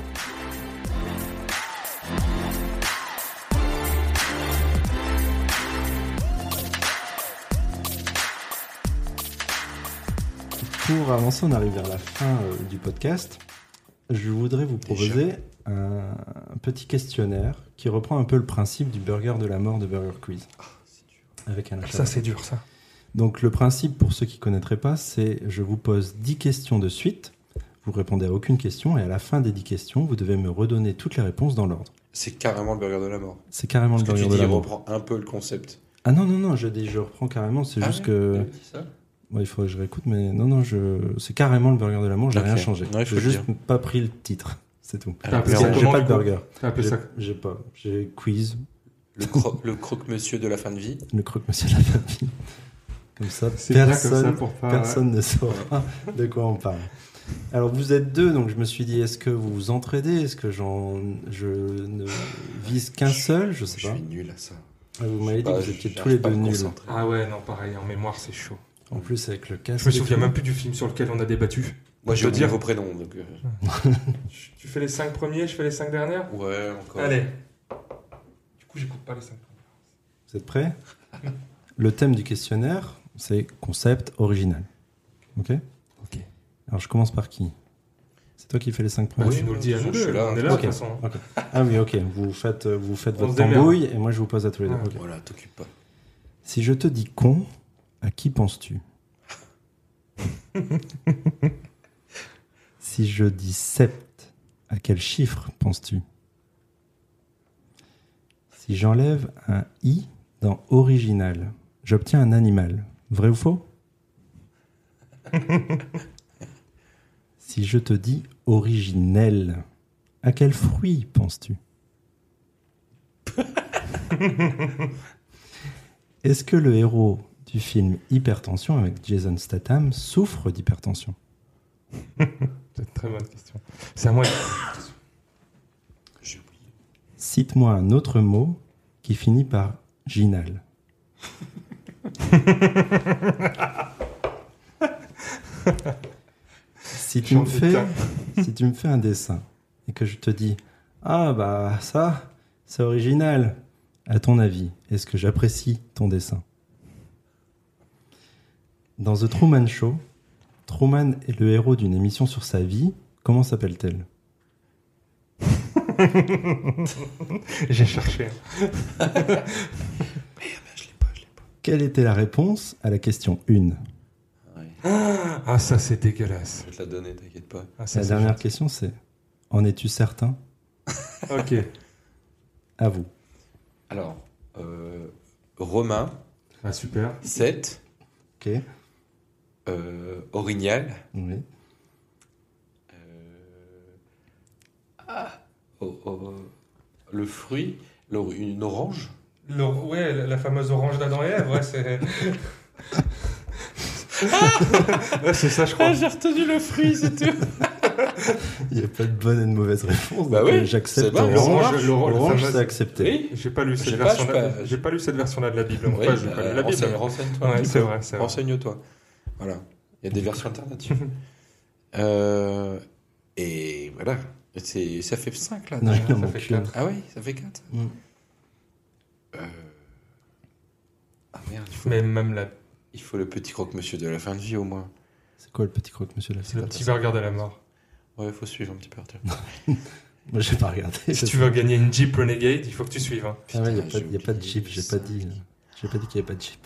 Pour avancer, on arrive vers la fin euh, du podcast. Je voudrais vous proposer un, un petit questionnaire qui reprend un peu le principe du burger de la mort de Burger Quiz. Ah, Avec un Ça, c'est dur, ça. Donc le principe, pour ceux qui ne connaîtraient pas, c'est je vous pose 10 questions de suite, vous répondez à aucune question, et à la fin des 10 questions, vous devez me redonner toutes les réponses dans l'ordre. C'est carrément le burger de la mort. C'est carrément Parce le que tu burger dis, de la il mort. reprend un peu le concept. Ah non, non, non, je, dis- je reprends carrément, c'est Ah juste ouais, que... il dit ça Ouais, il faudrait que je réécoute, mais non, non, je... c'est carrément le burger de l'amour, j'ai Ok. rien changé. Ouais, il faut j'ai le juste pas pris le titre, c'est tout. Ah, Parce Alors, que J'ai comment pas tu le coupes burger. T'as appelé J'ai- ça J'ai pas. J'ai quiz, Le, cro- le croque-monsieur de la fin de vie. le croque-monsieur de la famille. Comme ça, C'est bien comme ça personne, pour pas- personne ne saura de quoi on parle. Alors, vous êtes deux, donc je me suis dit, est-ce que vous vous entraidez Est-ce que j'en, je ne vise qu'un seul Je sais Je pas. Ah, suis nul à ça. Vous m'avez dit Bah, que vous étiez j'arrive tous les pas à deux me nuls. concentrer. Ah ouais, non, pareil, en mémoire, c'est chaud. En plus, avec le casque. Je me et souviens tout. même plus du film sur lequel on a débattu. Moi, je Je veux te dire dis- vos prénoms. donc, euh, Tu fais les 5 premiers, je fais les 5 dernières Ouais, encore. Allez. Du coup, j'écoute pas les 5 premières. Vous êtes prêts Le thème du questionnaire, c'est concept original. Ok Ok. Alors je commence par qui C'est toi qui fais les 5 Bah, premiers tu nous le dis à je nous suis deux, là. hein. on est là Ok. de toute façon. Ok. Ah oui, ok. Vous faites, vous faites On votre se Ah, démerde. tambouille et moi je vous pose à tous les deux. Ouais. Ok. Voilà, t'occupe pas. Si je te dis con, à qui penses-tu Si je dis sept, à quel chiffre penses-tu Si j'enlève un i dans original, j'obtiens un animal. Vrai ou faux Si je te dis originel, à quel fruit penses-tu Est-ce que le héros du film Hypertension avec Jason Statham souffre d'hypertension C'est une très bonne question. C'est à moi. J'ai oublié. Cite-moi un autre mot qui finit par ginal. si, tu me fais, Jean si tu me fais un dessin et que je te dis Ah, bah ça, c'est original. À ton avis, est-ce que j'apprécie ton dessin Dans The Truman Show, Truman est le héros d'une émission sur sa vie. Comment s'appelle-t-elle J'ai cherché. Ben, je l'ai pas, je l'ai pas. Quelle était la réponse à la question 1 Ouais, Ah, ça, c'est dégueulasse. je vais te la donner, t'inquiète pas. Ah, ça, La c'est dernière question, c'est En es-tu certain Ok. À vous. Alors, euh, Romain, Ah, super. 7, Ok. euh, Orignal, Oui. euh, ah, oh, oh, le fruit, l'or- une orange. Le- ouais, la, la fameuse orange d'Adam et Ève, ouais, c'est. ouais, c'est ça, je crois. j'ai retenu le fruit, c'est tout. Il n'y a pas de bonne et de mauvaise réponse. Bah donc, oui, euh, c'est J'accepte bon, l'orange. l'orange, l'orange, L'orange, la fameuse- c'est accepté. Oui, J'ai pas lu cette J'ai pas, version. j'ai là- pas- J'ai pas lu cette version-là de la Bible. Oui, Enfin, j'ai pas lu euh, la Bible. renseigne- renseigne-toi. Ouais, c'est vrai, c'est vrai. Renseigne-toi. Voilà. Il y a des versions alternatives. Euh, et voilà. C'est- Ça fait 5 là. Non, déjà. il en ça manque fait une. quatre. Ah oui, ça fait 4. Mm. Ah merde, il faut, Mais même la, il faut le petit croque-monsieur de la fin de vie au moins. C'est quoi le petit croque, monsieur là c'est le petit burger de la mort. Ouais, il faut suivre un petit peu. Arthur. Moi, j'ai pas regardé. Ah Si tu veux gagner une Jeep Renegade, il faut que tu suives. hein. Il n'y a, Putain, pas- y a j'ai pas de oublié chip, j'ai pas ça. dit. là. J'ai pas dit qu'il n'y avait pas de chip.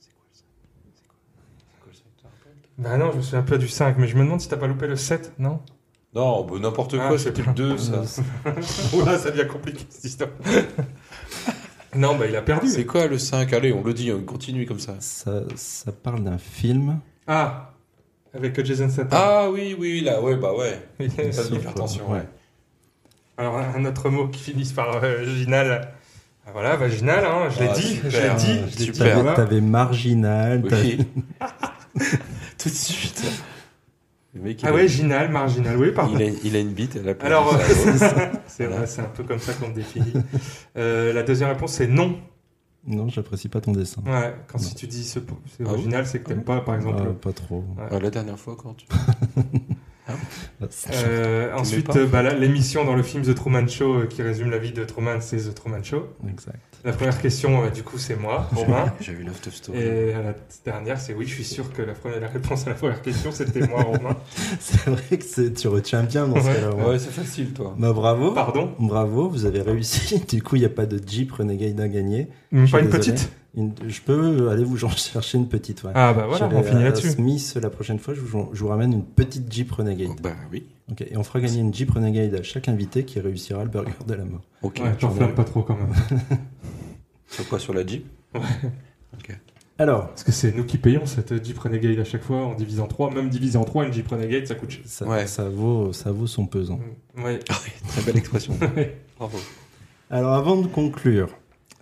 C'est quoi le 5 C'est quoi C'est quoi le 5 tu te rappelles Bah non, je me souviens pas du 5, mais je me demande si t'as pas loupé le 7, non Non, bah, n'importe Ah, quoi, c'est c'était pas- le 2 ça. Euh, c'est- Oula, ça devient compliqué cette histoire. non, bah il a perdu. C'est quoi le 5 Allez, on le dit, on continue comme ça. ça, ça parle d'un film. Ah Avec Jason Statham. Ah oui, oui, là, ouais, bah ouais. Pas hein. de Sauf, l'hypertension, euh, ouais. ouais. Alors, un autre mot qui finisse par euh, vaginal. Ah, voilà, vaginal, hein, je l'ai Ah, Euh, dit, je l'ai super. dit. Ah, Je l'ai dit, Super. T'avais t'avais marginal. t'avais- Oui. Tout de suite. Le mec, il, Ah a, ouais, Ginal, marginal, oui, pardon. il, a, il a une bite. Elle a pas Alors, de euh, cerveau. c'est Voilà. vrai, c'est un peu comme ça qu'on le définit. Euh, la deuxième réponse, c'est non. Non, j'apprécie pas ton dessin. Ouais, quand Non. si tu dis ce- c'est Ah original, c'est que t'aimes pas, par exemple. Ah, pas trop. Euh, la dernière fois, quand tu. Euh, ensuite, pas euh, bah, là, l'émission dans le film The Truman Show euh, qui résume la vie de Truman, c'est The Truman Show. Exact. La première question, euh, du coup, c'est moi, Romain. J'ai vu Love Tough Story. Hein Et à la dernière, c'est oui, je suis sûr que la, première, la réponse à la première question, c'était moi, Romain. C'est vrai que c'est- tu retiens bien dans ce Ouais. cas-là. ouais. Ouais, c'est facile, toi. Bah, bravo. Pardon Bravo, vous avez réussi. Du coup, il n'y a pas de Jeep Renegade à gagner. Je suis Pas une désolé. petite Une- Je peux aller vous en chercher une petite, ouais. Ah bah voilà, Chez on les- finit à là-dessus. Smith, la prochaine fois, je vous, je vous ramène une petite Jeep Renegade. Bah oui. Ok, Et on fera gagner une Jeep Renegade à chaque invité qui réussira le burger de la mort. Ok. Ouais, t'enflamme pas trop quand même. Sur quoi Sur la Jeep Alors, Parce que c'est nous qui payons cette euh, Jeep Renegade à chaque fois en divisant 3. Même divisé en 3, une Jeep Renegade, ça coûte cher. ça, Ouais. ça vaut, ça vaut son pesant. Mm, Ouais. Très belle expression. Bravo. Alors, avant de conclure,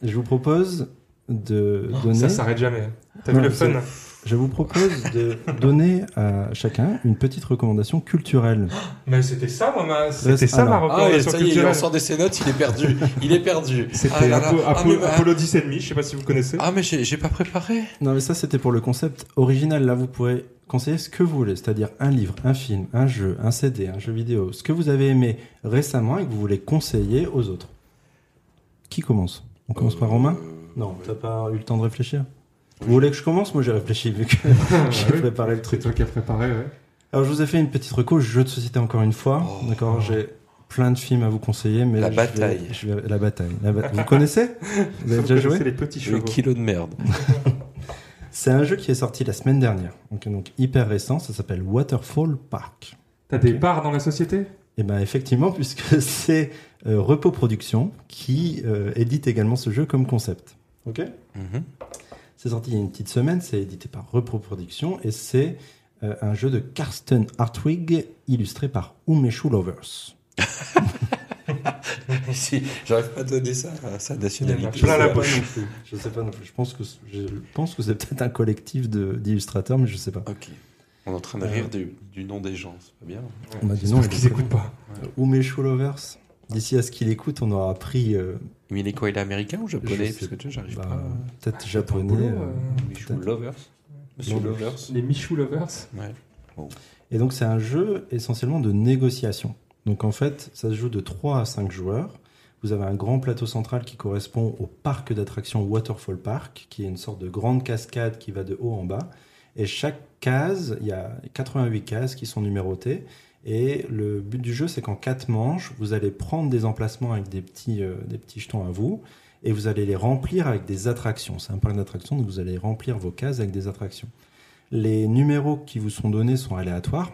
je vous propose de Oh, donner, Ah, Ça s'arrête jamais. T'as Non, vu le c'est- fun je vous propose de donner à chacun une petite recommandation culturelle. Mais c'était ça, moi, ma... c'était ça ma alors. Ah, et recommandation ça y est, il culturelle. en sort de ses notes, il est perdu. Il est perdu. C'était Ah là là. Apollo, Ah, mais bah- Apollo 10 et demi, je sais pas si vous connaissez. Ah, mais j'ai j'ai pas préparé. Non, mais ça, c'était pour le concept original. Là, vous pouvez conseiller ce que vous voulez, c'est-à-dire un livre, un film, un jeu, un CD, un jeu vidéo, ce que vous avez aimé récemment et que vous voulez conseiller aux autres. Qui commence On commence par Romain Euh, Non, t'as pas eu le temps de réfléchir Vous voulez que je commence Moi, j'ai réfléchi vu que Ah, j'ai préparé le C'est truc. toi qui as préparé, ouais. Alors, je vous ai fait une petite reco, jeu de société encore une fois. Oh. D'accord, j'ai plein de films à vous conseiller, mais La je bataille. vais- je vais- la bataille. La ba- Vous connaissez Vous avez déjà joué C'est les petits Le chevaux. kilo de merde. C'est un jeu qui est sorti la semaine dernière, donc, donc hyper récent, ça s'appelle Waterfall Park. T'as des parts dans la société Et ben effectivement, puisque c'est euh, Repos Productions qui euh, édite également ce jeu comme concept. Ok. Mhm. C'est sorti il y a une petite semaine, c'est édité par Repro Productions et c'est euh, un jeu de Karsten Hartwig illustré par Umeshu Lovers. Si, J'arrive pas à donner ça à sa nationalité. plein la sais poche. pas non plus. Je sais pas non plus. Je pense que je pense que c'est peut-être un collectif de- d'illustrateurs, mais je sais pas. Ok. Euh. On est en train de rire du, du nom des gens, c'est pas bien. On m'a dit non. Parce qu'ils écoutent pas. Umeshu Lovers. D'ici à ce qu'il écoute, on aura pris euh, Mais il est quoi Il est américain ou japonais Je sais Parce que tu vois, j'arrive Bah, pas. Peut-être ton japonais. boulot, euh, euh, Mais je suis peut-être. Lovers. Monsieur Lovers. Lovers. Les Michou Lovers. Ouais. Et donc, c'est un jeu essentiellement de négociation. Donc, en fait, ça se joue de 3 à 5 joueurs. Vous avez un grand plateau central qui correspond au parc d'attractions Waterfall Park, qui est une sorte de grande cascade qui va de haut en bas. Et chaque case, il y a 88 cases qui sont numérotées. Et le but du jeu, c'est qu'en 4 manches, vous allez prendre des emplacements avec des petits, euh, des petits jetons à vous. Et vous allez les remplir avec des attractions. C'est un parc d'attractions, donc vous allez remplir vos cases avec des attractions. Les numéros qui vous sont donnés sont aléatoires.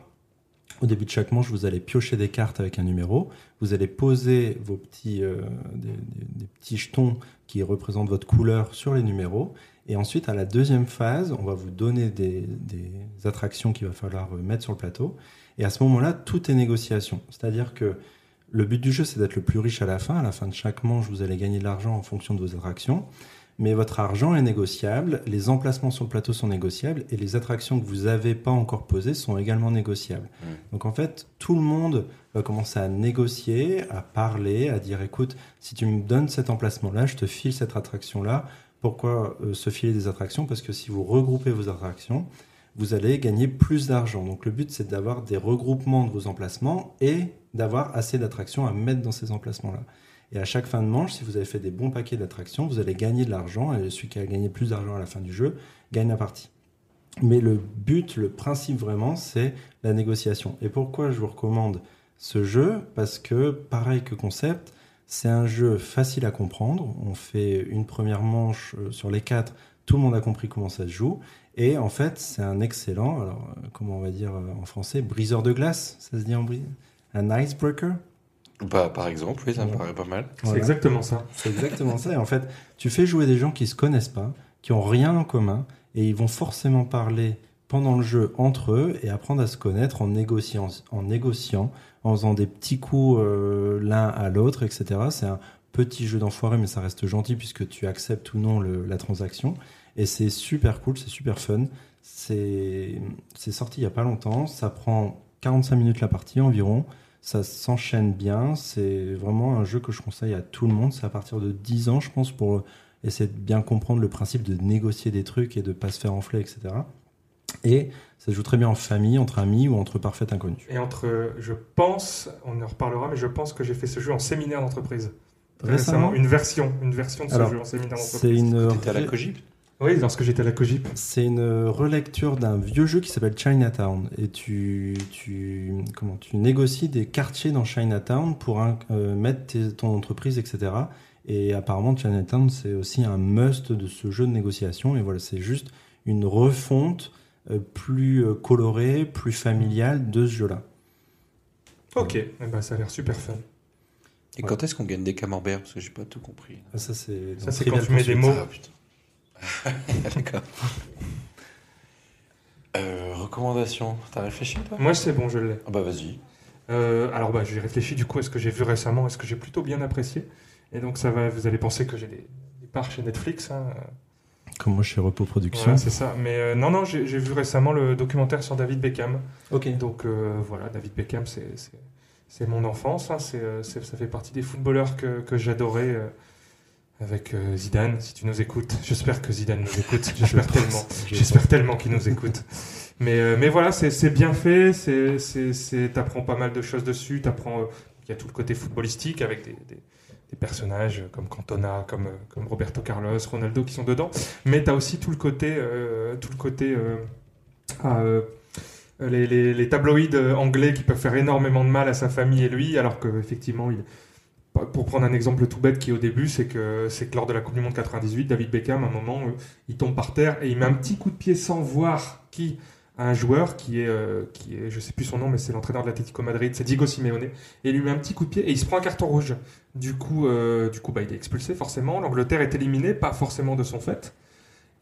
Au début de chaque manche, vous allez piocher des cartes avec un numéro. Vous allez poser vos petits, euh, des, des- des petits jetons qui représentent votre couleur sur les numéros. Et ensuite, à la deuxième phase, on va vous donner des, des attractions qu'il va falloir euh, mettre sur le plateau. Et à ce moment-là, tout est négociation. C'est-à-dire que le but du jeu, c'est d'être le plus riche à la fin. À la fin de chaque manche, vous allez gagner de l'argent en fonction de vos attractions. Mais votre argent est négociable, les emplacements sur le plateau sont négociables et les attractions que vous n'avez pas encore posées sont également négociables. Mm. Donc en fait, tout le monde va commencer à négocier, à parler, à dire écoute, si tu me donnes cet emplacement-là, je te file cette attraction-là. Pourquoi euh, se filer des attractions Parce que si vous regroupez vos attractions, vous allez gagner plus d'argent. Donc le but, c'est d'avoir des regroupements de vos emplacements et d'avoir assez d'attractions à mettre dans ces emplacements-là. Et à chaque fin de manche, si vous avez fait des bons paquets d'attractions, vous allez gagner de l'argent et celui qui a gagné plus d'argent à la fin du jeu gagne la partie. Mais le but, le principe vraiment, c'est la négociation. Et pourquoi je vous recommande ce jeu Parce que, pareil que concept, c'est un jeu facile à comprendre. On fait une première manche euh, sur les quatre, tout le monde a compris comment ça se joue. Et en fait, c'est un excellent, alors euh, comment on va dire euh, en français, briseur de glace, ça se dit en bris Un icebreaker Bah, par exemple, oui, ça me Ouais. paraît pas mal. C'est Voilà. exactement ça. C'est exactement ça. Et en fait, tu fais jouer des gens qui se connaissent pas, qui ont rien en commun, et ils vont forcément parler pendant le jeu entre eux et apprendre à se connaître en négociant, en négociant, en faisant des petits coups euh, l'un à l'autre, etc. C'est un petit jeu d'enfoiré, mais ça reste gentil puisque tu acceptes ou non le- la transaction. Et c'est super cool, c'est super fun. C'est c'est sorti il y a pas longtemps. Ça prend 45 minutes la partie environ. Ça s'enchaîne bien. C'est vraiment un jeu que je conseille à tout le monde. C'est à partir de 10 ans, je pense, pour essayer de bien comprendre le principe de négocier des trucs et de pas se faire enfler, etc. Et ça se joue très bien en famille, entre amis ou entre parfaits inconnus. Et entre, euh, je pense, on en reparlera, mais je pense que j'ai fait ce jeu en séminaire d'entreprise. Récemment, une version, une version de ce Alors, jeu en séminaire c'est d'entreprise. une euh, T'étais à la Cogip Oui, lorsque j'étais à la Cogip. C'est une relecture d'un vieux jeu qui s'appelle Chinatown. Et tu, tu, comment, tu négocies des quartiers dans Chinatown pour hein, euh, mettre tes- ton entreprise, etc. Et apparemment, Chinatown, c'est aussi un must de ce jeu de négociation. Et voilà, c'est juste une refonte euh, plus euh, colorée, plus familiale de ce jeu-là. Ok, eh ben, ça a l'air super fun. Et quand est-ce qu'on gagne des camemberts Parce que j'ai pas tout compris. Ah, Ça, c'est dans Ça, c'est quand Trivial tu mets des Pursuit. mots. Ah putain. Ah, D'accord. Euh, recommandation. T'as réfléchi toi Moi, c'est bon, je l'ai. Ah bah vas-y. Euh, alors bah, j'ai réfléchi du coup à ce que j'ai vu récemment et ce que j'ai plutôt bien apprécié. Et donc ça va, vous allez penser que j'ai des, des parts chez Netflix. hein. Comme moi, chez Repos Productions. Voilà, c'est ça. Mais euh, non, non, j'ai j'ai vu récemment le documentaire sur David Beckham. ok. Donc euh, voilà, David Beckham, c'est- c'est c'est mon enfance. hein. C'est, euh, c'est- ça fait partie des footballeurs que, que j'adorais euh, avec euh, Zidane. Si tu nous écoutes, j'espère que Zidane nous écoute. J'espère tellement. J'espère tellement qu'il nous écoute. Mais, euh, mais voilà, c'est c'est bien fait. c'est- c'est- c'est- T'apprends pas mal de choses dessus. T'apprends. euh, Il y a tout le côté footballistique avec des, des- des personnages comme Cantona, comme, euh, comme Roberto Carlos, Ronaldo qui sont dedans. Mais t'as aussi tout le côté, euh, tout le côté euh, ah, euh, les, les- les tabloïds euh, anglais qui peuvent faire énormément de mal à sa famille et lui, alors que effectivement, il... pour prendre un exemple tout bête qui est au début, c'est que c'est que lors de la Coupe du Monde 98, David Beckham, à un moment, euh, il tombe par terre et il met un petit coup de pied sans voir qui à un joueur qui est, euh, qui est, je sais plus son nom, mais c'est l'entraîneur de l'Atlético Madrid, c'est Diego Simeone, et il lui met un petit coup de pied et il se prend un carton rouge. Du coup, euh, du coup, bah, il est expulsé forcément. L'Angleterre est éliminée, pas forcément de son fait.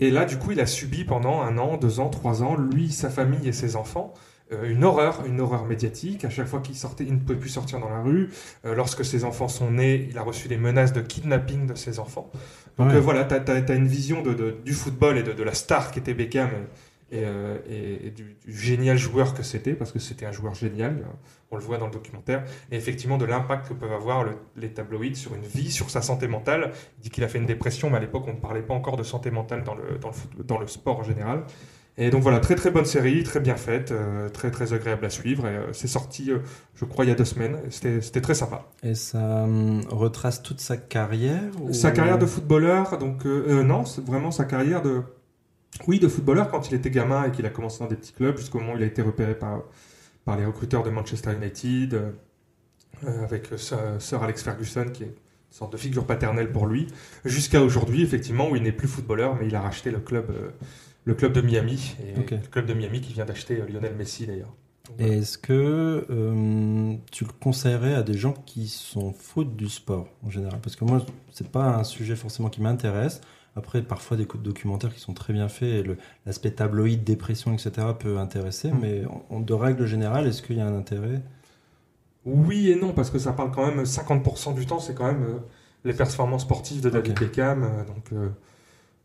Et là, du coup, il a subi pendant un an, deux ans, trois ans, lui, sa famille et ses enfants, euh, une horreur, une horreur médiatique. À chaque fois qu'il sortait, il ne pouvait plus sortir dans la rue. Euh, lorsque ses enfants sont nés, il a reçu des menaces de kidnapping de ses enfants. Donc Ouais. euh, voilà, t'as as, une vision de, de- du football et de, de la star qu'était Beckham et, euh, et- et du, du génial joueur que c'était, parce que c'était un joueur génial, euh, on le voit dans le documentaire, et effectivement de l'impact que peuvent avoir le- les tabloïds sur une vie, sur sa santé mentale. Il dit qu'il a fait une dépression, mais à l'époque on ne parlait pas encore de santé mentale dans le, dans le, foot- dans le sport en général. Et donc voilà, très très bonne série, très bien faite, euh, très très agréable à suivre. Et euh, c'est sorti, euh, je crois, il y a deux semaines. C'était c'était très sympa. Et ça hum, retrace toute sa carrière ou- Sa carrière de footballeur, donc euh, euh, non, c'est vraiment sa carrière de, oui, de footballeur quand il était gamin et qu'il a commencé dans des petits clubs jusqu'au moment où il a été repéré par par les recruteurs de Manchester United, euh, euh, avec euh, Sir Sir Alex Ferguson qui est une sorte de figure paternelle pour lui, jusqu'à aujourd'hui effectivement où il n'est plus footballeur mais il a racheté le club euh, le club de Miami et Ok. le club de Miami qui vient d'acheter euh, Lionel Messi d'ailleurs. Donc, voilà. Et Est-ce que euh, tu le conseillerais à des gens qui sont fautes du sport en général Parce que moi, c'est pas un sujet forcément qui m'intéresse. Après, parfois des co- documentaires qui sont très bien faits et le- l'aspect tabloïd, dépression, etc. peut intéresser. Mm. Mais en- en- de règle générale, est-ce qu'il y a un intérêt Oui et non, parce que ça parle quand même euh, 50% du temps, c'est quand même euh, les performances sportives de David Ok. Beckham. euh, donc, euh,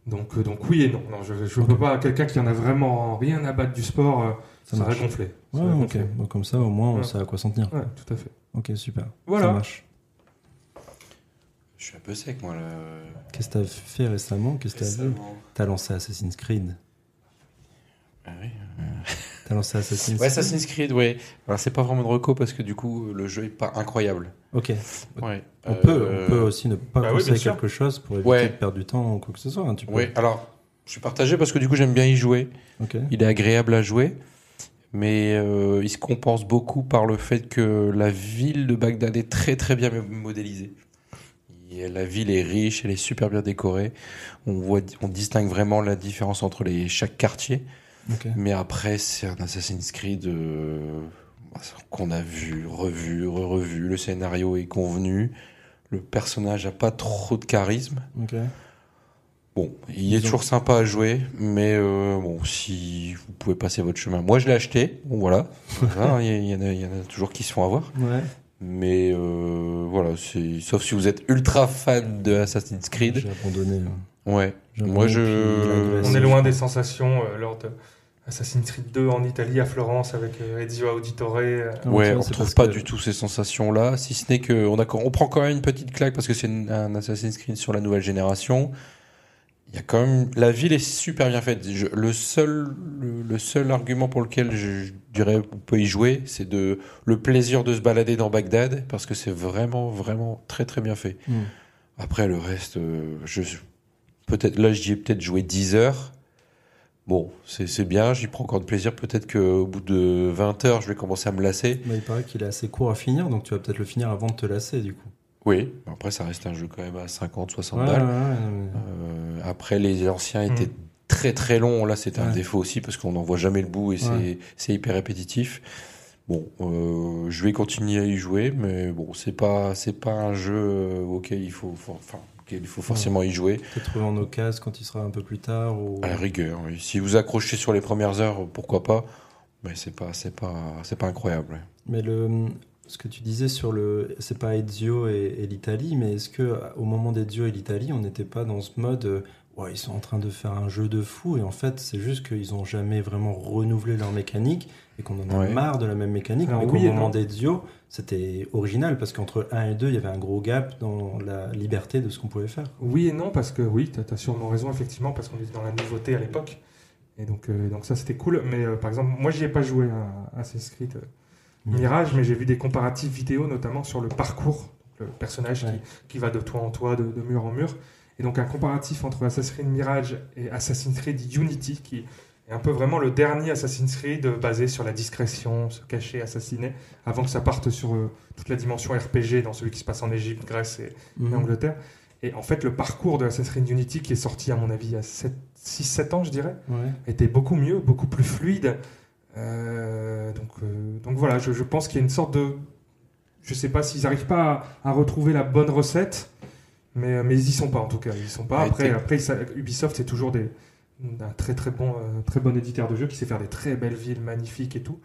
donc, euh, donc oui et non. Non, je ne peux pas, quelqu'un qui en a vraiment rien à battre du sport, euh, Ça ça va marche. gonfler. Ça Ouais, va ok. gonfler. Donc, comme ça, au moins, on Ouais. sait à quoi s'en tenir. Ouais, tout à fait. Ok, super. Ça Voilà. marche. Je suis un peu sec moi là. Qu'est-ce que t'as fait récemment Qu'est-ce que t'as vu Récemment. T'as lancé Assassin's Creed. Ah oui. T'as lancé Assassin's Ouais, Creed. Assassin's Creed, ouais. Alors c'est pas vraiment de reco parce que du coup le jeu est pas incroyable. Ok. Ouais. On, Euh, peut, on peut aussi ne pas bah oui, conseiller bien sûr. quelque chose pour éviter Ouais. de perdre du temps ou quoi que ce soit. hein, tu peux- Ouais. Alors je suis partagé parce que du coup j'aime bien y jouer. Ok. Il est agréable à jouer, mais euh, il se compense beaucoup par le fait que la ville de Bagdad est très très bien modélisée. Et la ville est riche, elle est super bien décorée. On voit, on distingue vraiment la différence entre les chaque quartier. Ok. Mais après, c'est un Assassin's Creed euh, qu'on a vu, revu, re-revu. Le scénario est convenu. Le personnage a pas trop de charisme. Ok. Bon, il est Ils ont- toujours sympa à jouer, mais euh, bon, si vous pouvez passer votre chemin. Moi, je l'ai acheté, bon, voilà. Voilà, hein, Il y, en a- il y en a toujours qui se font avoir. Ouais. Mais euh, voilà, c'est- sauf si vous êtes ultra fan de Assassin's Creed. J'ai abandonné. hein. Ouais. J'ai Moi, abandonné, je- puis la Grèce, On est je loin des pense. sensations euh, lors de, Assassin's Creed 2 en Italie, à Florence, avec euh, Ezio Auditore. euh, Non, Ouais, ça, on c'est retrouve parce pas que- du tout ces sensations-là, si ce n'est que on, a- on prend quand même une petite claque parce que c'est une- un Assassin's Creed sur la nouvelle génération. Il y a quand même la ville est super bien faite. Je- le seul le, le seul argument pour lequel je, je dirais on peut y jouer, c'est de le plaisir de se balader dans Bagdad parce que c'est vraiment vraiment très très bien fait. Mm. Après le reste, euh, je peut-être là j'y ai peut-être joué 10 heures. Bon, c'est c'est bien, j'y prends encore de plaisir. Peut-être qu'au bout de 20 heures, je vais commencer à me lasser. Bah, il paraît qu'il est assez court à finir, donc tu vas peut-être le finir avant de te lasser du coup. Oui, après ça reste un jeu quand même à 50, 60 Ouais, balles. ouais, ouais, non, mais- Euh, après les anciens étaient Hmm. très très longs, là c'était un Ouais. défaut aussi parce qu'on n'en voit jamais le bout et Ouais. c'est c'est hyper répétitif. Bon, euh, je vais continuer à y jouer, mais bon, c'est pas c'est pas un jeu euh, auquel il faut for- enfin auquel il faut forcément y jouer Peut-être en occasion quand il sera un peu plus tard. Ou... à la rigueur. oui. Si vous accrochez sur les premières heures, pourquoi pas Mais c'est pas c'est pas c'est pas incroyable. Mais le, ce que tu disais sur le. C'est pas Ezio et, et l'Italie, mais est-ce que au moment d'Ezio et l'Italie, on n'était pas dans ce mode. euh, Ouais, ils sont en train de faire un jeu de fou, et en fait, c'est juste qu'ils n'ont jamais vraiment renouvelé leur mécanique, et qu'on en a Ouais. marre de la même mécanique. Alors mais oui qu'au et moment non. d'Ezio, c'était original, parce qu'entre 1 et 2, il y avait un gros gap dans la liberté de ce qu'on pouvait faire. Oui et non, parce que oui, tu as sûrement raison, effectivement, parce qu'on était dans la nouveauté à l'époque. Et donc, euh, donc ça, c'était cool. Mais euh, par exemple, moi, j'y ai pas joué à, à Assassin's Creed euh, Mirage, mais j'ai vu des comparatifs vidéo, notamment sur le parcours, donc le personnage Ouais. qui, qui va de toit en toit, de, de mur en mur. Et donc, un comparatif entre Assassin's Creed Mirage et Assassin's Creed Unity, qui est un peu vraiment le dernier Assassin's Creed euh, basé sur la discrétion, se cacher, assassiner, avant que ça parte sur euh, toute la dimension RPG dans celui qui se passe en Égypte, Grèce et, et Mhm. Angleterre. Et en fait, le parcours de Assassin's Creed Unity, qui est sorti, à mon avis, il y a 6-7 ans, je dirais, Ouais. était beaucoup mieux, beaucoup plus fluide. Euh, donc, euh, donc voilà, je, je pense qu'il y a une sorte de. Je sais pas s'ils n'arrivent pas à, à retrouver la bonne recette, mais, mais ils y sont pas en tout cas. Ils y sont pas. Ouais, Après, t'es- après ça- Ubisoft, c'est toujours des, un très très bon, euh, très bon éditeur de jeux qui sait faire des très belles villes magnifiques et tout,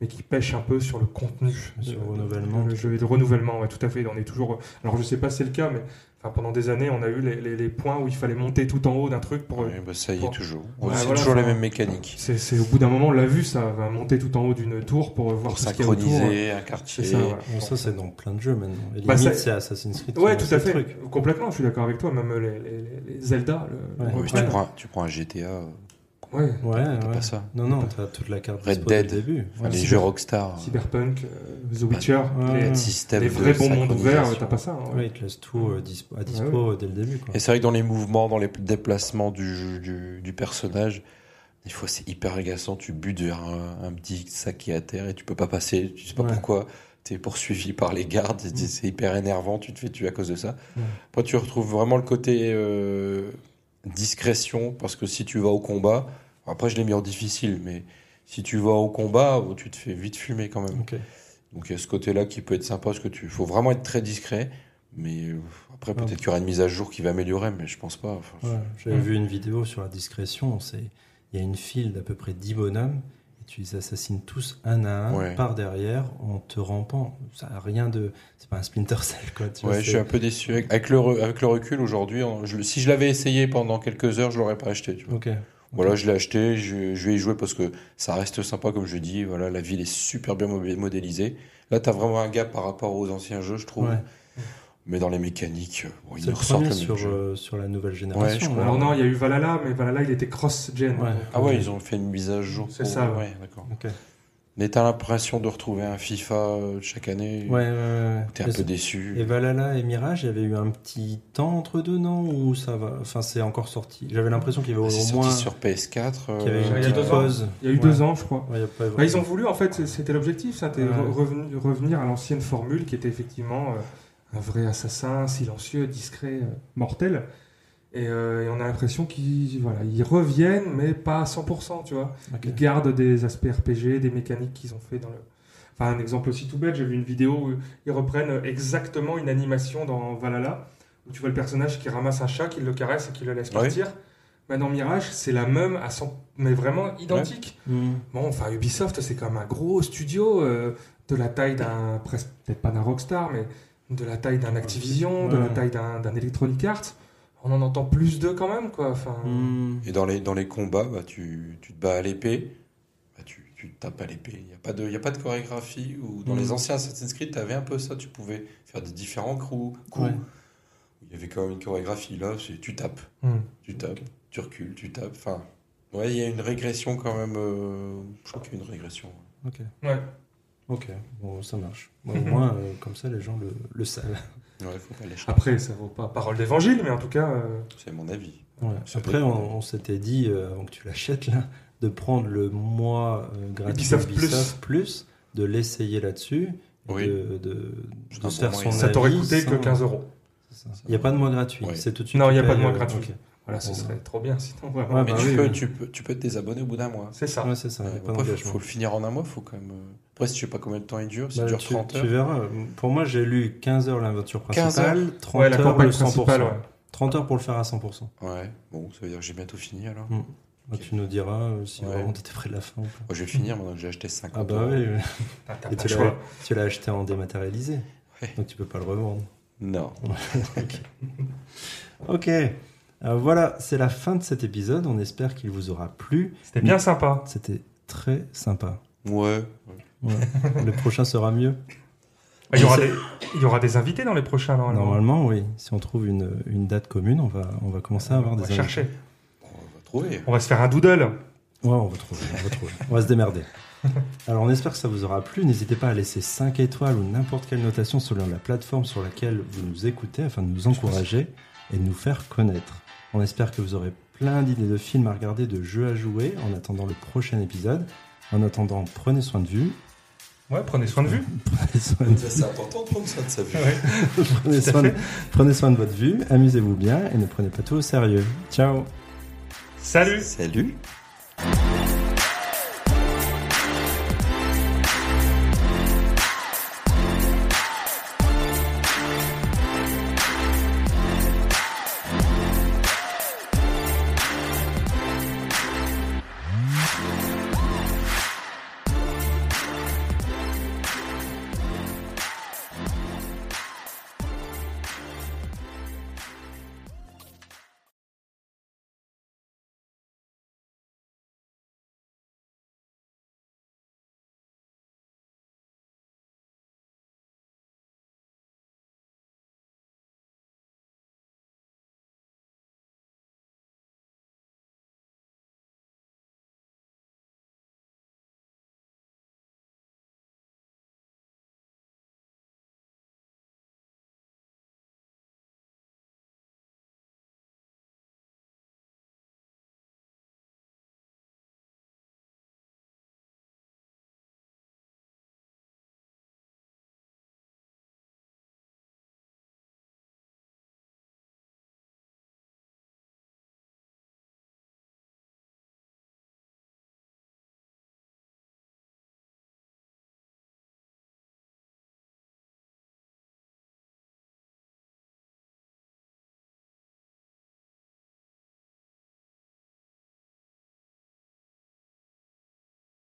mais qui pêche un peu sur le contenu. Sur de- le renouvellement. de- Le jeu et de renouvellement, ouais, tout à fait. On est toujours. Alors je sais pas si c'est le cas, mais enfin, pendant des années, on a eu les, les- les points où il fallait monter tout en haut d'un truc pour, Ouais, bah, ça y est bon. toujours. Ouais, c'est voilà, toujours les ça- mêmes mécaniques. c'est, c'est au bout d'un moment, on l'a vu, ça va monter tout en haut d'une tour pour voir Pour tout ce qu'il y a autour. synchroniser un C'est quartier. ça, voilà. Bon, ça, c'est dans plein de jeux maintenant. Et Bah, limite, ça- c'est Assassin's Creed. Ouais, qui a tout à ce fait. truc. Complètement, je suis d'accord avec toi. Même les, les- les Zelda. le- Ouais. le Ouais, mais si reprennent. tu, prends, tu prends un GTA, euh, Ouais. Ouais, t'as ouais. pas ça. Non, non, t'as toute la carte Red dispo dès le Dead. début. Enfin, les Cyber- jeux Rockstar, euh, Cyberpunk, euh, The Witcher, Ouais. les, le système les de vrais bons mondes ouverts, synchronisation. t'as pas ça. hein, ouais. Ouais, ils te laissent tout euh, dispo- Ah à dispo Ouais, ouais. euh, dès le début. Quoi. Et c'est vrai que dans les mouvements, dans les déplacements du, jeu- du, du personnage, des fois c'est hyper agaçant. Tu butes vers un, un petit sac qui est à terre et tu peux pas passer. Tu sais pas Ouais. pourquoi. T'es poursuivi par les gardes. et t'es- C'est hyper énervant. Tu te fais tuer à cause de ça. Ouais. Après, tu retrouves vraiment le côté euh, discrétion parce que si tu vas au combat, après je l'ai mis en difficile, mais si tu vas au combat, bon, tu te fais vite fumer quand même. Ok. Donc il y a ce côté-là qui peut être sympa, parce que tu faut vraiment être très discret. Mais euh, après, Ouais. peut-être qu'il y aura une mise à jour qui va améliorer, mais je pense pas. Enfin, Ouais, J'avais Ouais. vu une vidéo sur la discrétion. c'est- Il y a une file d'à peu près 10 bonhommes. Et tu les assassines tous un à un Ouais. par derrière en te rampant. Ça a rien de. C'est pas un Splinter Cell, quoi. Tu vois, Ouais, c'est- je suis un peu déçu. Avec- Avec le, re- avec le recul aujourd'hui, on- je le- si je l'avais essayé pendant quelques heures, je l'aurais pas acheté. Tu vois. Ok. Voilà, je l'ai acheté, je, je vais y jouer parce que ça reste sympa, comme je dis. Voilà, la ville est super bien mo- modélisée. Là, tu as vraiment un gap par rapport aux anciens jeux, je trouve. Ouais. Mais dans les mécaniques, euh, bon, ils C'est nous le ressortent premier le même sur, jeu. euh, sur la nouvelle génération. je crois. là. Alors non, il y a eu Valhalla, mais Valhalla, il était cross-gen. Ouais. Ah ouais, ils ont fait une mise à jour. C'est pour- ça, ouais. Ouais, d'accord. Ok. Ouais, Mais t'as l'impression de retrouver un FIFA euh, chaque année. ouais, ouais. T'es un Mais peu c'est- déçu. Et Valhalla et Mirage, il y avait eu un petit temps entre deux, non Ou ça va Enfin, c'est encore sorti. J'avais l'impression qu'il y avait Ah, au C'est moins. sorti sur PS4. euh, qu'il y avait une Il y a petite deux ans. pause. Il y a eu Ouais. deux ans, je crois. Ouais, il y a pas- Bah, ils ont voulu, en fait, c'est- c'était l'objectif, ça, Ouais. c'était re- revenu- revenir à l'ancienne formule qui était effectivement euh, un vrai assassin, silencieux, discret, euh, mortel. Et, euh, et on a l'impression qu'ils voilà, ils reviennent, mais pas à 100%, tu vois. Ok. Ils gardent des aspects RPG, des mécaniques qu'ils ont fait dans le. Enfin, un exemple aussi tout bête, j'ai vu une vidéo où ils reprennent exactement une animation dans Valhalla, où tu vois le personnage qui ramasse un chat, qui le caresse et qui le laisse Ouais. partir. Mais dans Mirage, c'est la même, à 100... mais vraiment identique. Hmm. Bon, enfin, Ubisoft, c'est quand même un gros studio euh, de la taille d'un, presque, peut-être pas d'un Rockstar, mais de la taille d'un Activision, de Ouais. la taille d'un, d'un Electronic Arts. On en entend plus d'eux quand même, quoi. Enfin, Hmm. Et dans les, dans les combats, bah, tu, tu te bats à l'épée. tu tapes à l'épée. Il n'y a, pas de- il y a pas de chorégraphie. Ou dans Mhm. les anciens Assassin's Creed, tu avais un peu ça. Tu pouvais faire des différents crou- coups. Ouais. Il y avait quand même une chorégraphie. Là, c'est tu tapes, Hmm. tu tapes, tu recules, tu tapes. Enfin, ouais, il y a une régression quand même. euh, je crois qu'il y a une régression. Ok. Ouais. Ok, bon, ça marche. Bon, au moins, euh, comme ça, les gens le, le savent. Ouais, faut pas lâcher. Après, ça vaut pas parole d'évangile, mais en tout cas, euh, C'est mon avis. Ouais. Ça Après, peut- on, on s'était dit, euh, avant que tu l'achètes, là, de prendre le mois euh, gratuit Ubisoft Ubisoft plus, de l'essayer là-dessus, et Oui. de, de, C'est de un faire bon son moyen. ça t'aurait avis coûté que sans- 15 euros. C'est ça. Il n'y a pas de mois gratuit, Ouais. c'est tout de suite. Non, tu il y a pas de payes, mois euh, gratuit. ok. Voilà, ce Ouais. serait trop bien sinon. ouais. Ouais, Mais bah tu, oui, peux, oui. tu, peux, tu peux te désabonner au bout d'un mois. C'est ça. Ouais, c'est ça, il n'y a Ouais, pas après, faut, d'engagement. faut le finir en un mois. Faut quand même. euh, Après, si je sais pas combien de temps il dure, s'il Bah, dure tu, 30 tu heures. verras, pour moi j'ai lu 15 heures l'aventure 15 principale, 30 Ouais, la heures le campagne 100%. principale, ouais. 30 heures pour le faire à 100%. Ouais, bon, ça veut dire que j'ai bientôt fini alors. Mm. Bah, Ok. tu nous diras euh, si Ouais. vraiment t'étais près de la fin ou pas. Moi, je vais finir maintenant que j'ai acheté 50 Ah bah euros. oui, oui. T'as t'as Et pas le tu choix. l'as, tu l'as acheté en dématérialisé. Ouais. Donc tu peux pas le revendre. Non. Ok. Euh, voilà, c'est la fin de cet épisode. On espère qu'il vous aura plu. C'était bien sympa. C'était très sympa. Ouais. Ouais. le prochain sera mieux. Il y, aura des, il y aura des invités dans les prochains, normalement. Normalement, oui. Si on trouve une, une date commune, on va, on va commencer à avoir on des va invités. chercher. On va trouver. On va se faire un doodle. Ouais, on va trouver, on va trouver. On va se démerder. Alors, on espère que ça vous aura plu. N'hésitez pas à laisser 5 étoiles ou n'importe quelle notation selon la plateforme sur laquelle vous nous écoutez afin de nous encourager et de nous faire connaître. On espère que vous aurez plein d'idées de films à regarder, de jeux à jouer en attendant le prochain épisode. En attendant, prenez soin de vous. Ouais, prenez soin de vue. Prenez soin de, C'est important de prendre soin de sa vie. prenez Tout à soin de- fait. prenez soin de votre vue, amusez-vous bien et ne prenez pas tout au sérieux. Ciao Salut Salut.